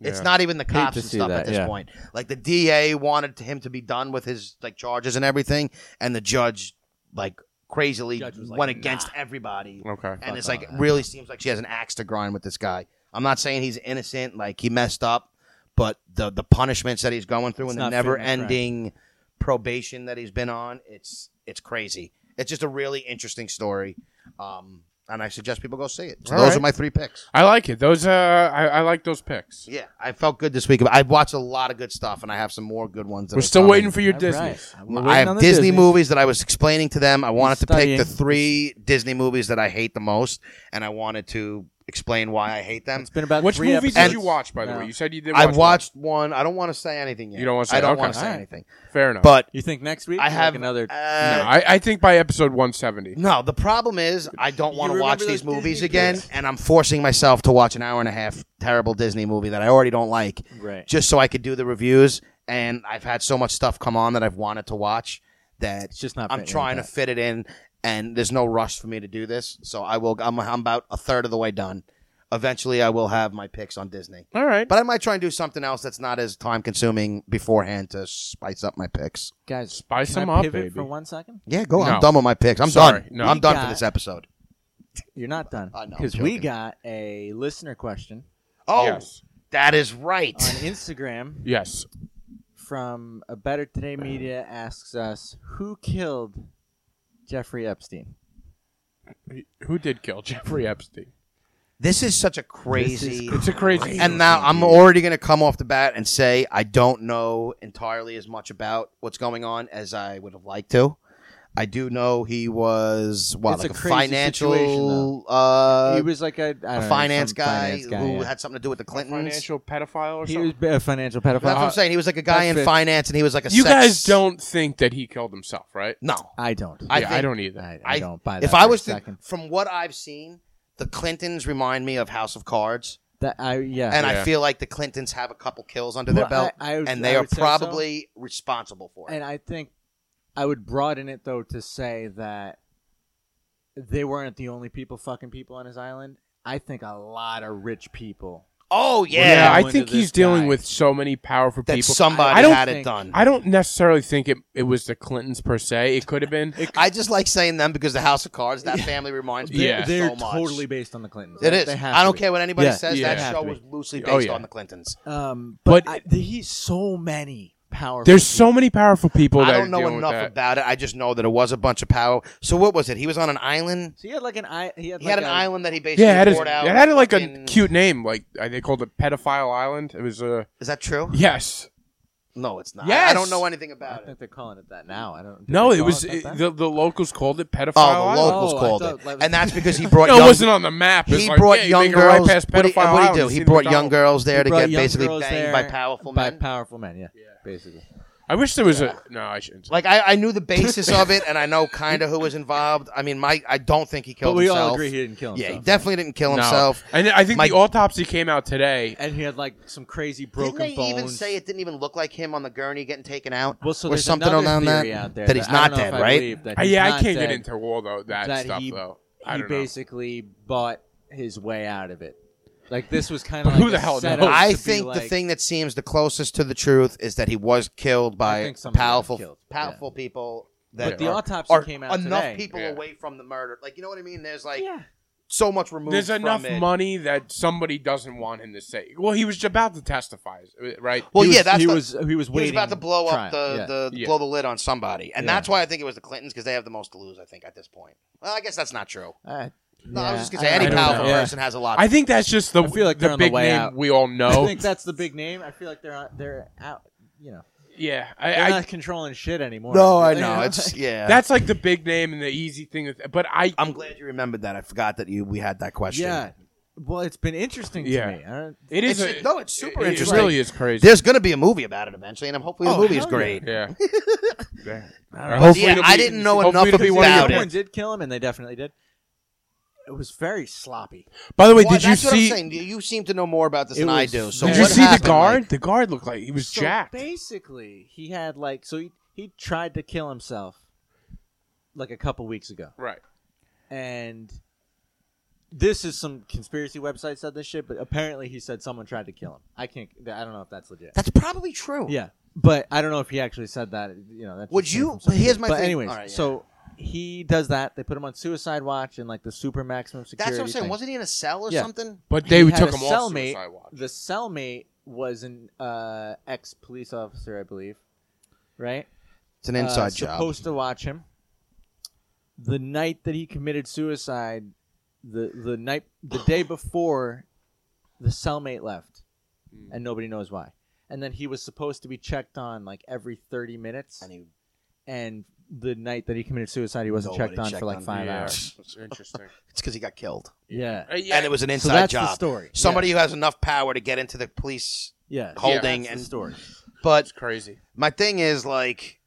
It's
Yeah.
not even the cops
to
and
see
stuff
that,
at this
yeah.
point. Like the DA wanted him to be done with his like charges and everything, and the judge like crazily
Judge was like,
went against everybody
Okay.
and
Fuck
it's
all
like
that.
really seems like she has an axe to grind with this guy. I'm not saying he's innocent, like he messed up, but the the punishments that he's going through
It's
and the
not fitting the
never ending probation that he's been on, it's it's crazy. It's just a really interesting story, um, and I suggest people go see it. So
All
those
right.
are my three picks.
I like it. Those. Uh, I, I like those picks.
Yeah, I felt good this week. I've watched a lot of good stuff, and I have some more good ones. That
We're
are
still
coming.
waiting for your
All
Disney.
right. We're
I
waiting
have
on the
Disney, movies that I was explaining to them. I wanted to pick the
studying.
three Disney movies that I hate the most, and I wanted to explain why I hate them.
It's been about
Which
three
movie
episodes.
did you watch? By the
No.
way, you said you did.
I
watch
watched one. I don't want to say anything yet.
You don't wanna say-
I don't
okay.
want to say
Alright.
anything.
one. Fair enough.
But
You think next week?
I
Like
have
another.
no,
Uh,
I, I think by episode 170.
no, the problem is I don't
You
want to watch
remember
these
those
movies
Disney
again,
kids?
and I'm forcing myself to watch an hour and a half terrible Disney movie that I already don't like,
Right.
just so I could do the reviews. And I've had so much stuff come on that I've wanted to watch that
It's just not.
I'm
fitting
trying to
with
fit it in, and there's no rush for me to do this. So I will. I'm, I'm about a third of the way done. Eventually, I will have my picks on Disney.
All right.
But I might try and do something else that's not as time consuming beforehand to spice up my picks.
that. guys.
Spice
Can
them
I
up,
pivot
baby.
for one second?
Yeah, go.
No.
I'm done with my picks. I'm
Sorry,
done.
no.
I'm done for
Yeah.
this episode.
You're not done
I know, I'm
because we
joking.
got a listener question
Oh,
Yes.
that is
on
right. [laughs]
Instagram.
Yes.
from a Better Today Media asks us who killed Jeffrey Epstein.
Who did kill [laughs] Jeffrey Epstein?
This is such a
This
crazy.
It's a crazy.
and now I'm already going to come off the bat and say I don't know entirely as much about what's going on as I would have liked to. I do know he was what
It's
like
a
a,
crazy
financial uh,
he was like a, I don't
a
know, some
finance, guy
finance guy,
who
yeah.
had something to do with the Clintons.
financial pedophile or
he was
something.
a financial pedophile.
That's what I'm saying. He was like a guy
That
in
fits.
finance, and he was like a.
you
sex-
guys don't think that he killed himself, right?
No,
I don't.
I
yeah, I
think-
don't either.
I, I
I-
don't buy that.
if I
for a
was to,
second.
from what I've seen, the Clintons remind me of House of Cards,
that, I yeah.
and
Yeah.
I feel like the Clintons have a couple kills under
Well,
their belt,
I- I would-
and
I
they are
would say so.
probably responsible for it.
and I think I would broaden it though to say that they weren't the only people fucking people on his island. I think a lot of rich people.
oh
Yeah,
yeah,
I
Going
think
to this
he's dealing
guy.
with so many powerful
that
people.
somebody
I don't
had it
think-
done.
I don't necessarily think it, it was the Clintons per se. It could have been.
I just like saying them because the House of Cards that family reminds me
Yeah.
of
they're
so much.
totally based on the Clintons.
It
They-
is.
They have
I
to
don't
be.
care what anybody
Yeah.
says.
Yeah.
That
Have
show
to be.
was loosely based
Oh, yeah.
on the Clintons.
Um,
But-
but, I, th- he's so many powerful.
There's so many powerful people
I
that
don't
are
know
dealing with
enough
that.
about it. I just know that it was a bunch of power. So what was it? He was on an island.
So he had like an i. He had,
He had
like
an
a-
island that he basically
Yeah, it had, his-
poured out.
it had like a
fucking-
cute name. Like uh, they called it Pedophile Island. It was uh,
Is that true?
yes.
No, it's not.
Yes!
I don't know anything
I
about it.
think they're calling it that now. I don't. did
No,
they
it
call
was
that
it,
then?
the the locals called it Pedophile
Oh, the
Island.
locals
Oh, I
called
thought
it,
that was-
and
[laughs]
that's because he brought
No,
young.
it wasn't on the map. It's
he
like,
brought
yeah, you
young
make it right
girls.
past
what, did,
pedophile
what did he do?
islands,
He
see
brought
the
young
dollar.
girls there to
brought
get
young
basically
girls
banged
there
by powerful
by
men.
powerful men, yeah, basically.
I wish there was a. No, I shouldn't. say
like I, I knew
[laughs]
the basis of it, and I know kind of who was involved. I mean, my I don't think he
But
killed
we
himself.
all agree he didn't kill
yeah, he
himself.
definitely didn't kill
no.
himself.
And I think
My-
the autopsy came out today.
and he had like some crazy
Didn't
broken
they
bones.
even say it didn't even look like him on the gurney getting taken out?
Well, so
or
there's
something
another
around
theory
that,
out there
that he's
I
not
don't know if
dead,
I
right?
believe that
Uh,
he's
yeah, I
not
can't
dead.
get into all though that,
that
stuff
he-
though. I
He
don't know.
basically bought his way out of it. Like this was kind of
Who
like
the
a
hell
setup
knows?
to
I
be
think the
like-
thing that seems the closest to the truth is that he was killed by
think somebody got
powerful,
killed.
powerful people
that
but the
are-
autopsy
are
came out
enough
today.
people
Yeah.
away from the murder. Like, you know what I mean? There's like
yeah.
so much removed.
There's
from
enough
it.
money that somebody doesn't want him to say. Well, he was about to testify, right?
Well,
he
yeah,
was,
that's
he
the-
was he was
He was
waiting
about to blow up
trial.
the,
Yeah.
the
Yeah.
blow the lid on somebody, and
Yeah.
that's why I think it was the Clintons because they have the most to lose. I think at this point. Well, I guess that's not true.
Uh,
No, I was just gonna
yeah,
say any
I don't
powerful
know. Yeah.
person has a lot.
I think that's just the
I feel like they're
the
on the
big
way
name
out.
we all
I
know.
think that's the big name. I feel like they're out, they're out. You know,
yeah, I,
they're
I,
not controlling shit anymore.
no, I
You [laughs]
know. [laughs] It's yeah.
that's like the big name and the easy thing. That, but I,
I'm
I'm glad you remembered that. I forgot that you we had that question.
yeah. Well, it's been interesting
Yeah.
to me. I don't,
it is
It's-
a-
no, it's super
it-
interesting.
It really is crazy.
There's gonna be a movie about it eventually, and I'm hopefully the
Oh,
movie is
hell yeah.
great.
yeah.
[laughs]
yeah.
yeah,
it'll
I didn't know
hopefully
enough
it'll be
about
one of your-
it.
Someone did kill him, and they definitely did. It was very sloppy.
By the way,
Well,
did you
that's what I'm
see?
saying. You- You seem to know more about this
It
than I
was
do. So
Did
very-
you
what
see
happened?
the guard? the guard looked like he was
so
jacked.
Basically, he had like so he he tried to kill himself like a couple weeks ago,
Right.
and this is some conspiracy website said this shit, but apparently he said someone tried to kill him. I can't. I don't know if that's legit.
That's probably true.
Yeah, but I don't know if he actually said that. You know, that's
Would
just
you-
from something.
here's my
But
thing-
anyways,
all right, yeah.
so he does that. They put him on suicide watch and like the super maximum security.
That's what I'm saying.
thing.
Wasn't he in a cell or
Yeah.
something?
But they
He had
took
a
him off
cellmate.
suicide watch.
The cellmate was an uh, ex police officer, I believe. Right?
It's an
uh,
inside job.
Supposed to watch him. The night that he committed suicide, the the night
[coughs]
the day before, the cellmate left,
Hmm.
and nobody knows why. And then he was supposed to be checked on like every thirty minutes.
And he-
And the night that he committed suicide, he wasn't
Nobody
checked on
checked
for like
on-
five
yeah.
hours.
Interesting.
It's because he got killed,
Yeah.
Uh, yeah,
[laughs] and it was an
So
inside
that's
job.
the story.
Somebody who has enough power to get into the police
yeah. yeah.
holding
That's
and
the story.
But
it's crazy.
my thing is like,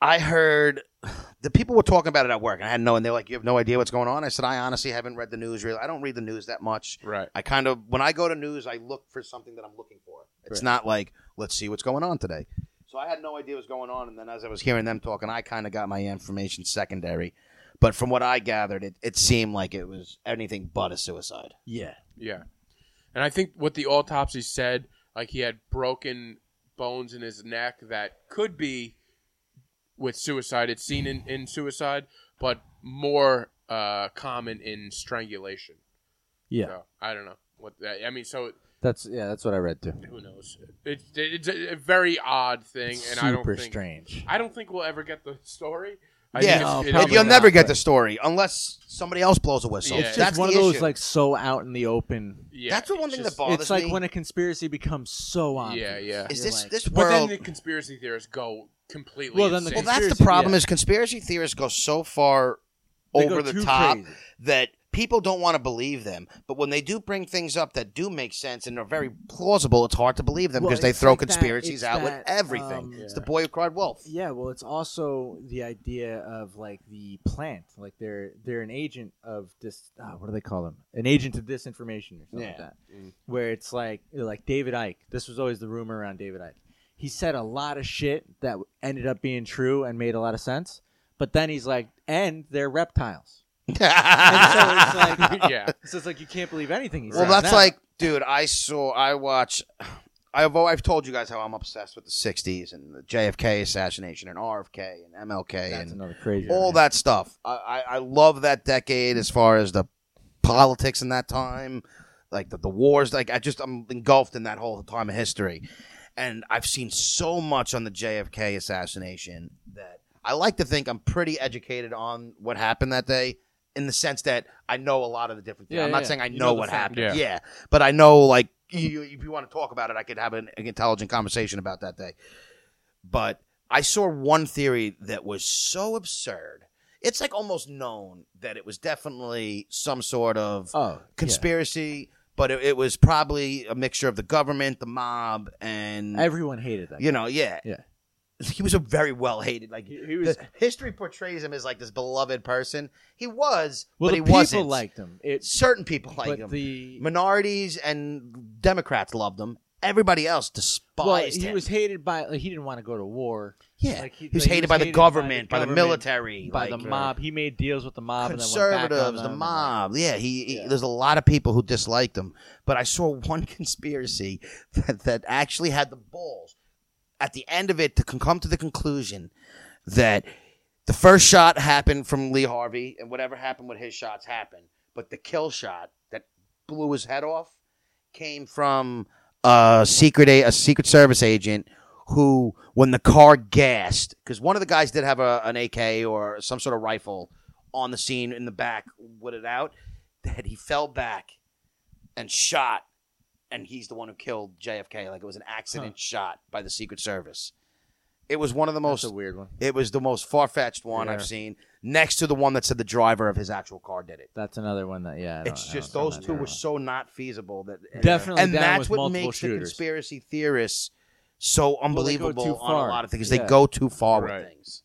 I heard the people were talking about it at work, and I had no, and they're like, "You have no idea what's going on." I said, "I honestly haven't read the news. Really, I don't read the news that much.
Right.
I kind of when I go to news, I look for something that I'm looking for. It's
Right.
not like let's see what's going on today." So I had no idea what's going on, and then as I was hearing them talking, I kind of got my information secondary. But from what I gathered, it, it seemed like it was anything but a suicide.
Yeah.
Yeah. And I think what the autopsy said, like he had broken bones in his neck that could be with suicide. It's seen in, in suicide, but more uh, common in strangulation.
Yeah.
So I don't know what that. I mean, so
That's yeah, that's what I read too.
who knows? It's it's a, a very odd thing, and I don't
Super
think
strange.
I don't think we'll ever get the story. I
Yeah.
think it's-
No,
it-
probably
You'll
not,
never get
but-
the story unless somebody else blows a whistle.
Yeah.
It's just
That's
one
the
of those
issue.
like so out in the open.
yeah,
That's the one
it's
thing
just-
that bothers
it's like
me.
when a conspiracy becomes so obvious.
Yeah, yeah.
is
You're
this
like-
this
But then
world?
the conspiracy theorists go completely.
Well, then the
insane.
well, that's the
conspiracy-
problem.
yeah.
Is conspiracy theorists go so far
They go
over the
too
top
crazy.
that people don't want to believe them. But when they do bring things up that do make sense and are very plausible, it's hard to believe them
Well,
because they
it's
throw
like that-
conspiracies
it's
out with
that,
everything.
um,
It's the boy who cried wolf.
Yeah, well, it's also the idea of like the plant, like they're they're an agent of dis. Uh, what do they call them? An agent of disinformation or something like that.
Mm.
Where it's like like David Icke. This was always the rumor around David Icke. He said a lot of shit that ended up being true and made a lot of sense. But then he's like, and they're reptiles. And so it's
[laughs]
like,
yeah.
so it's like you can't believe anything he says.
Well, that's
now.
like, dude, I saw, I watch, I've, al- I've told you guys how I'm obsessed with the 60s and the JFK assassination and RFK and MLK and
that's another crazy.
all
one.
that stuff. I, I, I love that decade as far as the politics in that time, like the, the wars. Like, I just, I'm engulfed in that whole time of history. And I've seen so much on the JFK assassination that I like to think I'm pretty educated on what happened that day. In the sense that I know a lot of the different things.
Yeah,
I'm
yeah,
not
yeah.
saying I
You
know,
know the
what
facts.
happened.
Yeah.
Yeah. But I know, like, you, if you want to talk about it, I could have an, an intelligent conversation about that day. But I saw one theory that was so absurd. It's like almost known that it was definitely some sort of
oh
conspiracy, but it, it was probably a mixture of the government, the mob, and
Oh, yeah. Everyone hated that.
you know, yeah,
Yeah.
He was a very well hated. Like
He- he was-
the history portrays him as like this beloved person. He was,
well,
but
the
he
people
wasn't.
liked him. It's
certain people like
but
him.
the
Minorities and Democrats loved him. Everybody else despised
well,
him.
he was hated by. Like, he didn't want to go to war.
Yeah,
Like, he-
he was
like, he
hated
was
by the
hated by the
government, by the,
government,
military,
by the
like, uh,
mob. He made deals with the mob and then went back on
conservatives, the
them.
mob. Yeah, he, he-
Yeah.
there's a lot of people who disliked him. But I saw [laughs] one conspiracy that, that actually had the balls at the end of it to con- come to the conclusion that The first shot happened from Lee Harvey, and whatever happened with his shots happened. But the kill shot that blew his head off came from a secret a, a secret service agent who, when the car gassed, because one of the guys did have a, an AK or some sort of rifle on the scene in the back with it out, that he fell back and shot, and he's the one who killed JFK. Like it was an accident shot by the Secret Service. It was one of the most.
That's a weird one.
It was the most far fetched one
Yeah.
I've seen, next to the one that said the driver of his actual car did it.
That's another one that yeah. I don't-
It's
I
just
don't know
those
that
two
very
were
well.
so not feasible that, eh,
definitely
and
down
that's
with
what
multiple
makes the
shooters.
conspiracy theorists so
Well, they go
unbelievable
too
on
far.
a lot of things. They
Yeah.
go too far
Right.
with things,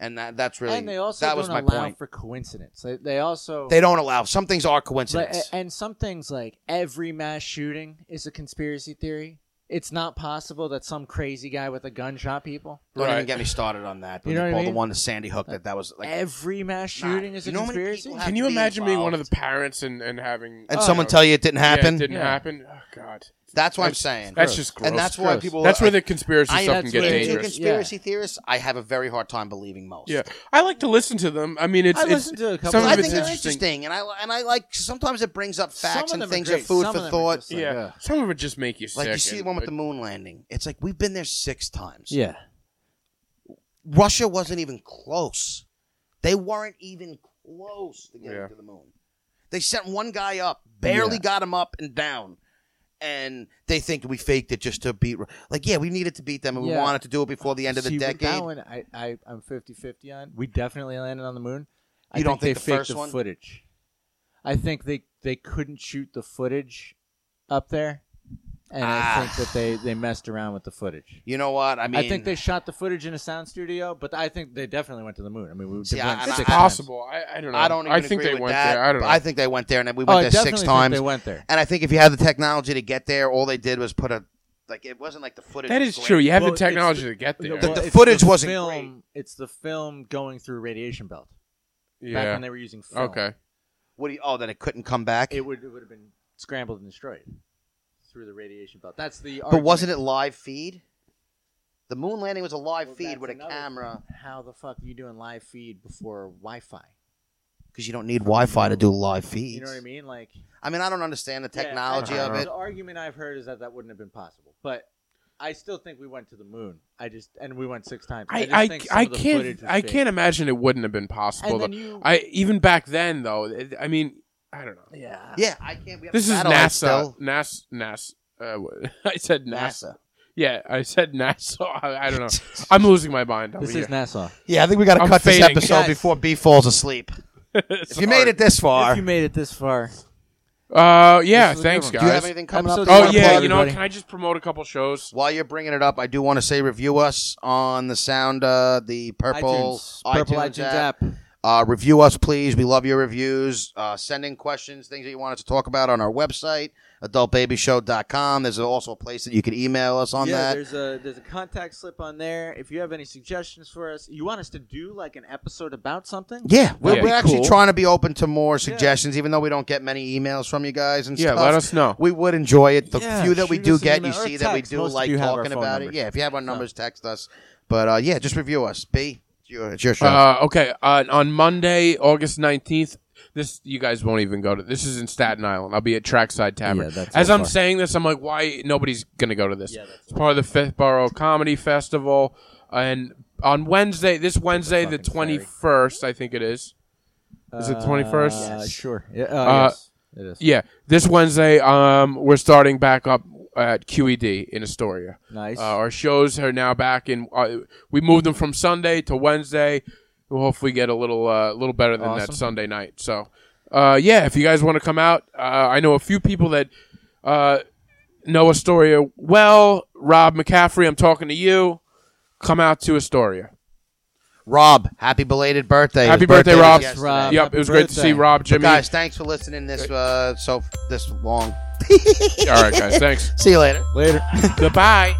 and that that's really
and they also
that
don't
was my
allow
point.
for coincidence. They, they also
They don't allow some things are
Like,
coincidence.
a- uh, and some things like every mass shooting is a conspiracy theory. It's not possible that some crazy guy with a gun shot people.
don't
Right.
even get me started on that.
You
When they
know what I
pulled
mean?
the one to Sandy Hook that that was like,
every mass shooting is a
You know how many
conspiracy.
people have-
Can you
to be
imagine being one of the
involved.
parents and, and having
and
Oh,
someone
you know,
tell you it didn't
yeah, it
happen.
didn't
Yeah.
happen? Oh God,
That's what I'm saying.
that's just gross.
and that's why people.
That's where
I-
the conspiracy
I
stuff
am
can
too
get
into
dangerous.
conspiracy theorists, I have a very hard time believing most.
Yeah, I like to listen to them. I mean, it's
I
it's-
listened to a couple
some
of
I
of
think
it's
they're
interesting.
interesting. and I and I like sometimes it brings up
Some
facts
of
and
them
things
are
are
great.
food
Some
for
of them are
thought.
just like,
Yeah,
uh,
some of it just make you sick.
like you see the
and-
one with the
but-
moon landing. It's like we've been there six times.
yeah.
Russia wasn't even close. They weren't even close to getting
Yeah.
to the moon. They sent one guy up, barely
Yeah.
got him up and down. And they think we faked it just to beat. Ru- Like, yeah, we needed to beat them, and we
Yeah.
wanted to do it before the end of the
See,
decade.
with That one, I, I, I'm 50-50 on. We definitely landed on the moon. I
You don't
they
think the
faked
first
the
one-
footage? I think they they couldn't shoot the footage up there, and I
Ah.
think that they they messed around with the footage.
you know what? I
I,
mean,
think they shot the footage in a sound studio, but I think they definitely went to the moon. I mean, we
See, I-
went
and
six
I-
It's
times.
possible. I, I don't know.
I don't. Even
I think
agree
they
with
went
that,
there. I don't
but
know.
I think they went there, and then we
Oh,
went
I
there
definitely
six
think
times.
They went there.
And I think if you had the technology to get there, all they did was put a like it wasn't like the footage.
that
was
is
great.
true. You have
Well,
the
it's
technology
the-
to get there.
But the
it's
footage wasn't
film,
great.
It's the film going through radiation belt. Back
yeah.
when they were using film.
Okay.
What do you, oh, then it couldn't come back.
It would it would have been scrambled and destroyed through the radiation belt. That's the
but wasn't it live feed? The moon landing was a live feed with a camera
How the fuck are you doing live feed before Wi-Fi?
because you don't need Wi-Fi to do live feeds.
You know what I mean? Like
I mean, I don't understand the
yeah,
technology
I-
of it.
The argument I've heard is that that wouldn't have been possible, but. I still think we went to the moon. I just and we went six times.
I
just
I,
think some
I
of the footage
can't
was
I
fake.
can't imagine it wouldn't have been possible.
And
Though.
then you,
I even back then though. it- I mean, I don't know.
yeah,
Yeah, I can't. We have
This is NASA.
satellites still.
NASA. NASA. Uh, [laughs] what- I said NASA.
NASA.
Yeah, I said [laughs] NASA. I, I don't know.
[laughs]
I'm losing my mind. Over
This is
here.
Nassau.
Yeah, I think we got to
I'm
cut this
fading.
episode
Guys.
before B
[laughs]
falls asleep. If you made it this far,
If you made it this far,
Uh, yeah.
This is a good
Thanks,
one.
guys.
do you have anything coming up?
Episode
that you
Oh
wanna
Wanna
yeah,
plug?
you know,
everybody?
can I just promote a couple shows?
While you're bringing it up, I do want to say review us on the sound, uh, the purple
iTunes, purple iTunes, app.
Uh, review us, please. We love your reviews. Uh, send in questions, things that you want us to talk about on our website, adultbabyshow.com. There's also a place that you can email us on
yeah,
that.
there's a there's a contact slip on there. If you have any suggestions for us, you want us to do like an episode about something?
Yeah, we're,
Yeah.
we're actually
Cool.
trying to be open to more suggestions, even though we don't get many emails from you guys and
Yeah,
stuff.
let us know.
We would enjoy it. The
Yeah,
few that we
shoot
do
us an
get, you
email or
see that we
text.
do
Most of
like
you have our
talking
phone
about
numbers.
it. Yeah, if you have our numbers, text us. But uh, yeah, just review us. B, it's your, it's your show.
Uh, okay, uh, on Monday, August nineteenth. This you guys won't even go to. This is in Staten Island. I'll be at Trackside Tavern.
Yeah, that's
As
so
I'm
far.
saying this, I'm like, why nobody's gonna go to this?
Yeah, that's
it's part of the Fifth Borough Comedy Festival, and on Wednesday, this Wednesday, the
fucking
twenty first, I think it is. Is it 21st?
Uh,
Yes.
Sure. Yeah, uh,
Uh,
yes, it is.
Yeah, this Wednesday, um, we're starting back up at QED in Astoria.
Nice.
Uh, our shows are now back in. Uh, we moved them from Sunday to Wednesday. We'll hopefully get a little, uh, little better than that
Awesome.
Sunday night. So, uh, yeah, if you guys want to come out, uh, I know a few people that uh, know Astoria well. Rob McCaffrey, I'm talking to you. Come out to Astoria.
Rob, happy belated birthday.
Happy
His
birthday,
was
Rob.
yesterday.
Rob.
yep,
happy
it was great to see
birthday.
Rob,
But
Jimmy.
guys, thanks for listening this uh so this long.
All right, guys, thanks.
See you later.
Later.
Goodbye.